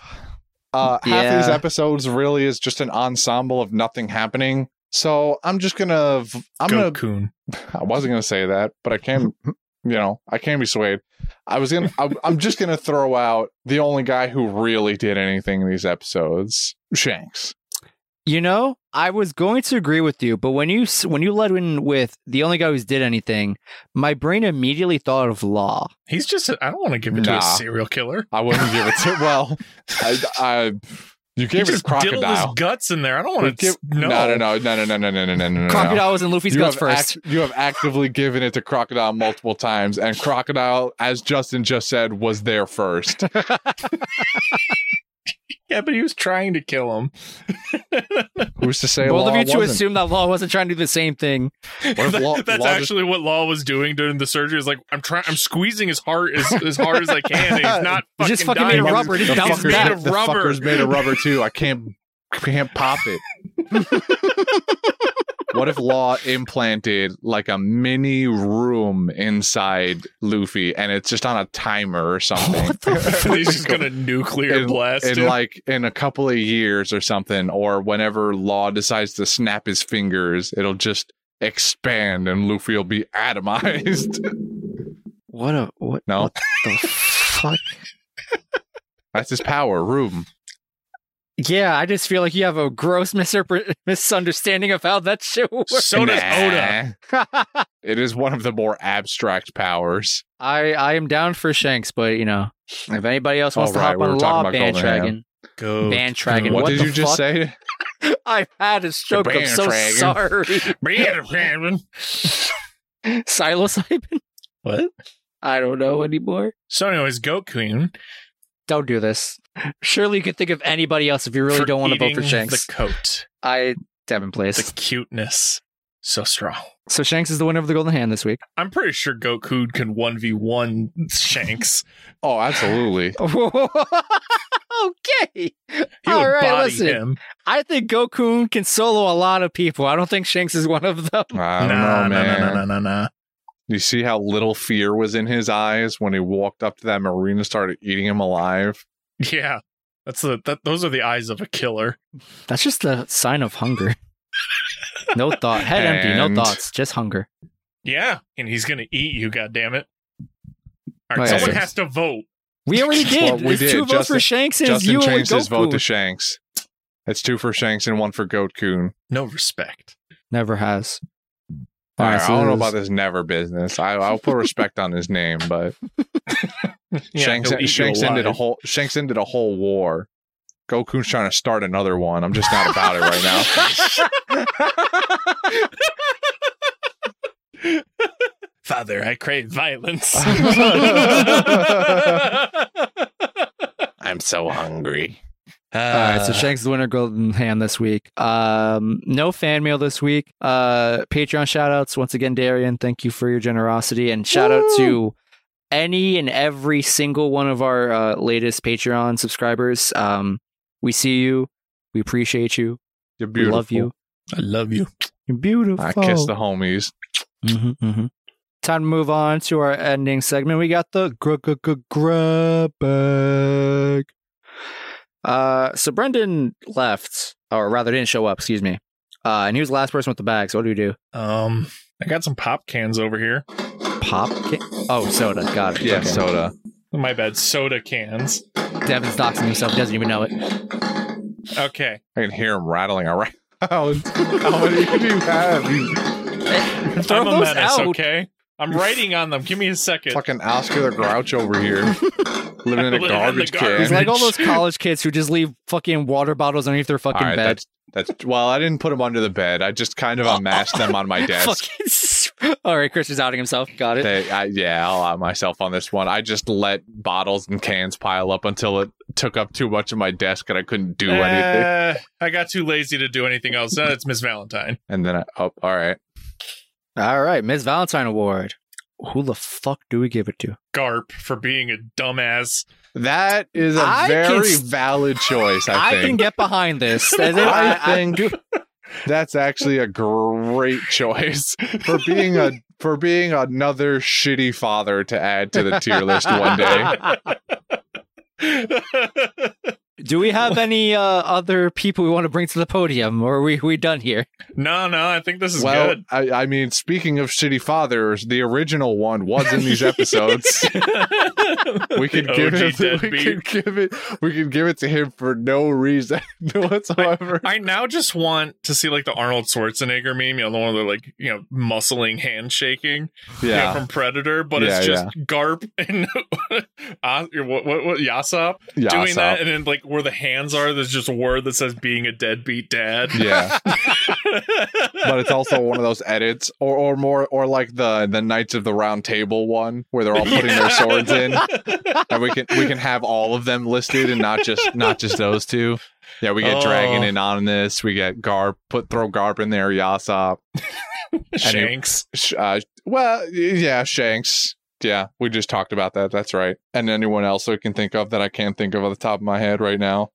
[SPEAKER 3] Uh, half
[SPEAKER 2] Yeah.
[SPEAKER 3] of these episodes really is just an ensemble of nothing happening. So I'm just gonna. v- I'm gonna
[SPEAKER 1] Gokun.
[SPEAKER 3] I wasn't gonna say that, but
[SPEAKER 2] [laughs]
[SPEAKER 3] I can. You know, I can be swayed. I was gonna. I'm, I'm just gonna throw out the only guy who really did anything in these episodes, Shanks.
[SPEAKER 2] You know, I was going to agree with you, but when you s- when you led in with the only guy who's did anything, my brain immediately thought of Law.
[SPEAKER 1] He's just I don't want to give it to
[SPEAKER 3] Nah.
[SPEAKER 1] a serial killer.
[SPEAKER 3] I wouldn't give it
[SPEAKER 2] [laughs]
[SPEAKER 3] to. Well, I, I you
[SPEAKER 1] He
[SPEAKER 3] gave it
[SPEAKER 1] just
[SPEAKER 3] to
[SPEAKER 1] diddled his
[SPEAKER 3] crocodile.
[SPEAKER 1] guts in there. I don't
[SPEAKER 3] You
[SPEAKER 1] want to
[SPEAKER 3] give-
[SPEAKER 1] no.
[SPEAKER 3] no, no, no, no, no, no, no, no, no, no, no.
[SPEAKER 2] Crocodile was in Luffy's
[SPEAKER 3] You
[SPEAKER 2] guts
[SPEAKER 3] have,
[SPEAKER 2] first.
[SPEAKER 3] act- you have actively given it to Crocodile multiple times, and Crocodile, as Justin just said, was there first.
[SPEAKER 1] Yeah, but he was trying to kill him.
[SPEAKER 3] Who's to say?
[SPEAKER 2] Both of
[SPEAKER 3] Law
[SPEAKER 2] you two
[SPEAKER 3] wasn't?
[SPEAKER 2] assume that Law wasn't trying to do the same thing.
[SPEAKER 1] [laughs]
[SPEAKER 3] What if Law-
[SPEAKER 1] That's
[SPEAKER 3] Law just-
[SPEAKER 1] actually what Law was doing during the surgery. Is like I'm trying, I'm squeezing his heart as, as hard as I can. And
[SPEAKER 3] [laughs]
[SPEAKER 1] he's not
[SPEAKER 2] He's
[SPEAKER 1] fucking
[SPEAKER 2] just fucking
[SPEAKER 1] dying.
[SPEAKER 2] made of
[SPEAKER 1] [laughs]
[SPEAKER 2] rubber. It
[SPEAKER 1] He's
[SPEAKER 2] just bounces
[SPEAKER 1] made
[SPEAKER 2] back.
[SPEAKER 1] of
[SPEAKER 3] the
[SPEAKER 1] rubber.
[SPEAKER 3] fucker's made of rubber too. I can't can't pop it. what if Law implanted like a mini room inside Luffy, and it's just on a timer or something?
[SPEAKER 2] What
[SPEAKER 1] [laughs]
[SPEAKER 2] the fuck?
[SPEAKER 1] he's just
[SPEAKER 3] [laughs]
[SPEAKER 1] gonna nuclear
[SPEAKER 3] In,
[SPEAKER 1] blast
[SPEAKER 3] in
[SPEAKER 1] him.
[SPEAKER 3] like in a couple of years or something, or whenever Law decides to snap his fingers, it'll just expand and Luffy will be atomized. [laughs]
[SPEAKER 2] What a what?
[SPEAKER 3] No.
[SPEAKER 2] What the fuck?
[SPEAKER 3] That's his power, room.
[SPEAKER 2] Yeah, I just feel like you have a gross [laughs] misrepre- misunderstanding of how that
[SPEAKER 3] [laughs]
[SPEAKER 2] shit works.
[SPEAKER 1] so does Oda.
[SPEAKER 3] Nah. It is one of the more abstract powers.
[SPEAKER 2] I I am down for Shanks, but you know, if anybody else wants
[SPEAKER 3] All
[SPEAKER 2] to
[SPEAKER 3] right,
[SPEAKER 2] hop
[SPEAKER 3] we were
[SPEAKER 2] on
[SPEAKER 3] talking
[SPEAKER 2] law
[SPEAKER 3] about Golden
[SPEAKER 2] bandwagon,
[SPEAKER 1] Go
[SPEAKER 2] bandwagon.
[SPEAKER 3] what,
[SPEAKER 2] What,
[SPEAKER 3] did
[SPEAKER 2] the
[SPEAKER 3] you just
[SPEAKER 2] fuck?
[SPEAKER 3] say?
[SPEAKER 2] [laughs] I've had a stroke. I'm so
[SPEAKER 3] bandwagon.
[SPEAKER 2] sorry.
[SPEAKER 1] Bandwagon.
[SPEAKER 2] [laughs] Psilocybin.
[SPEAKER 1] What?
[SPEAKER 2] I don't know anymore.
[SPEAKER 1] So, anyways, Goku
[SPEAKER 2] Don't do this. Surely you can think of anybody else if you really don't want to vote for Shanks.
[SPEAKER 1] The coat,
[SPEAKER 2] I Devin
[SPEAKER 1] the
[SPEAKER 3] [laughs]
[SPEAKER 2] plays.
[SPEAKER 1] cuteness, so strong.
[SPEAKER 2] So Shanks is the winner of the Golden Hand this week. [laughs]
[SPEAKER 1] I'm pretty sure Goku can one v one Shanks.
[SPEAKER 3] Oh, absolutely.
[SPEAKER 2] okay.
[SPEAKER 1] He
[SPEAKER 2] All
[SPEAKER 1] would
[SPEAKER 2] right,
[SPEAKER 1] body
[SPEAKER 2] listen.
[SPEAKER 1] him.
[SPEAKER 2] I think Goku can solo a lot of people. I don't think Shanks is one of them.
[SPEAKER 1] [laughs]
[SPEAKER 3] I
[SPEAKER 1] Nah,
[SPEAKER 3] don't
[SPEAKER 1] nah,
[SPEAKER 3] know, man.
[SPEAKER 1] nah, nah, nah, nah.
[SPEAKER 3] You see how little fear was in his eyes when he walked up to that marine and started eating him alive?
[SPEAKER 1] Yeah, that's the that, those are the eyes of a killer.
[SPEAKER 2] That's just a sign of
[SPEAKER 3] [laughs]
[SPEAKER 2] hunger. No thought. Head empty.
[SPEAKER 3] And-
[SPEAKER 2] No thoughts. Just hunger.
[SPEAKER 1] Yeah, and he's gonna eat you. God damn it! All
[SPEAKER 2] Oh,
[SPEAKER 1] right,
[SPEAKER 2] yeah.
[SPEAKER 1] someone has to vote.
[SPEAKER 2] We already did.
[SPEAKER 3] [laughs] Well, we
[SPEAKER 2] it's
[SPEAKER 3] did.
[SPEAKER 2] two votes for
[SPEAKER 3] Justin-
[SPEAKER 2] Shanks and it's
[SPEAKER 3] Justin
[SPEAKER 2] you and
[SPEAKER 3] changed
[SPEAKER 2] Goku.
[SPEAKER 3] his vote to Shanks. It's two for Shanks and one for Goat Coon.
[SPEAKER 1] No respect.
[SPEAKER 2] Never has.
[SPEAKER 3] All right,
[SPEAKER 2] so
[SPEAKER 3] I don't know
[SPEAKER 2] this-
[SPEAKER 3] about this never business. I, I'll put respect on his name, but
[SPEAKER 1] [laughs] Yeah,
[SPEAKER 3] Shanks,
[SPEAKER 1] he'll eat you
[SPEAKER 3] Shanks ended a
[SPEAKER 1] alive.
[SPEAKER 3] whole Shanks ended a whole war. Goku's trying to start another one. I'm just not about it right now.
[SPEAKER 1] [laughs]
[SPEAKER 2] [laughs]
[SPEAKER 3] [laughs]
[SPEAKER 1] Father, I crave violence. [laughs]
[SPEAKER 3] I'm so hungry.
[SPEAKER 2] All right,
[SPEAKER 1] Uh,
[SPEAKER 3] Uh,
[SPEAKER 2] so Shanks is the winner golden hand this week. Um, no fan mail this week. Uh, Patreon shout outs once again, Darian. Thank you for your generosity and shout out to any and every single one of our uh, latest Patreon subscribers. Um, we see you. We appreciate you.
[SPEAKER 3] You're
[SPEAKER 2] We
[SPEAKER 3] beautiful.
[SPEAKER 2] love you.
[SPEAKER 1] I love you.
[SPEAKER 2] You're beautiful.
[SPEAKER 3] I kiss the homies.
[SPEAKER 2] Mhm, mhm. Time to move on to our ending segment. We got the gr- gr- gr- grub bag. Uh, so Brendan left, or rather didn't show up. Excuse me. Uh, and he was the last person with the bag. So what do we do?
[SPEAKER 1] Um, I got some pop cans over here.
[SPEAKER 2] Pop? Can- oh, soda. Got it.
[SPEAKER 3] Yeah,
[SPEAKER 2] Okay.
[SPEAKER 3] soda.
[SPEAKER 1] My bad, soda cans.
[SPEAKER 2] Devin's doxing himself. Doesn't even know it.
[SPEAKER 1] Okay.
[SPEAKER 3] I can hear him rattling around. [laughs] How many do you have? You
[SPEAKER 2] Throw
[SPEAKER 1] I'm a
[SPEAKER 2] those
[SPEAKER 1] menace,
[SPEAKER 2] out.
[SPEAKER 1] okay? I'm writing on them. Give me a second.
[SPEAKER 3] fucking Oscar the Grouch
[SPEAKER 2] [laughs]
[SPEAKER 3] over here, [laughs] living in a
[SPEAKER 1] Living in the
[SPEAKER 3] garbage can.
[SPEAKER 1] garbage.
[SPEAKER 2] He's like all those college kids who just leave fucking water bottles underneath their fucking
[SPEAKER 3] All right,
[SPEAKER 2] bed. Oh.
[SPEAKER 3] That's, that's well, I didn't put them under the bed. I just kind of unmasked them on
[SPEAKER 2] [laughs]
[SPEAKER 3] my desk.
[SPEAKER 2] Fucking. [laughs] s- All right, Chris is outing himself. Got it.
[SPEAKER 3] They, I, yeah, I'll out myself on this one. I just let bottles and cans pile up until it took up too much of my desk and I couldn't do
[SPEAKER 2] Eh.
[SPEAKER 3] anything.
[SPEAKER 1] Uh, I got too lazy to do anything else. Now it's Miss Valentine.
[SPEAKER 3] And then I, oh, all right.
[SPEAKER 2] All right, Miss Valentine Award. Who the fuck do we give it to?
[SPEAKER 1] Garp for being a dumbass. [laughs]
[SPEAKER 3] That is a
[SPEAKER 2] I can
[SPEAKER 3] very
[SPEAKER 2] s-
[SPEAKER 3] valid choice, I think.
[SPEAKER 2] can get behind
[SPEAKER 3] [laughs]
[SPEAKER 2] this. As if
[SPEAKER 3] I
[SPEAKER 2] I, I- [laughs]
[SPEAKER 3] think that's actually a great [laughs] choice
[SPEAKER 1] [laughs]
[SPEAKER 3] for being a for being another shitty father to add to the tier list one day.
[SPEAKER 2] do we have any uh, other people we want to bring to the podium, or are we we done here?
[SPEAKER 1] no, no, I think [laughs] this is
[SPEAKER 3] well,
[SPEAKER 1] good.
[SPEAKER 3] I, I mean, speaking of shitty fathers, the original one was in
[SPEAKER 1] [laughs]
[SPEAKER 3] these episodes. we could
[SPEAKER 1] The
[SPEAKER 3] give
[SPEAKER 1] OG
[SPEAKER 3] it. [laughs] We
[SPEAKER 1] deadbeat.
[SPEAKER 3] could give it. We could give it to him for no reason [laughs] whatsoever.
[SPEAKER 1] I now just want to see like the Arnold Schwarzenegger meme, you know, the one where they're like, you know, muscling handshaking you know,
[SPEAKER 3] yeah,
[SPEAKER 1] from Predator, but
[SPEAKER 3] Yeah,
[SPEAKER 1] it's just Garp and [laughs] uh, what, what, what, Yasop
[SPEAKER 3] yeah,
[SPEAKER 1] doing
[SPEAKER 3] so-
[SPEAKER 1] that, and then like where the hands are, there's just a word that says being a deadbeat dad.
[SPEAKER 2] [laughs]
[SPEAKER 3] Yeah, but it's also one of those edits, or or more, or like the the Knights of the Round Table one, where they're all putting their swords in, and we can
[SPEAKER 2] [laughs]
[SPEAKER 3] we can have all of them listed and not just not just those two. Yeah, we get Dragon
[SPEAKER 1] Oh.
[SPEAKER 3] in on this. We get Garb put throw Garb in there. Yasop.
[SPEAKER 1] Shanks.
[SPEAKER 3] Sh- uh, well, y- yeah, Shanks. Yeah, we just talked about that. That's right. And anyone else I can think of that I can't think of off the top of my head right now.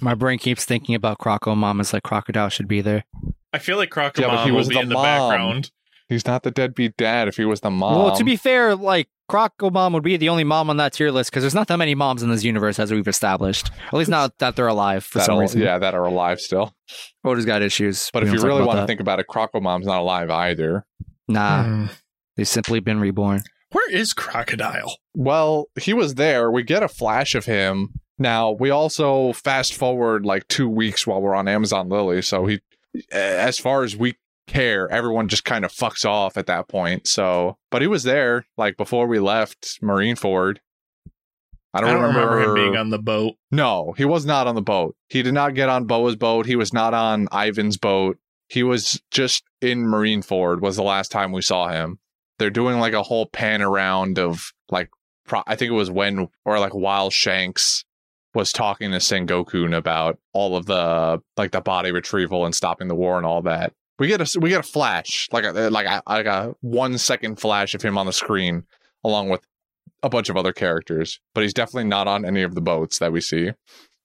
[SPEAKER 2] My brain keeps thinking about Croco Mama's like Crocodile should be there.
[SPEAKER 1] I feel like Crocomom
[SPEAKER 3] Yeah, but he was
[SPEAKER 1] will be
[SPEAKER 3] the
[SPEAKER 1] in the
[SPEAKER 3] mom.
[SPEAKER 1] background.
[SPEAKER 3] He's not the deadbeat dad if he was the mom.
[SPEAKER 2] Well, to be fair, like Croco Mom would be the only mom on that tier list because there's not that many moms in this universe as we've established. At least not that they're alive for
[SPEAKER 3] that
[SPEAKER 2] some
[SPEAKER 3] are-
[SPEAKER 2] reason.
[SPEAKER 3] Yeah, that are alive still.
[SPEAKER 2] Oda's got issues.
[SPEAKER 3] But
[SPEAKER 2] We
[SPEAKER 3] if
[SPEAKER 2] don't
[SPEAKER 3] you
[SPEAKER 2] talk
[SPEAKER 3] really
[SPEAKER 2] about
[SPEAKER 3] want to
[SPEAKER 2] that.
[SPEAKER 3] think about it, Crocomom's not alive either. Ah.
[SPEAKER 2] nah,
[SPEAKER 1] Hmm.
[SPEAKER 2] they've simply been reborn.
[SPEAKER 1] Where is Crocodile?
[SPEAKER 3] Well, he was there. We get a flash of him. Now, we also fast forward like two weeks while we're on Amazon Lily. So he, as far as we care, everyone just kind of fucks off at that point. So, but he was there like before we left Marineford. I
[SPEAKER 1] I
[SPEAKER 3] don't,
[SPEAKER 1] don't, remember,
[SPEAKER 3] remember,
[SPEAKER 1] him being on the boat.
[SPEAKER 3] No, he was not on the boat. He did not get on Boa's boat. He was not on Ivan's boat. He was just in Marineford was the last time we saw him. They're doing like a whole pan around of like pro- I think it was when or like while Shanks was talking to Sengoku about all of the like the body retrieval and stopping the war and all that. We get a we get a flash like a like a like a one second flash of him on the screen along with a bunch of other characters, but he's definitely not on any of the boats that we see.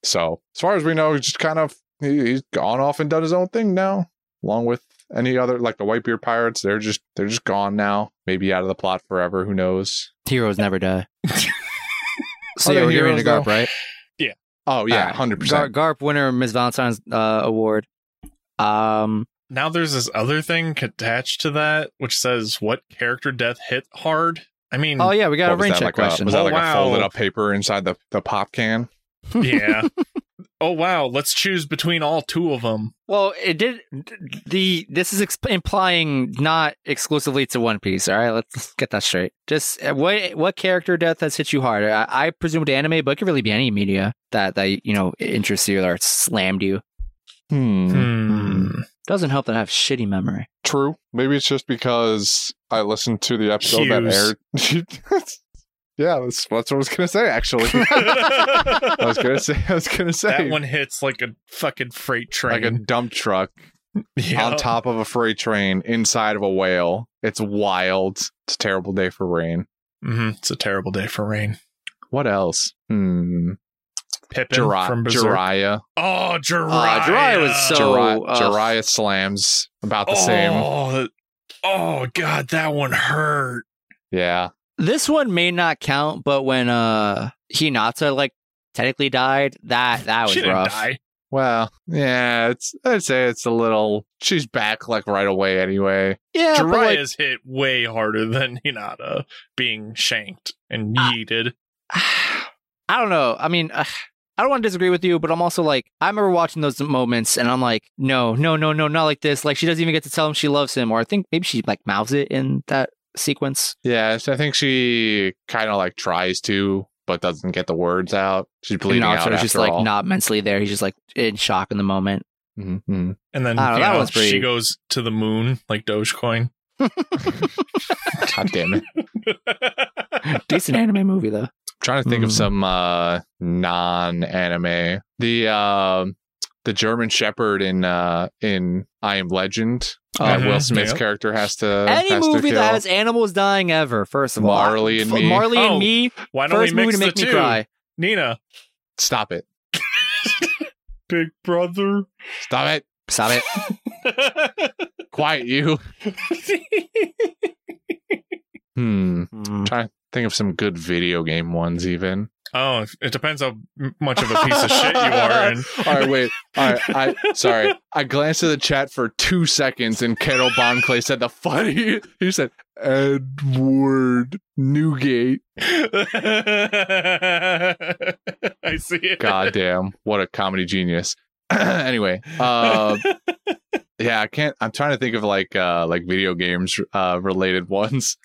[SPEAKER 3] So as far as we know, he's just kind of he, he's gone off and done his own thing now, along with any other like the Whitebeard pirates. They're just they're just gone now, maybe out of the plot forever. Who knows?
[SPEAKER 2] Heroes never
[SPEAKER 3] [laughs]
[SPEAKER 2] die. so
[SPEAKER 3] Are
[SPEAKER 2] yeah,
[SPEAKER 3] they
[SPEAKER 2] we're giving it to
[SPEAKER 3] heroes,
[SPEAKER 2] Garp, right?
[SPEAKER 3] Oh yeah,
[SPEAKER 2] Uh,
[SPEAKER 3] hundred
[SPEAKER 2] Gar-
[SPEAKER 3] percent.
[SPEAKER 2] Garp winner Miss Valentine's uh, award. Um,
[SPEAKER 1] Now there's this other thing attached to that, which says what character death hit hard. I mean,
[SPEAKER 2] oh yeah, we got a rain check
[SPEAKER 3] was that like a,
[SPEAKER 2] question.
[SPEAKER 3] was that
[SPEAKER 1] Oh,
[SPEAKER 3] like
[SPEAKER 1] wow.
[SPEAKER 3] a folded up paper inside the, the pop can?
[SPEAKER 1] yeah. oh wow, let's choose between all two of them.
[SPEAKER 2] well, it did the this is exp- implying not exclusively to One Piece. All right, let's get that straight. Just uh, what what character death has hit you hard? I, I presume to anime, but it could really be any media that that you know interests you or slammed you.
[SPEAKER 3] Hmm.
[SPEAKER 1] Hmm.
[SPEAKER 2] Doesn't help that I have shitty memory.
[SPEAKER 3] True. Maybe it's just because I listened to the episode
[SPEAKER 1] Cues.
[SPEAKER 3] that aired. [laughs] yeah, that's, that's what I was gonna say. Actually, [laughs]
[SPEAKER 1] [laughs]
[SPEAKER 3] I was gonna say. I was gonna say
[SPEAKER 1] that one hits like a fucking freight train.
[SPEAKER 3] like a dump truck.
[SPEAKER 1] [laughs] Yeah.
[SPEAKER 3] on top of a freight train inside of a whale. It's wild. It's a terrible day for rain.
[SPEAKER 1] Mhm. It's a terrible day for rain.
[SPEAKER 3] What else? Hmm.
[SPEAKER 1] Pippin
[SPEAKER 3] Jiraiya.
[SPEAKER 1] from Berserk.
[SPEAKER 3] Jiraiya.
[SPEAKER 1] Oh, Jiraiya.
[SPEAKER 2] Uh, Jiraiya was so-
[SPEAKER 3] Jiri-
[SPEAKER 2] ugh.
[SPEAKER 3] Jiraiya slams about the
[SPEAKER 1] oh,
[SPEAKER 3] same.
[SPEAKER 1] that- Oh god, that one hurt.
[SPEAKER 3] Yeah.
[SPEAKER 2] This one may not count, but when uh Hinata like technically died, that that was
[SPEAKER 1] she didn't
[SPEAKER 2] rough.
[SPEAKER 1] die.
[SPEAKER 3] Well, yeah, it's I'd say it's a little she's back like right away anyway.
[SPEAKER 2] Yeah, [laughs] but, like,
[SPEAKER 1] Jiraiya's hit way harder than Hinata being shanked and
[SPEAKER 2] Ah.
[SPEAKER 1] yeeted.
[SPEAKER 2] [sighs] I don't know. I mean, uh, I don't want to disagree with you, but I'm also like, I remember watching those moments, and I'm like, no, no, no, no, not like this. Like she doesn't even get to tell him she loves him, or I think maybe she like mouths it in that sequence.
[SPEAKER 3] Yeah, I think she kind of like tries to, but doesn't get the words out. She's bleeding
[SPEAKER 2] and
[SPEAKER 3] out
[SPEAKER 2] Naruto's
[SPEAKER 3] after
[SPEAKER 2] just like
[SPEAKER 3] all.
[SPEAKER 2] not mentally there. He's just like in shock in the
[SPEAKER 3] [laughs]
[SPEAKER 2] moment.
[SPEAKER 3] Mhm.
[SPEAKER 1] And then
[SPEAKER 2] I don't know,
[SPEAKER 1] you
[SPEAKER 2] that
[SPEAKER 1] know,
[SPEAKER 2] one's pretty-
[SPEAKER 1] she goes to the moon like Dogecoin. [laughs]
[SPEAKER 3] God damn it!
[SPEAKER 2] Decent anime movie though.
[SPEAKER 3] trying to think of
[SPEAKER 2] Mhm.
[SPEAKER 3] some uh non-anime. The um the German Shepherd in uh in I Am Legend. that
[SPEAKER 1] Mhm.
[SPEAKER 3] Will Smith's
[SPEAKER 1] Yep.
[SPEAKER 3] character has to
[SPEAKER 2] Any
[SPEAKER 3] has to
[SPEAKER 2] movie
[SPEAKER 3] kill.
[SPEAKER 2] that has animals dying ever, first of all,
[SPEAKER 3] Marley and
[SPEAKER 2] F-
[SPEAKER 3] Me.
[SPEAKER 2] Marley and
[SPEAKER 1] Oh,
[SPEAKER 2] me,
[SPEAKER 1] Why don't
[SPEAKER 2] first
[SPEAKER 1] we
[SPEAKER 2] movie
[SPEAKER 1] mix
[SPEAKER 2] to make
[SPEAKER 1] the
[SPEAKER 2] me
[SPEAKER 1] two?
[SPEAKER 2] cry.
[SPEAKER 1] Nina,
[SPEAKER 3] Stop it!
[SPEAKER 1] Big Brother. [laughs]
[SPEAKER 3] Stop it!
[SPEAKER 2] Stop
[SPEAKER 3] [laughs]
[SPEAKER 2] it.
[SPEAKER 3] Quiet you. Hmm.
[SPEAKER 2] Mm.
[SPEAKER 3] Trying to think of some good video game ones even.
[SPEAKER 1] oh, it depends how much of a piece of shit you are.
[SPEAKER 2] [laughs]
[SPEAKER 1] And
[SPEAKER 3] All right, wait. All right, I sorry. I glanced at the chat for two seconds, and Carol Bonclay said the funny. [laughs] He said Edward Newgate.
[SPEAKER 1] [laughs] I see it.
[SPEAKER 3] God damn, what a comedy genius. [clears throat] anyway,
[SPEAKER 1] [laughs]
[SPEAKER 2] Um,
[SPEAKER 3] uh, yeah, I can't. I'm trying to think of like uh, like video games uh, related [laughs] ones.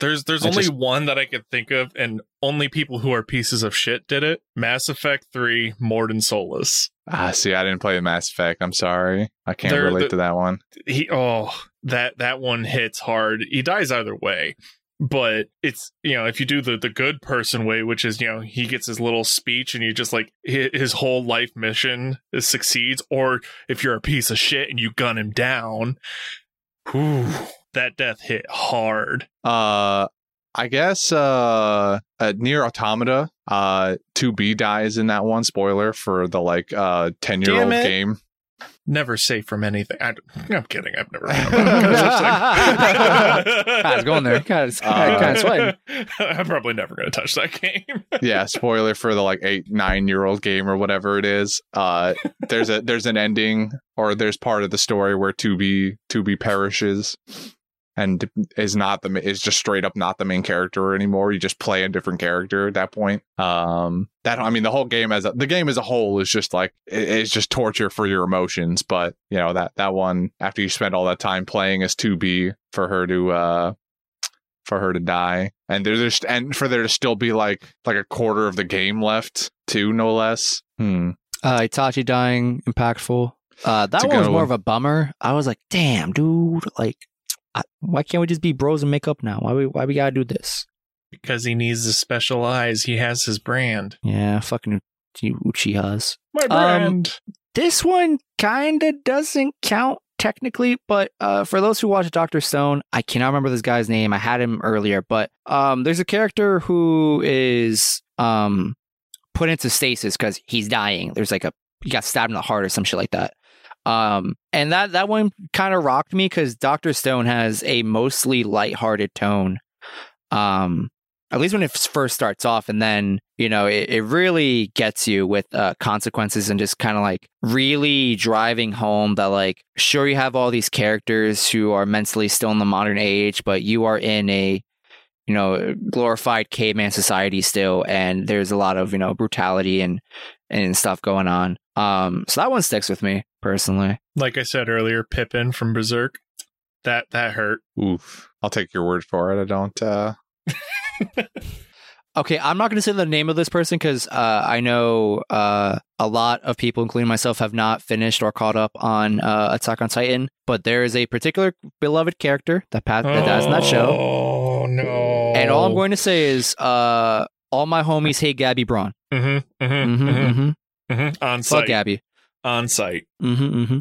[SPEAKER 1] There's there's
[SPEAKER 3] I
[SPEAKER 1] only
[SPEAKER 3] just-
[SPEAKER 1] one that I could think of, and only people who are pieces of shit did it. Mass Effect Three, Morden Solus.
[SPEAKER 3] Ah, see, I didn't play the Mass Effect. I'm sorry, I can't
[SPEAKER 1] They're
[SPEAKER 3] relate
[SPEAKER 1] the-
[SPEAKER 3] to that one.
[SPEAKER 1] He oh that that one hits hard. He dies either way, but it's you know if you do the the good person way, which is you know he gets his little speech and you just like hi- his whole life mission is succeeds, or if you're a piece of shit and you gun him down, whew, that death hit hard.
[SPEAKER 3] Uh, I guess uh, uh near Automata, uh, two B dies in that one. Spoiler for the like uh ten year old
[SPEAKER 1] Damn it.
[SPEAKER 3] game.
[SPEAKER 1] Never safe from anything. I, am kidding. I've
[SPEAKER 2] [laughs]
[SPEAKER 1] never. Heard
[SPEAKER 2] God, [laughs] it's going there. God, it's
[SPEAKER 3] Uh,
[SPEAKER 2] kind of sweating.
[SPEAKER 1] [laughs] I'm probably never going to touch that game. [laughs]
[SPEAKER 3] yeah, spoiler for the like eight nine year old game or whatever it is. Uh, there's a there's an ending or there's part of the story where two B two B perishes. And is not the ma- is just straight up not the main character anymore. You just play a different character at that point. Um, that I mean, the whole game as a, the game as a whole is just like it- it's just torture for your emotions. But you know that that one after you spend all that time playing as two B for her to uh for her to die and there's just and for there to still be like like a quarter of the game left too no less hmm
[SPEAKER 2] Uh, Itachi dying impactful. Uh,
[SPEAKER 3] It's
[SPEAKER 2] that
[SPEAKER 3] a
[SPEAKER 2] one was
[SPEAKER 3] good
[SPEAKER 2] more
[SPEAKER 3] one.
[SPEAKER 2] of a bummer. I was like, damn, dude, like, I, why can't we just be bros and make up now? Why we why we gotta do this?
[SPEAKER 1] Because he needs the special eyes. He has his brand.
[SPEAKER 2] Yeah, fucking U- Uchiha's.
[SPEAKER 1] My
[SPEAKER 2] brand.
[SPEAKER 1] brand.
[SPEAKER 2] This one kind of doesn't count technically, but uh, for those who watch Doctor Stone, I cannot remember this guy's name. I had him earlier, but um, there's a character who is um put into stasis because he's dying. There's like a he got stabbed in the heart or some shit like that. Um, and that that one kind of rocked me because Doctor Stone has a mostly lighthearted tone. Um, at least when it f- first starts off and then you know it, it really gets you with uh, consequences and just kind of like really driving home that like sure you have all these characters who are mentally still in the modern age but you are in a you know glorified caveman society still and there's a lot of you know brutality and and stuff going on um so that one sticks with me personally
[SPEAKER 1] Like I said earlier, Pippin from Berserk. That that hurt.
[SPEAKER 3] oof i'll take your word for it i don't uh
[SPEAKER 2] Okay, I'm not going to say the name of this person because uh, I know uh, a lot of people, including myself, have not finished or caught up on uh, Attack on Titan. But there is a particular beloved character that passed that dies in that show,
[SPEAKER 1] Oh no!
[SPEAKER 2] and all I'm going to say is, uh, all my homies hate Gabby Braun.
[SPEAKER 1] Mm-hmm, mm-hmm,
[SPEAKER 2] Mm-hmm,
[SPEAKER 1] mm-hmm,
[SPEAKER 2] mm-hmm.
[SPEAKER 1] mm-hmm. On
[SPEAKER 2] Fuck
[SPEAKER 1] site.
[SPEAKER 2] Gabby.
[SPEAKER 1] On site.
[SPEAKER 2] Mm-hmm, mm-hmm.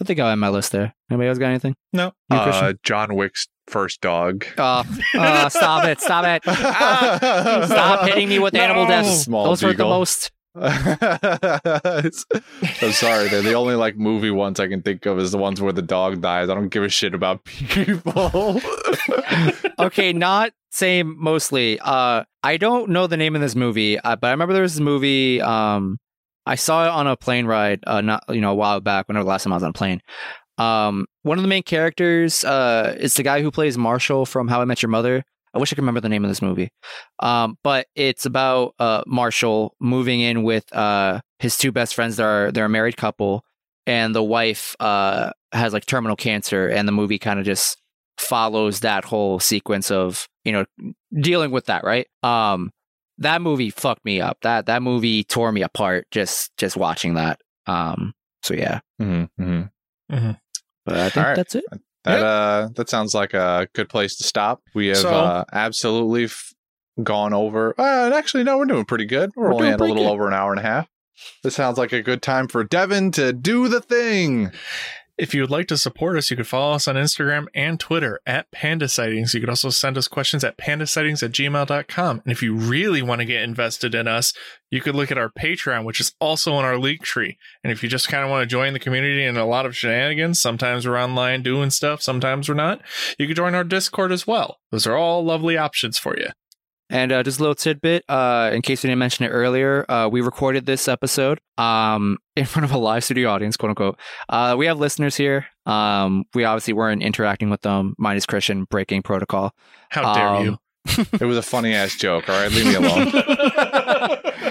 [SPEAKER 2] I think I'll end my list there. Anybody else got anything?
[SPEAKER 4] No.
[SPEAKER 2] You, Christian?
[SPEAKER 3] Uh, John Wick's first dog.
[SPEAKER 2] Uh, uh, stop it! Stop it!
[SPEAKER 3] [laughs]
[SPEAKER 2] Ah, stop hitting me with animal
[SPEAKER 1] No.
[SPEAKER 2] deaths.
[SPEAKER 3] Small
[SPEAKER 2] Those hurt the
[SPEAKER 3] beagle.
[SPEAKER 2] most.
[SPEAKER 1] Oh,
[SPEAKER 3] I'm sorry, they're the only like movie ones I can think of is the ones where the dog dies. I don't give a shit about
[SPEAKER 2] [laughs]
[SPEAKER 3] [laughs] people.
[SPEAKER 2] okay, not same mostly. Uh I don't know the name of this movie, uh, but I remember there was this movie um I saw it on a plane ride uh not you know a while back whenever the last time I was on a plane. Um one of the main characters uh is the guy who plays Marshall from How I Met Your Mother. I wish I could remember the name of this movie. Um but it's about uh Marshall moving in with uh his two best friends that are they're a married couple and the wife uh has like terminal cancer and the movie kind of just follows that whole sequence of you know dealing with that right um that movie fucked me up that that movie tore me apart just just watching that um so yeah
[SPEAKER 3] mm-hmm.
[SPEAKER 2] but i think
[SPEAKER 3] All right.
[SPEAKER 2] that's it
[SPEAKER 3] That
[SPEAKER 4] Yep.
[SPEAKER 3] uh, that sounds like a good place to stop. We have
[SPEAKER 4] So-
[SPEAKER 3] uh, absolutely f- gone over. Uh, actually, no, we're doing pretty good. We're,
[SPEAKER 2] We're
[SPEAKER 3] only
[SPEAKER 2] doing
[SPEAKER 3] at a
[SPEAKER 2] pretty
[SPEAKER 3] little
[SPEAKER 2] good.
[SPEAKER 3] over an hour and a half. This sounds like a good time for Devin to do the thing.
[SPEAKER 1] If you would like to support us, you can follow us on Instagram and Twitter at Panda Sightings. You can also send us questions at pandasightings at gmail.com. And if you really want to get invested in us, you could look at our Patreon, which is also on our leak tree. And if you just kind of want to join the community and a lot of shenanigans, sometimes we're online doing stuff, sometimes we're not, you can join our Discord as well. Those are all lovely options for you.
[SPEAKER 2] And uh, just a little tidbit, uh, in case we didn't mention it earlier, uh, we recorded this episode um, [laughs] in front of a live studio audience, quote unquote. Uh, we have listeners here. Um, we obviously weren't interacting with them, minus Christian breaking protocol.
[SPEAKER 1] How dare
[SPEAKER 2] Um,
[SPEAKER 1] you?
[SPEAKER 3] It was a funny ass joke. All right, leave me
[SPEAKER 2] [laughs]
[SPEAKER 3] alone.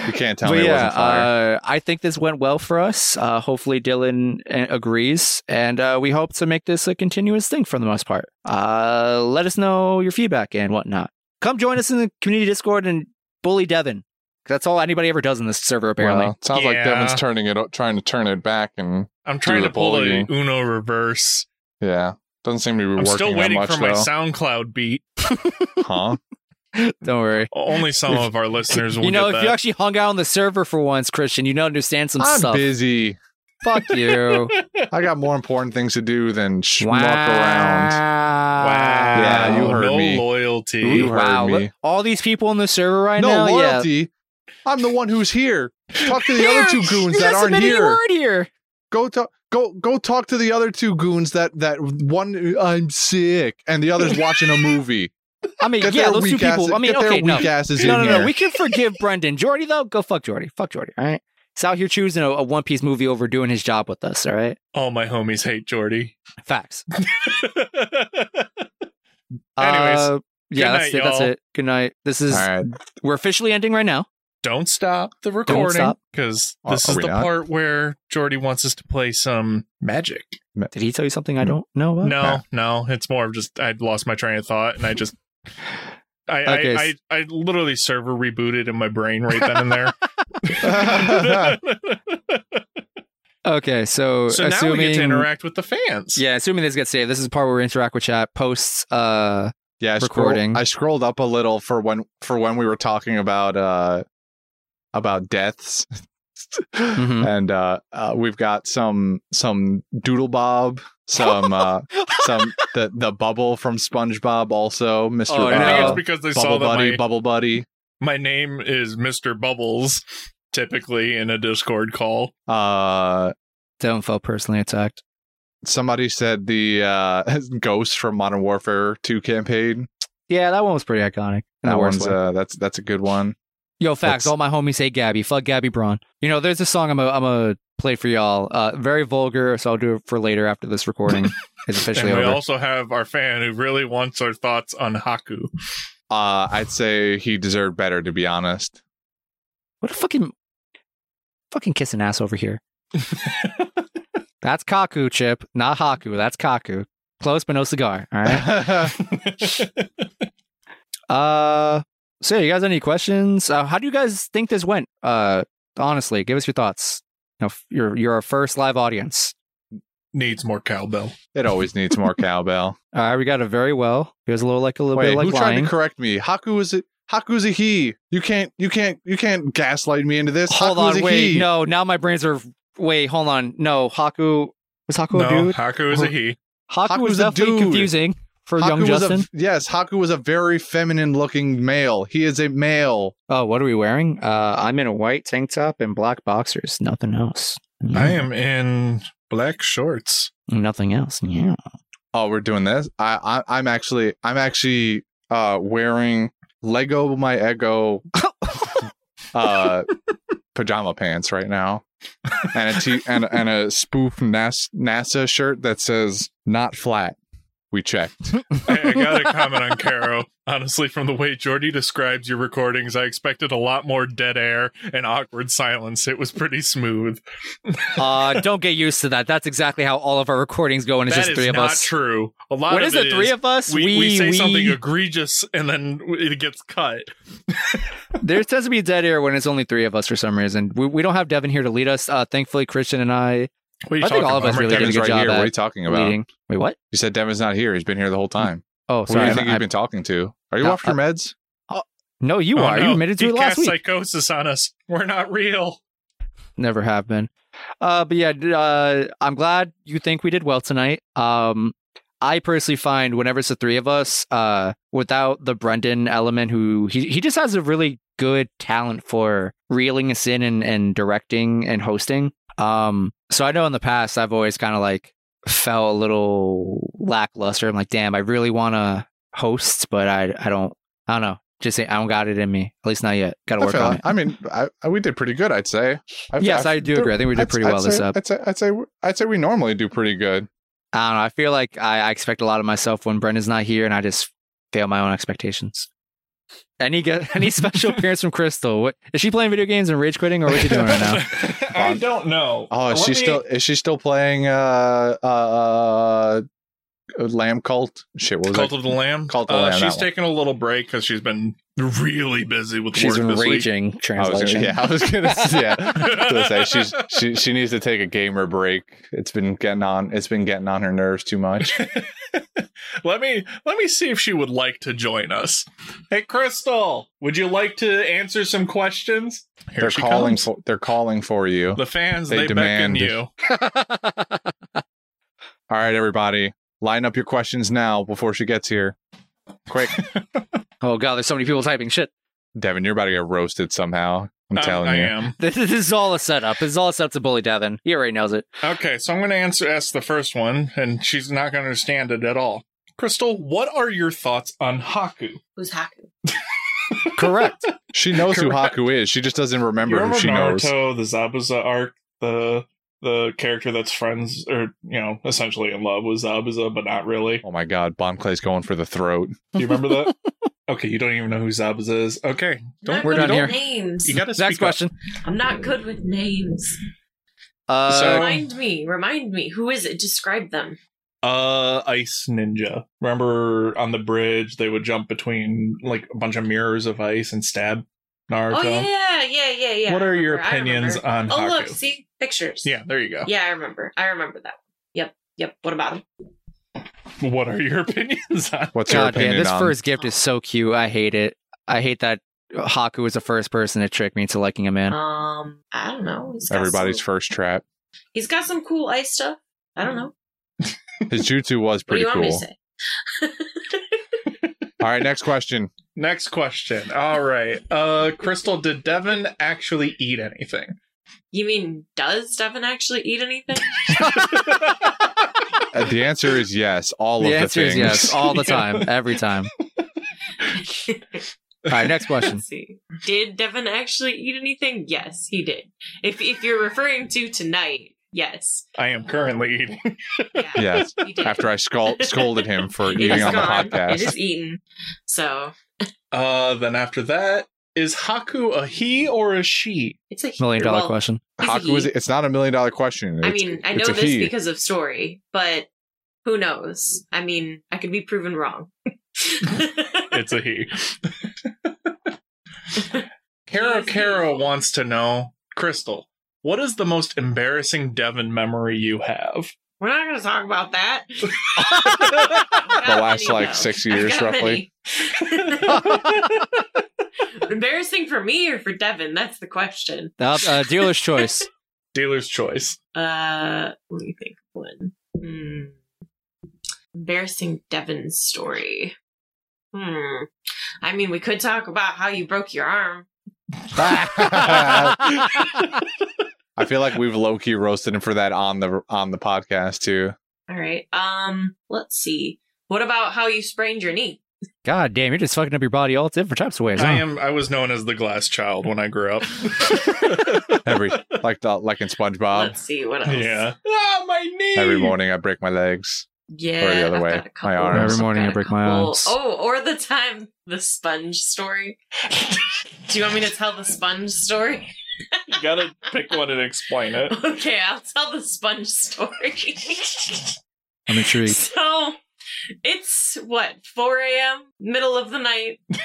[SPEAKER 3] you can't tell me it wasn't fire.
[SPEAKER 2] uh, I think this went well for us. Uh, hopefully, Dylan uh, agrees, and uh, we hope to make this a continuous thing for the most part. Uh, let us know your feedback and whatnot. Come join us in the community Discord and bully Devin. 'Cause That's all anybody ever does in this server, apparently.
[SPEAKER 3] Well, it sounds like
[SPEAKER 1] Yeah.
[SPEAKER 3] Devin's turning it, trying to turn it back, and
[SPEAKER 1] [laughs] I'm trying
[SPEAKER 3] the
[SPEAKER 1] to pull the
[SPEAKER 3] bullying.
[SPEAKER 1] Uno reverse.
[SPEAKER 3] yeah, doesn't seem to be
[SPEAKER 1] I'm
[SPEAKER 3] working
[SPEAKER 1] still
[SPEAKER 3] that
[SPEAKER 1] waiting
[SPEAKER 3] much
[SPEAKER 1] for my
[SPEAKER 3] though.
[SPEAKER 1] SoundCloud beat.
[SPEAKER 3] huh?
[SPEAKER 2] [laughs] Don't worry.
[SPEAKER 1] Only some of our listeners will
[SPEAKER 2] You know, if
[SPEAKER 1] get that.
[SPEAKER 2] you actually hung out on the server for once, Christian, you know, understand [laughs] some
[SPEAKER 3] I'm
[SPEAKER 2] stuff.
[SPEAKER 3] busy. [laughs]
[SPEAKER 2] Fuck you.
[SPEAKER 3] I got more important things to do than schmuck
[SPEAKER 2] wow.
[SPEAKER 3] around.
[SPEAKER 1] Wow.
[SPEAKER 3] Yeah, you heard
[SPEAKER 1] no
[SPEAKER 3] me.
[SPEAKER 1] loyalty.
[SPEAKER 3] You heard
[SPEAKER 2] wow.
[SPEAKER 3] me.
[SPEAKER 2] All these people in the server right
[SPEAKER 3] no
[SPEAKER 2] now. yeah.
[SPEAKER 3] loyalty. I'm the one who's here. Talk to the
[SPEAKER 2] [laughs]
[SPEAKER 3] other two goons that aren't here.
[SPEAKER 2] word here.
[SPEAKER 3] Go talk. Go go talk to the other two goons that that one I'm sick and the other's watching a
[SPEAKER 2] [laughs]
[SPEAKER 3] movie.
[SPEAKER 2] I mean,
[SPEAKER 3] Get
[SPEAKER 2] yeah,
[SPEAKER 3] their
[SPEAKER 2] those
[SPEAKER 3] weak
[SPEAKER 2] two people.
[SPEAKER 3] asses-
[SPEAKER 2] I mean,
[SPEAKER 3] get
[SPEAKER 2] okay,
[SPEAKER 3] their
[SPEAKER 2] no,
[SPEAKER 3] weak asses
[SPEAKER 2] no,
[SPEAKER 3] in
[SPEAKER 2] no,
[SPEAKER 3] here.
[SPEAKER 2] no. We can forgive Brendan. Jordy, though, go fuck Jordy. Fuck Jordy. All right. He's out here choosing a, a One Piece movie over doing his job with us. All right.
[SPEAKER 1] All my homies hate Jordy. [laughs]
[SPEAKER 2] Facts.
[SPEAKER 1] Anyways,
[SPEAKER 2] Uh, yeah,
[SPEAKER 1] good night,
[SPEAKER 2] that's it. That's
[SPEAKER 1] y'all.
[SPEAKER 2] it. Good night. This is
[SPEAKER 3] All right.
[SPEAKER 2] we're officially ending right now.
[SPEAKER 1] Don't stop the recording
[SPEAKER 2] stop.
[SPEAKER 1] because
[SPEAKER 3] Are-
[SPEAKER 1] this
[SPEAKER 3] Uh, are
[SPEAKER 1] is
[SPEAKER 3] we
[SPEAKER 1] the
[SPEAKER 3] not?
[SPEAKER 1] part where Jordy wants us to play some magic.
[SPEAKER 2] Did he tell you something I
[SPEAKER 3] Mm.
[SPEAKER 2] don't know about?
[SPEAKER 1] No, no, it's more of just I lost my train of thought and I just. I,
[SPEAKER 2] Okay,
[SPEAKER 1] I,
[SPEAKER 2] s-
[SPEAKER 1] I, I literally server rebooted in my brain right then and
[SPEAKER 3] [laughs]
[SPEAKER 1] there. [laughs]
[SPEAKER 2] Okay, so,
[SPEAKER 1] so now we
[SPEAKER 2] assuming
[SPEAKER 1] get to interact with the fans.
[SPEAKER 2] Yeah, assuming this gets saved, this is the part where we interact with chat posts.
[SPEAKER 3] [laughs]
[SPEAKER 2] Uh,
[SPEAKER 3] Yeah, I scroll-
[SPEAKER 2] recording.
[SPEAKER 3] I scrolled up a little for when for when we were talking about uh about deaths.
[SPEAKER 2] Mhm.
[SPEAKER 3] [laughs] And uh, uh we've got some some doodle bob, some uh some the the bubble from SpongeBob also, Mr.
[SPEAKER 2] Oh,
[SPEAKER 1] I think
[SPEAKER 2] no.
[SPEAKER 3] uh,
[SPEAKER 1] it's because they saw
[SPEAKER 3] Bubble
[SPEAKER 1] that
[SPEAKER 3] Buddy,
[SPEAKER 1] my,
[SPEAKER 3] Bubble Buddy.
[SPEAKER 1] my name is Mr. Bubbles, typically in a Discord call.
[SPEAKER 3] Uh
[SPEAKER 2] don't feel personally attacked.
[SPEAKER 3] somebody said the uh [laughs] ghost from Modern Warfare 2 campaign.
[SPEAKER 2] Yeah, that one was pretty iconic. in the
[SPEAKER 3] That
[SPEAKER 2] worst
[SPEAKER 3] one's
[SPEAKER 2] way.
[SPEAKER 3] uh that's that's a good one.
[SPEAKER 2] Yo, facts.
[SPEAKER 3] that's-
[SPEAKER 2] All my homies hate Gabby. Fuck Gabby Braun. You know, there's a song I'm a, I'm a play for y'all. Uh, very vulgar, so I'll do it for later after this recording is officially
[SPEAKER 1] and we
[SPEAKER 2] over.
[SPEAKER 1] also have our fan who really wants our thoughts on Haku.
[SPEAKER 2] [laughs]
[SPEAKER 3] Uh I'd say he deserved better to be honest.
[SPEAKER 2] What a fucking fucking kissing ass over
[SPEAKER 3] [laughs]
[SPEAKER 2] here. That's Kaku Chip, not Haku. That's Kaku. Close but no cigar. All
[SPEAKER 3] [laughs]
[SPEAKER 2] right. Uh, so yeah, you guys have any questions? Uh, how do you guys think this went? Uh, honestly, give us your thoughts. You know, f- you're you're our first live audience.
[SPEAKER 1] Needs more cowbell.
[SPEAKER 3] It always needs more cowbell.
[SPEAKER 2] All right, we got it very well. Here's a little like [laughs] a little
[SPEAKER 3] Wait,
[SPEAKER 2] bit of, like
[SPEAKER 3] who tried
[SPEAKER 2] lying.
[SPEAKER 3] to correct me? Haku is a Haku's a he. You can't you can't you can't gaslight me into this.
[SPEAKER 2] hold
[SPEAKER 3] Haku's
[SPEAKER 2] on,
[SPEAKER 3] a
[SPEAKER 2] wait,
[SPEAKER 3] he.
[SPEAKER 2] no, now my brains are wait, hold on, no, Haku. Was Haku a
[SPEAKER 1] no,
[SPEAKER 2] dude?
[SPEAKER 1] Haku is a he.
[SPEAKER 2] Haku,
[SPEAKER 3] Haku
[SPEAKER 2] was
[SPEAKER 3] was a
[SPEAKER 2] definitely
[SPEAKER 3] dude.
[SPEAKER 2] confusing for young
[SPEAKER 3] was a-
[SPEAKER 2] Justin.
[SPEAKER 3] yes, Haku was a very feminine looking male. He is a male.
[SPEAKER 2] Oh, what are we wearing? Uh, I'm in a white tank top and black boxers. Nothing else.
[SPEAKER 1] I am in black shorts.
[SPEAKER 2] Nothing else. Yeah.
[SPEAKER 3] Oh, we're doing this. I, I I'm actually I'm actually uh wearing Lego
[SPEAKER 2] [laughs]
[SPEAKER 3] my ego uh pajama pants right now. And a t and and a spoof Nas- NASA shirt that says not flat.
[SPEAKER 2] [laughs]
[SPEAKER 3] We checked.
[SPEAKER 1] I, I got a comment on Caro. Honestly, from the way Jordy describes your recordings, I expected a lot more dead air and awkward silence. It was pretty smooth. [laughs]
[SPEAKER 2] uh, don't get used to that. That's exactly how all of our recordings go, and it's
[SPEAKER 1] That
[SPEAKER 2] just
[SPEAKER 1] is
[SPEAKER 2] three of
[SPEAKER 1] not
[SPEAKER 2] us.
[SPEAKER 1] true. A lot
[SPEAKER 2] What
[SPEAKER 1] of
[SPEAKER 2] is it? Three
[SPEAKER 1] is
[SPEAKER 2] of us?
[SPEAKER 1] we, we, say something egregious and then it gets cut.
[SPEAKER 2] [laughs] there tends to be dead air when it's only three of us for some reason. We, we don't have Devin here to lead us. Uh, thankfully, Christian and I
[SPEAKER 1] What are you
[SPEAKER 2] I think
[SPEAKER 1] talking
[SPEAKER 2] all of
[SPEAKER 1] about?
[SPEAKER 2] us
[SPEAKER 1] I'm
[SPEAKER 2] really
[SPEAKER 1] right
[SPEAKER 2] did a
[SPEAKER 3] Devin's
[SPEAKER 2] good
[SPEAKER 3] right
[SPEAKER 2] job
[SPEAKER 3] here. What are
[SPEAKER 2] at
[SPEAKER 3] you talking about?
[SPEAKER 2] leading. Wait, what?
[SPEAKER 3] You said Devin's not here. He's been here the whole time.
[SPEAKER 2] Oh,
[SPEAKER 3] Who do
[SPEAKER 2] sorry.
[SPEAKER 3] you think
[SPEAKER 2] I-
[SPEAKER 3] you've been talking to? Are you
[SPEAKER 2] Uh,
[SPEAKER 3] off your meds?
[SPEAKER 2] no, you
[SPEAKER 1] Oh,
[SPEAKER 2] are. You
[SPEAKER 1] no.
[SPEAKER 2] admitted to
[SPEAKER 1] He
[SPEAKER 2] it last
[SPEAKER 1] cast
[SPEAKER 2] week.
[SPEAKER 1] psychosis on us. We're not real.
[SPEAKER 2] Never have been. Uh, but yeah, d- uh, I'm glad you think we did well tonight. Um, I personally find whenever it's the three of us, uh, without the Brendan element, who he he just has a really good talent for reeling us in and, and directing and hosting. Um, so I know in the past I've always kind of like felt a little lackluster. I'm like, damn, I really want to host, but I I don't I don't know. Just say I don't got it in me. At least not yet. Got to
[SPEAKER 3] I,
[SPEAKER 2] work
[SPEAKER 3] feel-
[SPEAKER 2] on it.
[SPEAKER 3] I mean, I, I, we did pretty good, I'd say. I,
[SPEAKER 2] Yes, I do
[SPEAKER 3] there-
[SPEAKER 2] agree. I think we did
[SPEAKER 3] I'd-
[SPEAKER 2] pretty
[SPEAKER 3] I'd
[SPEAKER 2] well
[SPEAKER 3] say-
[SPEAKER 2] this up.
[SPEAKER 3] I'd say, I'd say I'd say we normally do pretty good.
[SPEAKER 2] I don't know. I feel like I, I expect a lot of myself when Brendan's not here, and I just fail my own expectations. Any get [laughs]
[SPEAKER 1] [laughs]
[SPEAKER 2] any special appearance from Crystal? What is she playing video games and rage quitting, or what you doing
[SPEAKER 1] [laughs]
[SPEAKER 2] right now?
[SPEAKER 1] I don't know.
[SPEAKER 3] Oh, is
[SPEAKER 1] Let
[SPEAKER 3] she
[SPEAKER 1] me-
[SPEAKER 3] still is she still playing uh uh Lamb Cult? Shit, what was
[SPEAKER 1] Cult
[SPEAKER 3] that?
[SPEAKER 1] of the Lamb?
[SPEAKER 3] Cult of the
[SPEAKER 1] Uh,
[SPEAKER 3] Lamb, that
[SPEAKER 1] She's
[SPEAKER 3] one.
[SPEAKER 1] taking a little break because she's been really busy with
[SPEAKER 2] She's
[SPEAKER 1] work this week. Oh,
[SPEAKER 2] raging.
[SPEAKER 3] [laughs] I was
[SPEAKER 2] Translation.
[SPEAKER 3] gonna, yeah, I was gonna yeah. I was gonna say she's she she needs to take a gamer break. It's been getting on it's been getting on her nerves too much.
[SPEAKER 1] [laughs] let me let me see if she would like to join us. Hey, Crystal, would you like to answer some questions? [laughs] Here
[SPEAKER 3] they're
[SPEAKER 1] she
[SPEAKER 3] calling
[SPEAKER 1] comes.
[SPEAKER 3] for they're calling for you.
[SPEAKER 1] the fans.
[SPEAKER 3] They
[SPEAKER 1] They,
[SPEAKER 3] demand
[SPEAKER 1] beckon
[SPEAKER 3] it.
[SPEAKER 1] you.
[SPEAKER 3] All right, everybody, line up your questions now before she gets here.
[SPEAKER 1] [laughs]
[SPEAKER 3] Quick,
[SPEAKER 2] Oh god, there's so many people typing shit. [laughs]
[SPEAKER 3] Devin, you're about to get roasted somehow. I'm
[SPEAKER 1] Um,
[SPEAKER 3] telling
[SPEAKER 1] I
[SPEAKER 3] you.
[SPEAKER 1] am.
[SPEAKER 2] This, this is all a setup. This is all a setup to bully Devin. He already knows it.
[SPEAKER 1] Okay, so I'm going to answer ask the first one, and she's not going to understand it at all. Crystal, what are your thoughts on Haku?
[SPEAKER 4] Who's Haku?
[SPEAKER 2] Correct.
[SPEAKER 3] She
[SPEAKER 1] [laughs]
[SPEAKER 3] knows
[SPEAKER 1] Correct.
[SPEAKER 3] who Haku is. She just doesn't remember,
[SPEAKER 1] you remember
[SPEAKER 3] who she knows.
[SPEAKER 1] Naruto, the Zabuza arc, the the character that's friends or you know essentially in love with Zabuza, but not really.
[SPEAKER 3] Oh my god, Bon Clay's going for the throat.
[SPEAKER 1] Do you remember
[SPEAKER 4] [laughs]
[SPEAKER 1] that? okay, you don't even know who Zabuza is. Okay, don't
[SPEAKER 4] Not
[SPEAKER 2] we're
[SPEAKER 1] worry.
[SPEAKER 4] good
[SPEAKER 2] done
[SPEAKER 4] with
[SPEAKER 2] here.
[SPEAKER 4] Names.
[SPEAKER 1] You got to speak
[SPEAKER 2] Next
[SPEAKER 1] up.
[SPEAKER 2] question.
[SPEAKER 4] I'm not good with names.
[SPEAKER 2] Uh,
[SPEAKER 1] So-
[SPEAKER 4] remind me. Remind me. Who is it? Describe them.
[SPEAKER 1] Uh, ice ninja. Remember on the bridge they would jump between like a bunch of mirrors of ice and stab Naruto.
[SPEAKER 4] Oh yeah, yeah, yeah, yeah.
[SPEAKER 1] What
[SPEAKER 4] I
[SPEAKER 1] are your
[SPEAKER 4] remember, I
[SPEAKER 1] opinions
[SPEAKER 4] remember.
[SPEAKER 1] on
[SPEAKER 4] Oh
[SPEAKER 1] Haku?
[SPEAKER 4] look, see pictures.
[SPEAKER 1] yeah, there you go.
[SPEAKER 4] Yeah, I remember. I remember that. Yep, yep. What about him?
[SPEAKER 1] What are your [laughs] opinions on?
[SPEAKER 3] What's your
[SPEAKER 2] God
[SPEAKER 3] opinion
[SPEAKER 2] damn, this
[SPEAKER 3] on?
[SPEAKER 2] first gift is so cute. I hate it. I hate that Haku was the first person to trick me into liking a man.
[SPEAKER 4] Um, I don't know. He's got
[SPEAKER 3] Everybody's
[SPEAKER 4] some,
[SPEAKER 3] first trap.
[SPEAKER 4] He's got some cool ice stuff. I don't know.
[SPEAKER 3] His jutsu was
[SPEAKER 4] [laughs] What
[SPEAKER 3] pretty
[SPEAKER 4] do you want me to
[SPEAKER 3] cool.
[SPEAKER 4] say?
[SPEAKER 3] All right, next question.
[SPEAKER 1] Next question. All right. Uh, Crystal, did Devin actually eat anything? [laughs]
[SPEAKER 4] You mean does Devin actually eat anything?
[SPEAKER 3] Uh, the answer is yes. All
[SPEAKER 2] the
[SPEAKER 3] of
[SPEAKER 2] answer
[SPEAKER 3] the
[SPEAKER 2] is
[SPEAKER 3] things.
[SPEAKER 2] yes, all the
[SPEAKER 1] Yeah.
[SPEAKER 2] time, every time. [laughs] All right, next question.
[SPEAKER 4] Let's see. Did Devin actually eat anything? Yes, he did. If if you're referring to tonight, yes.
[SPEAKER 1] [laughs] I am currently eating.
[SPEAKER 4] Yeah,
[SPEAKER 3] [laughs] Yes.
[SPEAKER 4] he did.
[SPEAKER 3] After I scald- scolded him for
[SPEAKER 4] It
[SPEAKER 3] eating
[SPEAKER 4] is
[SPEAKER 3] on the
[SPEAKER 4] gone. It
[SPEAKER 3] podcast.
[SPEAKER 4] is eaten. So
[SPEAKER 1] Uh, then after that, is Haku a he or a she?
[SPEAKER 4] it's a
[SPEAKER 2] Million dollar
[SPEAKER 4] well,
[SPEAKER 2] question.
[SPEAKER 4] it's a
[SPEAKER 3] Haku is
[SPEAKER 4] he.
[SPEAKER 3] it's not a million dollar question.
[SPEAKER 4] I
[SPEAKER 3] It's-
[SPEAKER 4] mean, I know
[SPEAKER 3] it's a
[SPEAKER 4] this
[SPEAKER 3] he.
[SPEAKER 4] because of story, but who knows? I mean, I could be proven wrong. [laughs]
[SPEAKER 1] It's a [laughs] he. Kara Kara wants to know, Crystal, what is the most embarrassing Devin memory you [laughs] have?
[SPEAKER 4] We're not going to talk about that.
[SPEAKER 3] the last like
[SPEAKER 4] [laughs]
[SPEAKER 3] six years roughly.
[SPEAKER 4] Embarrassing for me or for Devin? That's the question.
[SPEAKER 2] Uh, uh, dealer's choice. [laughs]
[SPEAKER 1] Dealer's choice.
[SPEAKER 4] Uh, let me think of one. Hmm. Embarrassing Devon story. Hmm. I mean, we could talk about how you broke your arm.
[SPEAKER 3] [laughs] I feel like we've low key roasted him for that on the on the podcast too.
[SPEAKER 4] All right. Um, let's see. What about how you sprained your knee?
[SPEAKER 2] God damn, you're just fucking up your body all different types of ways.
[SPEAKER 1] I
[SPEAKER 2] huh?
[SPEAKER 1] am. I was known as the glass child when I grew up. [laughs]
[SPEAKER 3] Every like the like in SpongeBob.
[SPEAKER 4] Let's see what else.
[SPEAKER 1] yeah. Ah, my knee.
[SPEAKER 3] Every morning I break my legs.
[SPEAKER 4] Yeah.
[SPEAKER 3] Or the other
[SPEAKER 4] I've
[SPEAKER 3] way,
[SPEAKER 4] got a couple.
[SPEAKER 3] my arms.
[SPEAKER 2] Every morning
[SPEAKER 4] I've
[SPEAKER 2] I
[SPEAKER 4] got a
[SPEAKER 2] break my
[SPEAKER 4] couple.
[SPEAKER 2] arms.
[SPEAKER 4] Oh, or the time the sponge story. [laughs] Do you want me to tell the sponge story? [laughs]
[SPEAKER 1] You gotta pick one and explain it.
[SPEAKER 4] Okay, I'll tell the sponge story. [laughs]
[SPEAKER 2] I'm intrigued.
[SPEAKER 4] so it's what, 4 a.m., middle of the night, [laughs]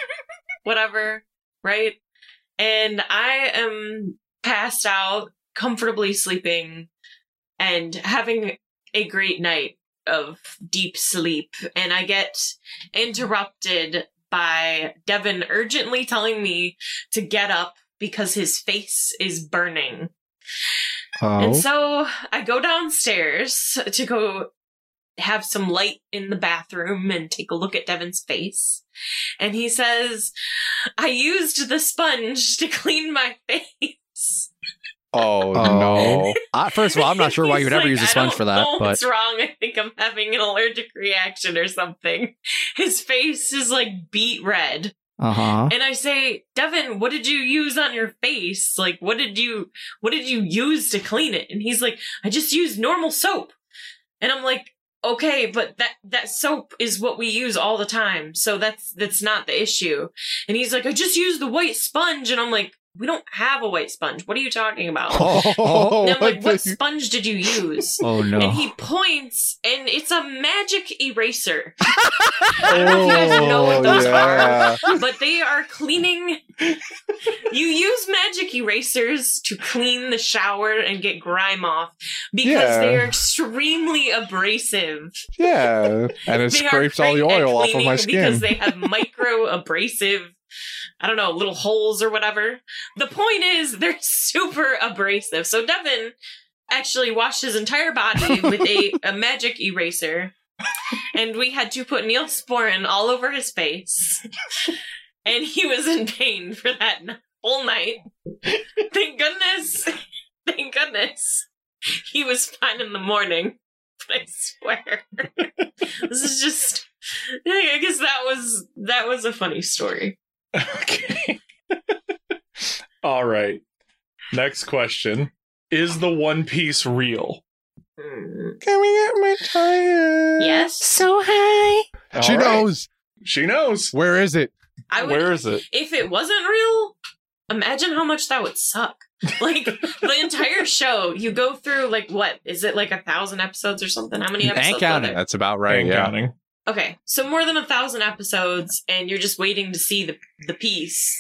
[SPEAKER 4] whatever, right? And I am passed out, comfortably sleeping, and having a great night of deep sleep. And I get interrupted by Devin urgently telling me to get up because his face is burning.
[SPEAKER 2] Oh,
[SPEAKER 4] And so I go downstairs to go have some light in the bathroom and take a look at Devin's face. And he says, I used the sponge to clean my [laughs] face.
[SPEAKER 2] Oh.
[SPEAKER 3] Oh, no.
[SPEAKER 2] I, first of all, I'm
[SPEAKER 4] [laughs]
[SPEAKER 2] not sure why you
[SPEAKER 4] He's
[SPEAKER 2] would ever
[SPEAKER 4] like,
[SPEAKER 2] use a
[SPEAKER 4] "I
[SPEAKER 2] sponge
[SPEAKER 4] don't
[SPEAKER 2] for that,
[SPEAKER 4] know
[SPEAKER 2] but
[SPEAKER 4] what's wrong? I think I'm having an allergic reaction or something. His face is like beet red.
[SPEAKER 2] uh
[SPEAKER 4] [laughs]
[SPEAKER 2] huh.
[SPEAKER 4] and I say, Devin, what did you use on your face? Like, what did you, what did you use to clean it? And he's like, I just used normal soap. And I'm like, okay, but that, that soap is what we use all the time. So that's, that's not the issue. And he's like, I just used the white sponge. And I'm like, we don't have a white sponge. What are you talking about?
[SPEAKER 2] [laughs]
[SPEAKER 3] Oh,
[SPEAKER 4] [laughs] and I'm like, what
[SPEAKER 3] the-
[SPEAKER 4] sponge did you use?
[SPEAKER 2] Oh
[SPEAKER 4] And
[SPEAKER 2] no.
[SPEAKER 4] he points, and it's a magic eraser.
[SPEAKER 3] oh,
[SPEAKER 4] don't know if [laughs] you guys know what those
[SPEAKER 3] yeah.
[SPEAKER 4] but they are cleaning. you use magic erasers to clean the shower and get grime off because
[SPEAKER 3] Yeah.
[SPEAKER 4] they are extremely abrasive.
[SPEAKER 3] Yeah. And it
[SPEAKER 4] They are
[SPEAKER 3] scrapes all the
[SPEAKER 4] great at
[SPEAKER 3] oil off of
[SPEAKER 4] cleaning
[SPEAKER 3] my
[SPEAKER 4] because
[SPEAKER 3] skin.
[SPEAKER 4] they
[SPEAKER 3] [laughs]
[SPEAKER 4] have micro abrasive. I don't know, little holes or whatever. The point is, they're [laughs] super abrasive. So Devin actually washed his entire body
[SPEAKER 3] [laughs]
[SPEAKER 4] with a, a magic eraser, and we had to put Neosporin all over his face, [laughs] and he was in pain for that n- whole night. Thank goodness, [laughs] thank goodness, he was fine in the morning. [laughs] But I swear, this is just. [laughs] I guess that was that was a funny story.
[SPEAKER 1] [laughs] Okay. All right. Next question. Is the One Piece real?
[SPEAKER 4] Mm.
[SPEAKER 3] Can we get my tire?
[SPEAKER 4] Yes,
[SPEAKER 2] So high.
[SPEAKER 3] She
[SPEAKER 1] All right.
[SPEAKER 3] knows.
[SPEAKER 1] She knows.
[SPEAKER 3] Where is it?
[SPEAKER 4] I would
[SPEAKER 1] Where is it?
[SPEAKER 4] if it wasn't real, imagine how much that
[SPEAKER 1] [laughs]
[SPEAKER 4] would suck. Like the entire show, you go through like what is it like a thousand episodes or something? How many
[SPEAKER 2] And
[SPEAKER 4] episodes? Are
[SPEAKER 2] counting.
[SPEAKER 4] there?
[SPEAKER 3] That's about right.
[SPEAKER 1] Ain't
[SPEAKER 3] yeah.
[SPEAKER 1] counting.
[SPEAKER 4] Okay, so more than a thousand episodes, and you're just waiting to see the the piece,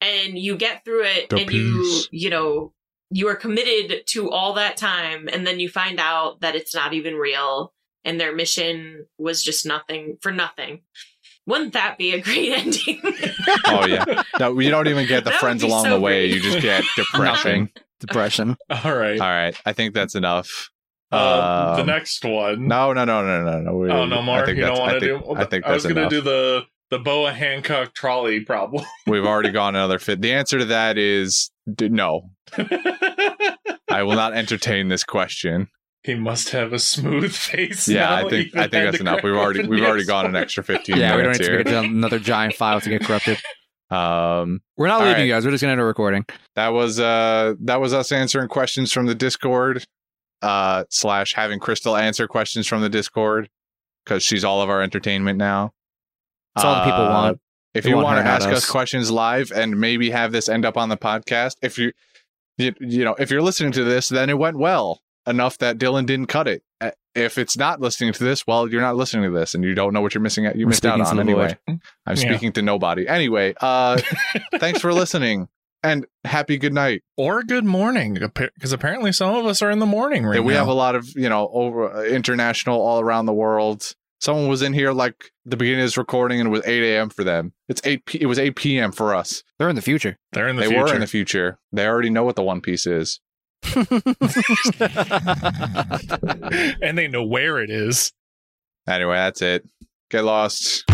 [SPEAKER 4] and you get through it,
[SPEAKER 3] The
[SPEAKER 4] and
[SPEAKER 3] piece.
[SPEAKER 4] you you know you are committed to all that time, and then you find out that it's not even real, and their mission was just nothing for nothing. Wouldn't that be a great [laughs] ending?
[SPEAKER 3] Oh yeah.
[SPEAKER 1] [laughs]
[SPEAKER 3] No, you don't even get the
[SPEAKER 4] That would
[SPEAKER 3] friends
[SPEAKER 4] be
[SPEAKER 3] along
[SPEAKER 4] so
[SPEAKER 3] the way.
[SPEAKER 4] great.
[SPEAKER 3] You just
[SPEAKER 4] [laughs]
[SPEAKER 3] get depression.
[SPEAKER 2] Depression.
[SPEAKER 1] All right.
[SPEAKER 3] All right. I think that's enough.
[SPEAKER 1] Uh, the
[SPEAKER 3] Um,
[SPEAKER 1] next one.
[SPEAKER 3] No, no, no, no, no, no. we-
[SPEAKER 1] oh no
[SPEAKER 3] I
[SPEAKER 1] more.
[SPEAKER 3] think
[SPEAKER 1] You don't
[SPEAKER 3] that's- I
[SPEAKER 1] want to do.
[SPEAKER 3] think- I think
[SPEAKER 1] I was
[SPEAKER 3] that's
[SPEAKER 1] gonna
[SPEAKER 3] enough.
[SPEAKER 1] do the the boa Hancock trolley problem. [laughs]
[SPEAKER 3] We've already gone another fit. The answer to that is d- no. I will not entertain this question.
[SPEAKER 4] [laughs]
[SPEAKER 1] he must have a smooth face.
[SPEAKER 3] Yeah,
[SPEAKER 1] now,
[SPEAKER 3] I think
[SPEAKER 1] even
[SPEAKER 3] I think
[SPEAKER 1] had
[SPEAKER 3] that's
[SPEAKER 1] to
[SPEAKER 3] enough.
[SPEAKER 1] crack
[SPEAKER 3] We've already
[SPEAKER 1] open
[SPEAKER 3] we've
[SPEAKER 1] the
[SPEAKER 3] already gone an
[SPEAKER 1] asshole.
[SPEAKER 3] extra fifteen
[SPEAKER 2] [laughs] Yeah, we don't
[SPEAKER 3] minutes
[SPEAKER 2] need to
[SPEAKER 3] here.
[SPEAKER 2] get to another giant file to get corrupted.
[SPEAKER 3] Um,
[SPEAKER 2] We're not
[SPEAKER 3] All
[SPEAKER 2] leaving
[SPEAKER 3] right.
[SPEAKER 2] you guys. We're just gonna end a recording.
[SPEAKER 3] that was uh that was us answering questions from the Discord, uh slash having Crystal answer questions from the Discord because she's all of our entertainment now.
[SPEAKER 2] It's all the people
[SPEAKER 3] Uh,
[SPEAKER 2] want.
[SPEAKER 3] if
[SPEAKER 2] They
[SPEAKER 3] you
[SPEAKER 2] want
[SPEAKER 3] want
[SPEAKER 2] her,
[SPEAKER 3] to
[SPEAKER 2] not
[SPEAKER 3] ask us.
[SPEAKER 2] us.
[SPEAKER 3] questions live and maybe have this end up on the podcast if you, you you know if you're listening to this then it went well enough that dylan didn't cut it Uh, if it's not listening to this well you're not listening to this and you don't know what you're missing out you
[SPEAKER 2] We're
[SPEAKER 3] missed out
[SPEAKER 2] speaking to
[SPEAKER 3] on
[SPEAKER 2] the
[SPEAKER 3] anyway i'm
[SPEAKER 1] Yeah.
[SPEAKER 3] speaking to nobody anyway uh
[SPEAKER 2] [laughs]
[SPEAKER 3] thanks for listening and happy good night
[SPEAKER 1] or good morning, because apparently some of us are in the morning right
[SPEAKER 3] And we
[SPEAKER 1] now.
[SPEAKER 3] have a lot of you know over uh, international all around the world someone was in here like the beginning of this recording and it was 8 a.m for them it's 8 p- it was 8 p.m for us
[SPEAKER 2] They're in the future.
[SPEAKER 1] They're in the
[SPEAKER 3] they
[SPEAKER 1] future.
[SPEAKER 3] were in the future. They already know what the One Piece is.
[SPEAKER 2] and they know where it is.
[SPEAKER 1] [laughs] Anyway, that's it. Get lost.